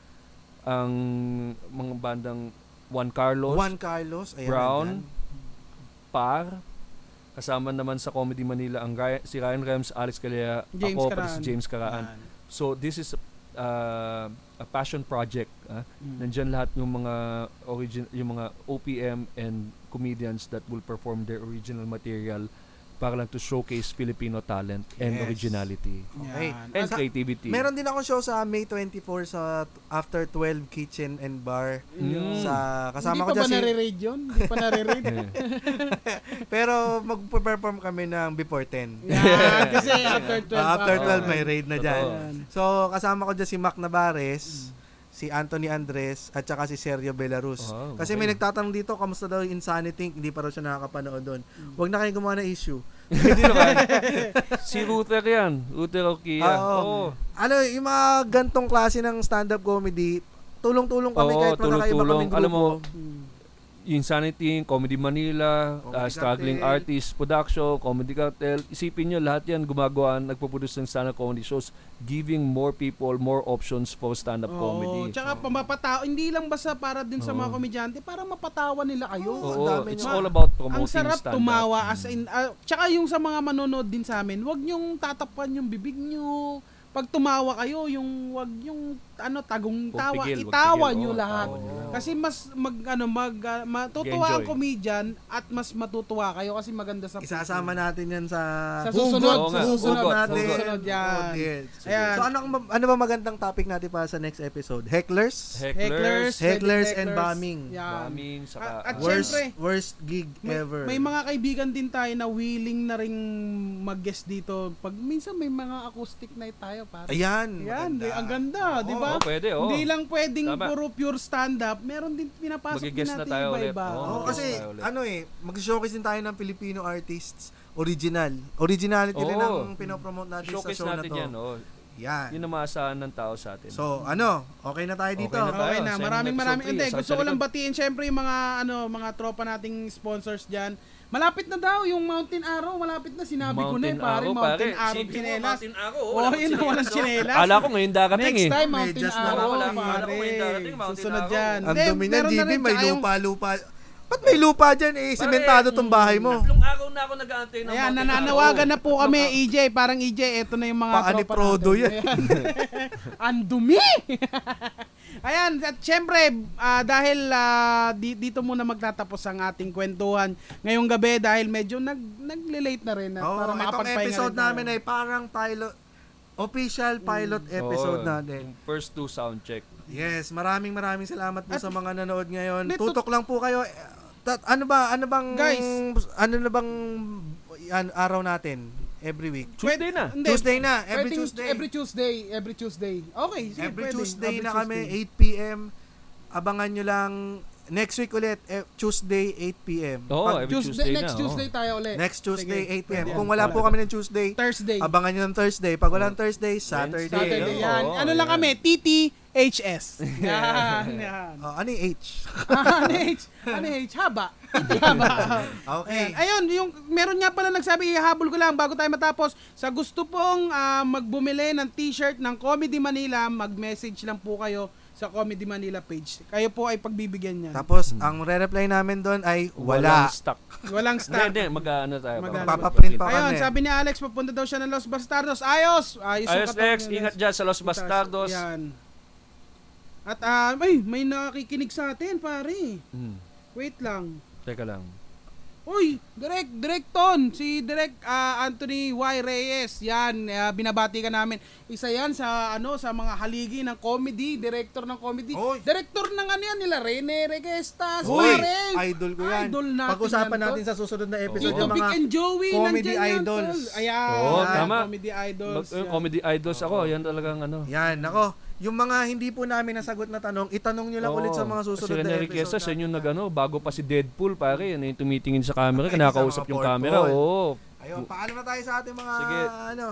S1: ang mga bandang Juan Carlos,
S2: Juan Carlos. Ayan,
S1: Brown.
S2: nandyan.
S1: Par, kasama naman sa Comedy Manila ang Ry- si Ryan Rems, Alex Calea,
S3: James
S1: ako, pati
S3: Caraan.
S1: si James Caraan.
S3: Yan.
S1: So this is uh, a passion project. ah.
S3: Mm.
S1: Nandyan lahat yung mga origin yung mga OPM and comedians that will perform their original material para lang to showcase Filipino talent and
S2: Yes.
S1: originality
S2: Okay.
S3: Yan.
S1: and
S2: At sa-
S1: creativity.
S2: Meron din akong show sa May 24 sa After 12 Kitchen and Bar.
S1: Mm.
S2: Sa kasama ko
S3: Hindi pa
S2: dyan
S3: ba
S2: si
S3: nare-raid yun? Hindi pa nare-raid?
S1: Eh,
S2: Pero magpe-perform kami ng before 10.
S3: Yan, Ah, kasi after 12.
S2: Ah, after
S1: pa.
S2: 12 may raid na dyan.
S1: Totoo.
S3: Yan.
S2: So kasama ko dyan si Mac Navares, si Anthony Andres at saka si Sergio Belarus.
S1: Wow,
S2: Kasi
S1: okay.
S2: may nagtatanong dito kamusta daw yung Insanity Inc. hindi pa raw siya nakakapanood doon.
S1: Hmm.
S2: Huwag na kayong gumawa ng issue.
S1: Hindi naman. si Ruther yan. Ruther Okia.
S3: Ah,
S2: Oo.
S1: Oo.
S2: Ano, yung mga gantong klase ng stand-up comedy, tulong-tulong kami
S1: Oo,
S2: kahit pa nakaiba
S1: tulong-tulong.
S2: kaming grupo.
S1: Alam mo, Insanity, Comedy Manila, uh,
S2: Comedy
S1: Struggling
S2: Cartel.
S1: Artists Production, Comedy Cartel. Isipin nyo, lahat yan gumagawa, nagpuproduce ng stand-up comedy shows, giving more people more options for stand-up
S3: Oo,
S1: comedy.
S3: tsaka pa mapatawa, hindi lang basta para din sa mga
S1: Oo.
S3: komedyante, para mapatawa nila kayo.
S2: Oo, ang
S1: Oo,
S2: dami
S1: it's
S2: nyo.
S1: all about
S3: Ang
S1: promoting Mm.
S3: sarap
S1: stand-up.
S3: tumawa as in ah, tsaka yung sa mga manonood din sa amin, wag niyong tatapan yung bibig niyo. Pag tumawa kayo, yung wag yung ano tagong
S1: Huwag
S3: tawa,
S1: pigil, huwag
S3: itawa
S1: pigil.
S3: niyo
S1: Oo,
S3: lahat.
S1: tawa nyo lang.
S3: Kasi mas mag ano mag ah, matutuwa
S1: Enjoy.
S3: ang comedian at mas matutuwa kayo kasi maganda sa
S2: Isasama natin yan sa,
S3: Sa
S1: Oo
S3: susunod,
S2: Hugot.
S1: nga,
S3: sa susunod
S1: hugot,
S2: natin.
S1: hugot.
S3: Susunod yan.
S2: Oh, dear.
S3: Ayan.
S2: So ano, ang ma- ano ba magandang topic natin para sa next episode? Hecklers?
S1: Hecklers,
S2: Hecklers
S3: wedding
S2: and bombing.
S3: Yan.
S1: bombing, saka...
S3: Ah,
S1: ah,
S3: at
S2: worst,
S3: syempre,
S2: worst gig
S3: May,
S2: ever.
S3: may mga kaibigan din tayo na willing na ring mag-guest dito. Pag minsan may mga acoustic night tayo para.
S2: Ayan.
S3: Yan,
S2: maganda.
S3: ang ganda,
S2: Oo.
S3: di ba?
S1: Oo, pwede, oo.
S3: Hindi lang pwedeng
S1: Tama.
S3: puro pure stand-up. Meron din pinapasok din
S1: Mag-guest na
S3: natin
S1: tayo ulit.
S3: iba-iba.
S1: Oo,
S2: Oo,
S1: Oo,
S2: kasi
S1: Oh, tayo ulit.
S2: ano eh, mag-showcase din tayo ng Filipino artists. Original. Originality rin
S1: Oo.
S2: ang pinopromote natin
S1: Oh. showcase
S2: sa show
S1: natin
S2: na to.
S1: yan. Oh.
S2: Yan.
S1: Yun ang maasahan ng tao sa atin.
S2: So, ano, okay na tayo dito.
S1: Okay na ano tayo.
S3: Okay na,
S1: Sa
S3: maraming
S1: episode eh.
S3: maraming.
S1: three,
S3: Hindi,
S1: sa
S3: gusto ko lang
S1: likod.
S3: batiin syempre yung mga ano, mga tropa nating sponsors diyan. Malapit na daw yung Mountain Arrow, malapit na sinabi ko na eh,
S1: Mountain
S3: pare,
S1: Arrow,
S3: Mountain
S1: pare.
S3: Arrow
S1: Sabi mo,
S3: chinelas.
S1: Mountain Arrow, oh,
S3: Oh,
S1: wala
S3: yun,
S1: akong
S3: walang
S1: chinelas.
S3: chinelas.
S1: Akala ko ngayon darating
S3: Next
S1: eh.
S3: time,
S2: May
S3: Mountain
S2: just na
S3: Arrow,
S1: wala, wala
S3: pare.
S1: akong may darating, Mountain
S3: Susunod
S1: Arrow.
S3: dyan.
S2: Ang
S3: Hindi,
S2: dumi ng
S3: meron na
S2: GB,
S3: rin,
S2: may
S3: tsaka yung-
S2: lupa-lupa. Ba't may lupa dyan eh? Sementado tong bahay mo.
S1: Tatlong araw na ako nag-aantay ng
S3: Ayan,
S1: Mountain
S3: nananawagan
S1: Arrow.
S3: na po kami, EJ. Parang EJ, eto na yung mga
S2: Paa ni
S3: tropa
S2: Frodo
S3: natin.
S2: yan.
S3: Ayan. Ang dumi! Ayan, at syempre, ah, dahil ah, di- dito muna magtatapos ang ating kwentuhan ngayong gabi dahil medyo nag, nag-late na rin. At
S2: Oo,
S3: para
S2: itong
S3: makapagpahinga
S2: episode
S3: rin tayo. Mm.
S2: namin ay parang pilot, official pilot episode
S1: Oo,
S2: natin.
S1: yung First two sound check.
S2: Yes, maraming maraming salamat po
S3: At-
S2: sa mga nanood ngayon.
S3: Hindi,
S2: Tutok lang po kayo. Eh, Tat, ano ba? Ano bang
S3: Guys.
S2: ano na bang an- araw natin every week?
S1: Tuesday na.
S3: Hindi,
S2: Tuesday na, every
S3: pwedeng
S2: Tuesday.
S3: Every Tuesday, every Tuesday. Okay, sige,
S2: every
S3: pwede,
S2: Tuesday
S3: every
S2: na kami
S3: Tuesday.
S2: 8 p.m. Abangan nyo lang next week ulit eh, Tuesday 8 p.m.
S1: Oo, eh.
S2: Pag-
S1: every
S3: Tuesday,
S1: Tuesday na, oh.
S3: next
S1: oo.
S3: Tuesday tayo ulit.
S2: next Tuesday
S3: Sige,
S2: 8 p.m.
S3: pwede
S2: Kung
S3: yan.
S2: wala po kami ng Tuesday,
S3: Thursday. Oh.
S2: abangan nyo ng Thursday. Pag walang Thursday, Saturday.
S3: Saturday.
S1: Oo,
S2: oh,
S3: Yan.
S1: oo,
S3: ano lang
S1: yan.
S3: kami, TTHS. Yan. Yan.
S2: Oh, ano yung H?
S3: ano H? Ano H? Haba. Hindi haba.
S2: Ah, Okay.
S3: Ayun, yung meron nga pala nagsabi, ihahabol ko lang bago tayo matapos. Sa gusto pong ah, magbumili ng t-shirt ng Comedy Manila, mag-message lang po kayo sa Comedy Manila page. Kayo po ay pagbibigyan niyan.
S4: Tapos, ang re-reply namin doon ay wala.
S1: Walang stock.
S3: Walang
S1: Hindi,
S3: start.
S1: hindi. Mag-ano tayo.
S3: Mag-
S4: Magpapaprint pa
S3: Ayun,
S4: kami.
S3: sabi ni Alex, papunta daw siya ng Los Bastardos. Ayos! Ayos, yung
S1: Ayos,
S3: katawan
S1: Lex.
S3: ni
S1: Ingat dyan sa Los Bastardos.
S3: Yan. At ah, ay, may nakikinig sa atin, pare.
S4: Hmm.
S1: Mm.
S3: Wait lang.
S1: Teka lang.
S3: Uy, direct, direct ton. Si direct ah, Anthony Y. Reyes. Yan, ah, binabati ka namin. Isa yan sa, ano, sa mga haligi ng comedy, director ng comedy.
S4: Uy.
S3: Director ng ano yan nila, Rene Regestas.
S4: Uy,
S3: pare.
S4: idol ko yan.
S3: Idol natin
S2: Pag-usapan
S3: yan, tol.
S2: natin sa susunod na episode
S1: Oo.
S2: yung
S3: Tito Vic
S2: mga
S3: and Joey,
S4: comedy
S3: nandyan yan,
S4: idols.
S3: tol. Ayan,
S1: Oo,
S3: yan,
S1: tama.
S3: comedy idols.
S1: Mag- eh,
S3: yan.
S1: comedy idols ako. Yan talagang ano.
S4: Yan,
S2: Nako, yung mga hindi po namin nasagot na tanong, itanong nyo lang
S1: Oo.
S2: ulit sa mga susunod
S1: si
S2: na
S1: Rene Riqueza,
S2: episode.
S1: siya yung nag, ano, bago pa si Deadpool, pare. Yan yung tumitingin sa camera.
S4: Ay, isa
S1: Kinakausap
S4: mga
S1: yung
S4: pork
S1: camera.
S4: boy.
S1: Oo.
S4: Ayun, paalam na tayo sa ating mga,
S1: Sige.
S4: ano,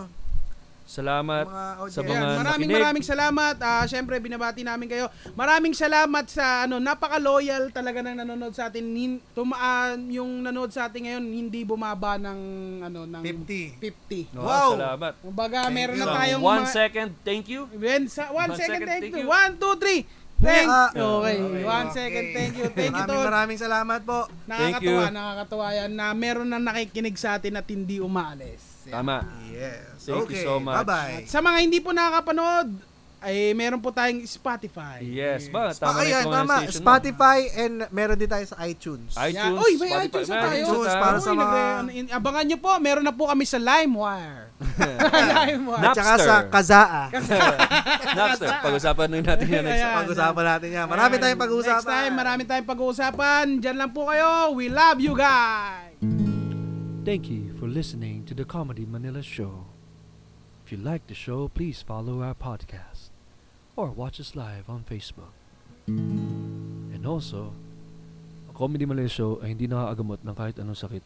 S1: Salamat.
S4: mga audience.
S1: sa mga-
S3: Ayan, maraming
S1: nakinig.
S3: maraming salamat. Ah, syempre binabati namin kayo. Maraming salamat sa ano, napaka-loyal talaga ng nanonood sa atin. Hin, tumaan yung nanood sa atin ngayon hindi bumaba ng ano ng
S4: 50.
S3: 50.
S1: No,
S4: Wow.
S1: Salamat.
S3: Kumbaga meron na
S4: you.
S3: tayong
S1: One
S3: mga-
S1: second. Thank you.
S3: When sa-
S1: One
S3: one, second,
S1: second,
S3: thank
S1: thank
S3: you.
S1: you.
S3: One, two, three. Thank
S4: Ah,
S3: you. Okay.
S4: okay,
S3: One
S4: okay.
S3: second, thank you. Thank you,
S4: maraming,
S3: Tol.
S4: Maraming salamat po.
S1: Thank
S3: Nakakatuwa,
S1: you.
S3: nakakatuwa yan na meron na nakikinig sa atin at hindi umaalis. Yan.
S1: Tama.
S4: Yes.
S1: Thank
S4: okay.
S1: you so much.
S4: Bye-bye.
S3: At sa mga hindi po nakakapanood, ay meron po tayong Spotify.
S1: Yes. Ba,
S4: Tama
S1: tama na
S4: Ah, Ayan,
S1: yung
S4: tama.
S1: pronunciation mo.
S4: Spotify and meron din tayo sa iTunes.
S1: iTunes.
S3: Uy, may
S1: Spotify.
S3: iTunes na
S1: May
S3: tayo.
S4: iTunes
S1: tayo.
S4: para sa
S3: Uy,
S4: mga-
S3: nagre- Abangan nyo po, meron na po kami sa LimeWire. LimeWire.
S4: At saka sa
S1: Napster.
S4: Kazaa.
S1: Napster. Pag-usapan na natin yan next
S3: Ayan.
S4: Pag-usapan natin yan. Marami tayong pag-uusapan.
S3: Next time, marami tayong pag-uusapan. Diyan lang po kayo. We love you guys!
S1: Thank you for listening to the Comedy Manila Show. If you like the show, please follow our podcast or watch us live on Facebook. And also, ang Comedy Manila Show ay hindi nakakagamot ng kahit anong sakit.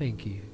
S1: Thank you.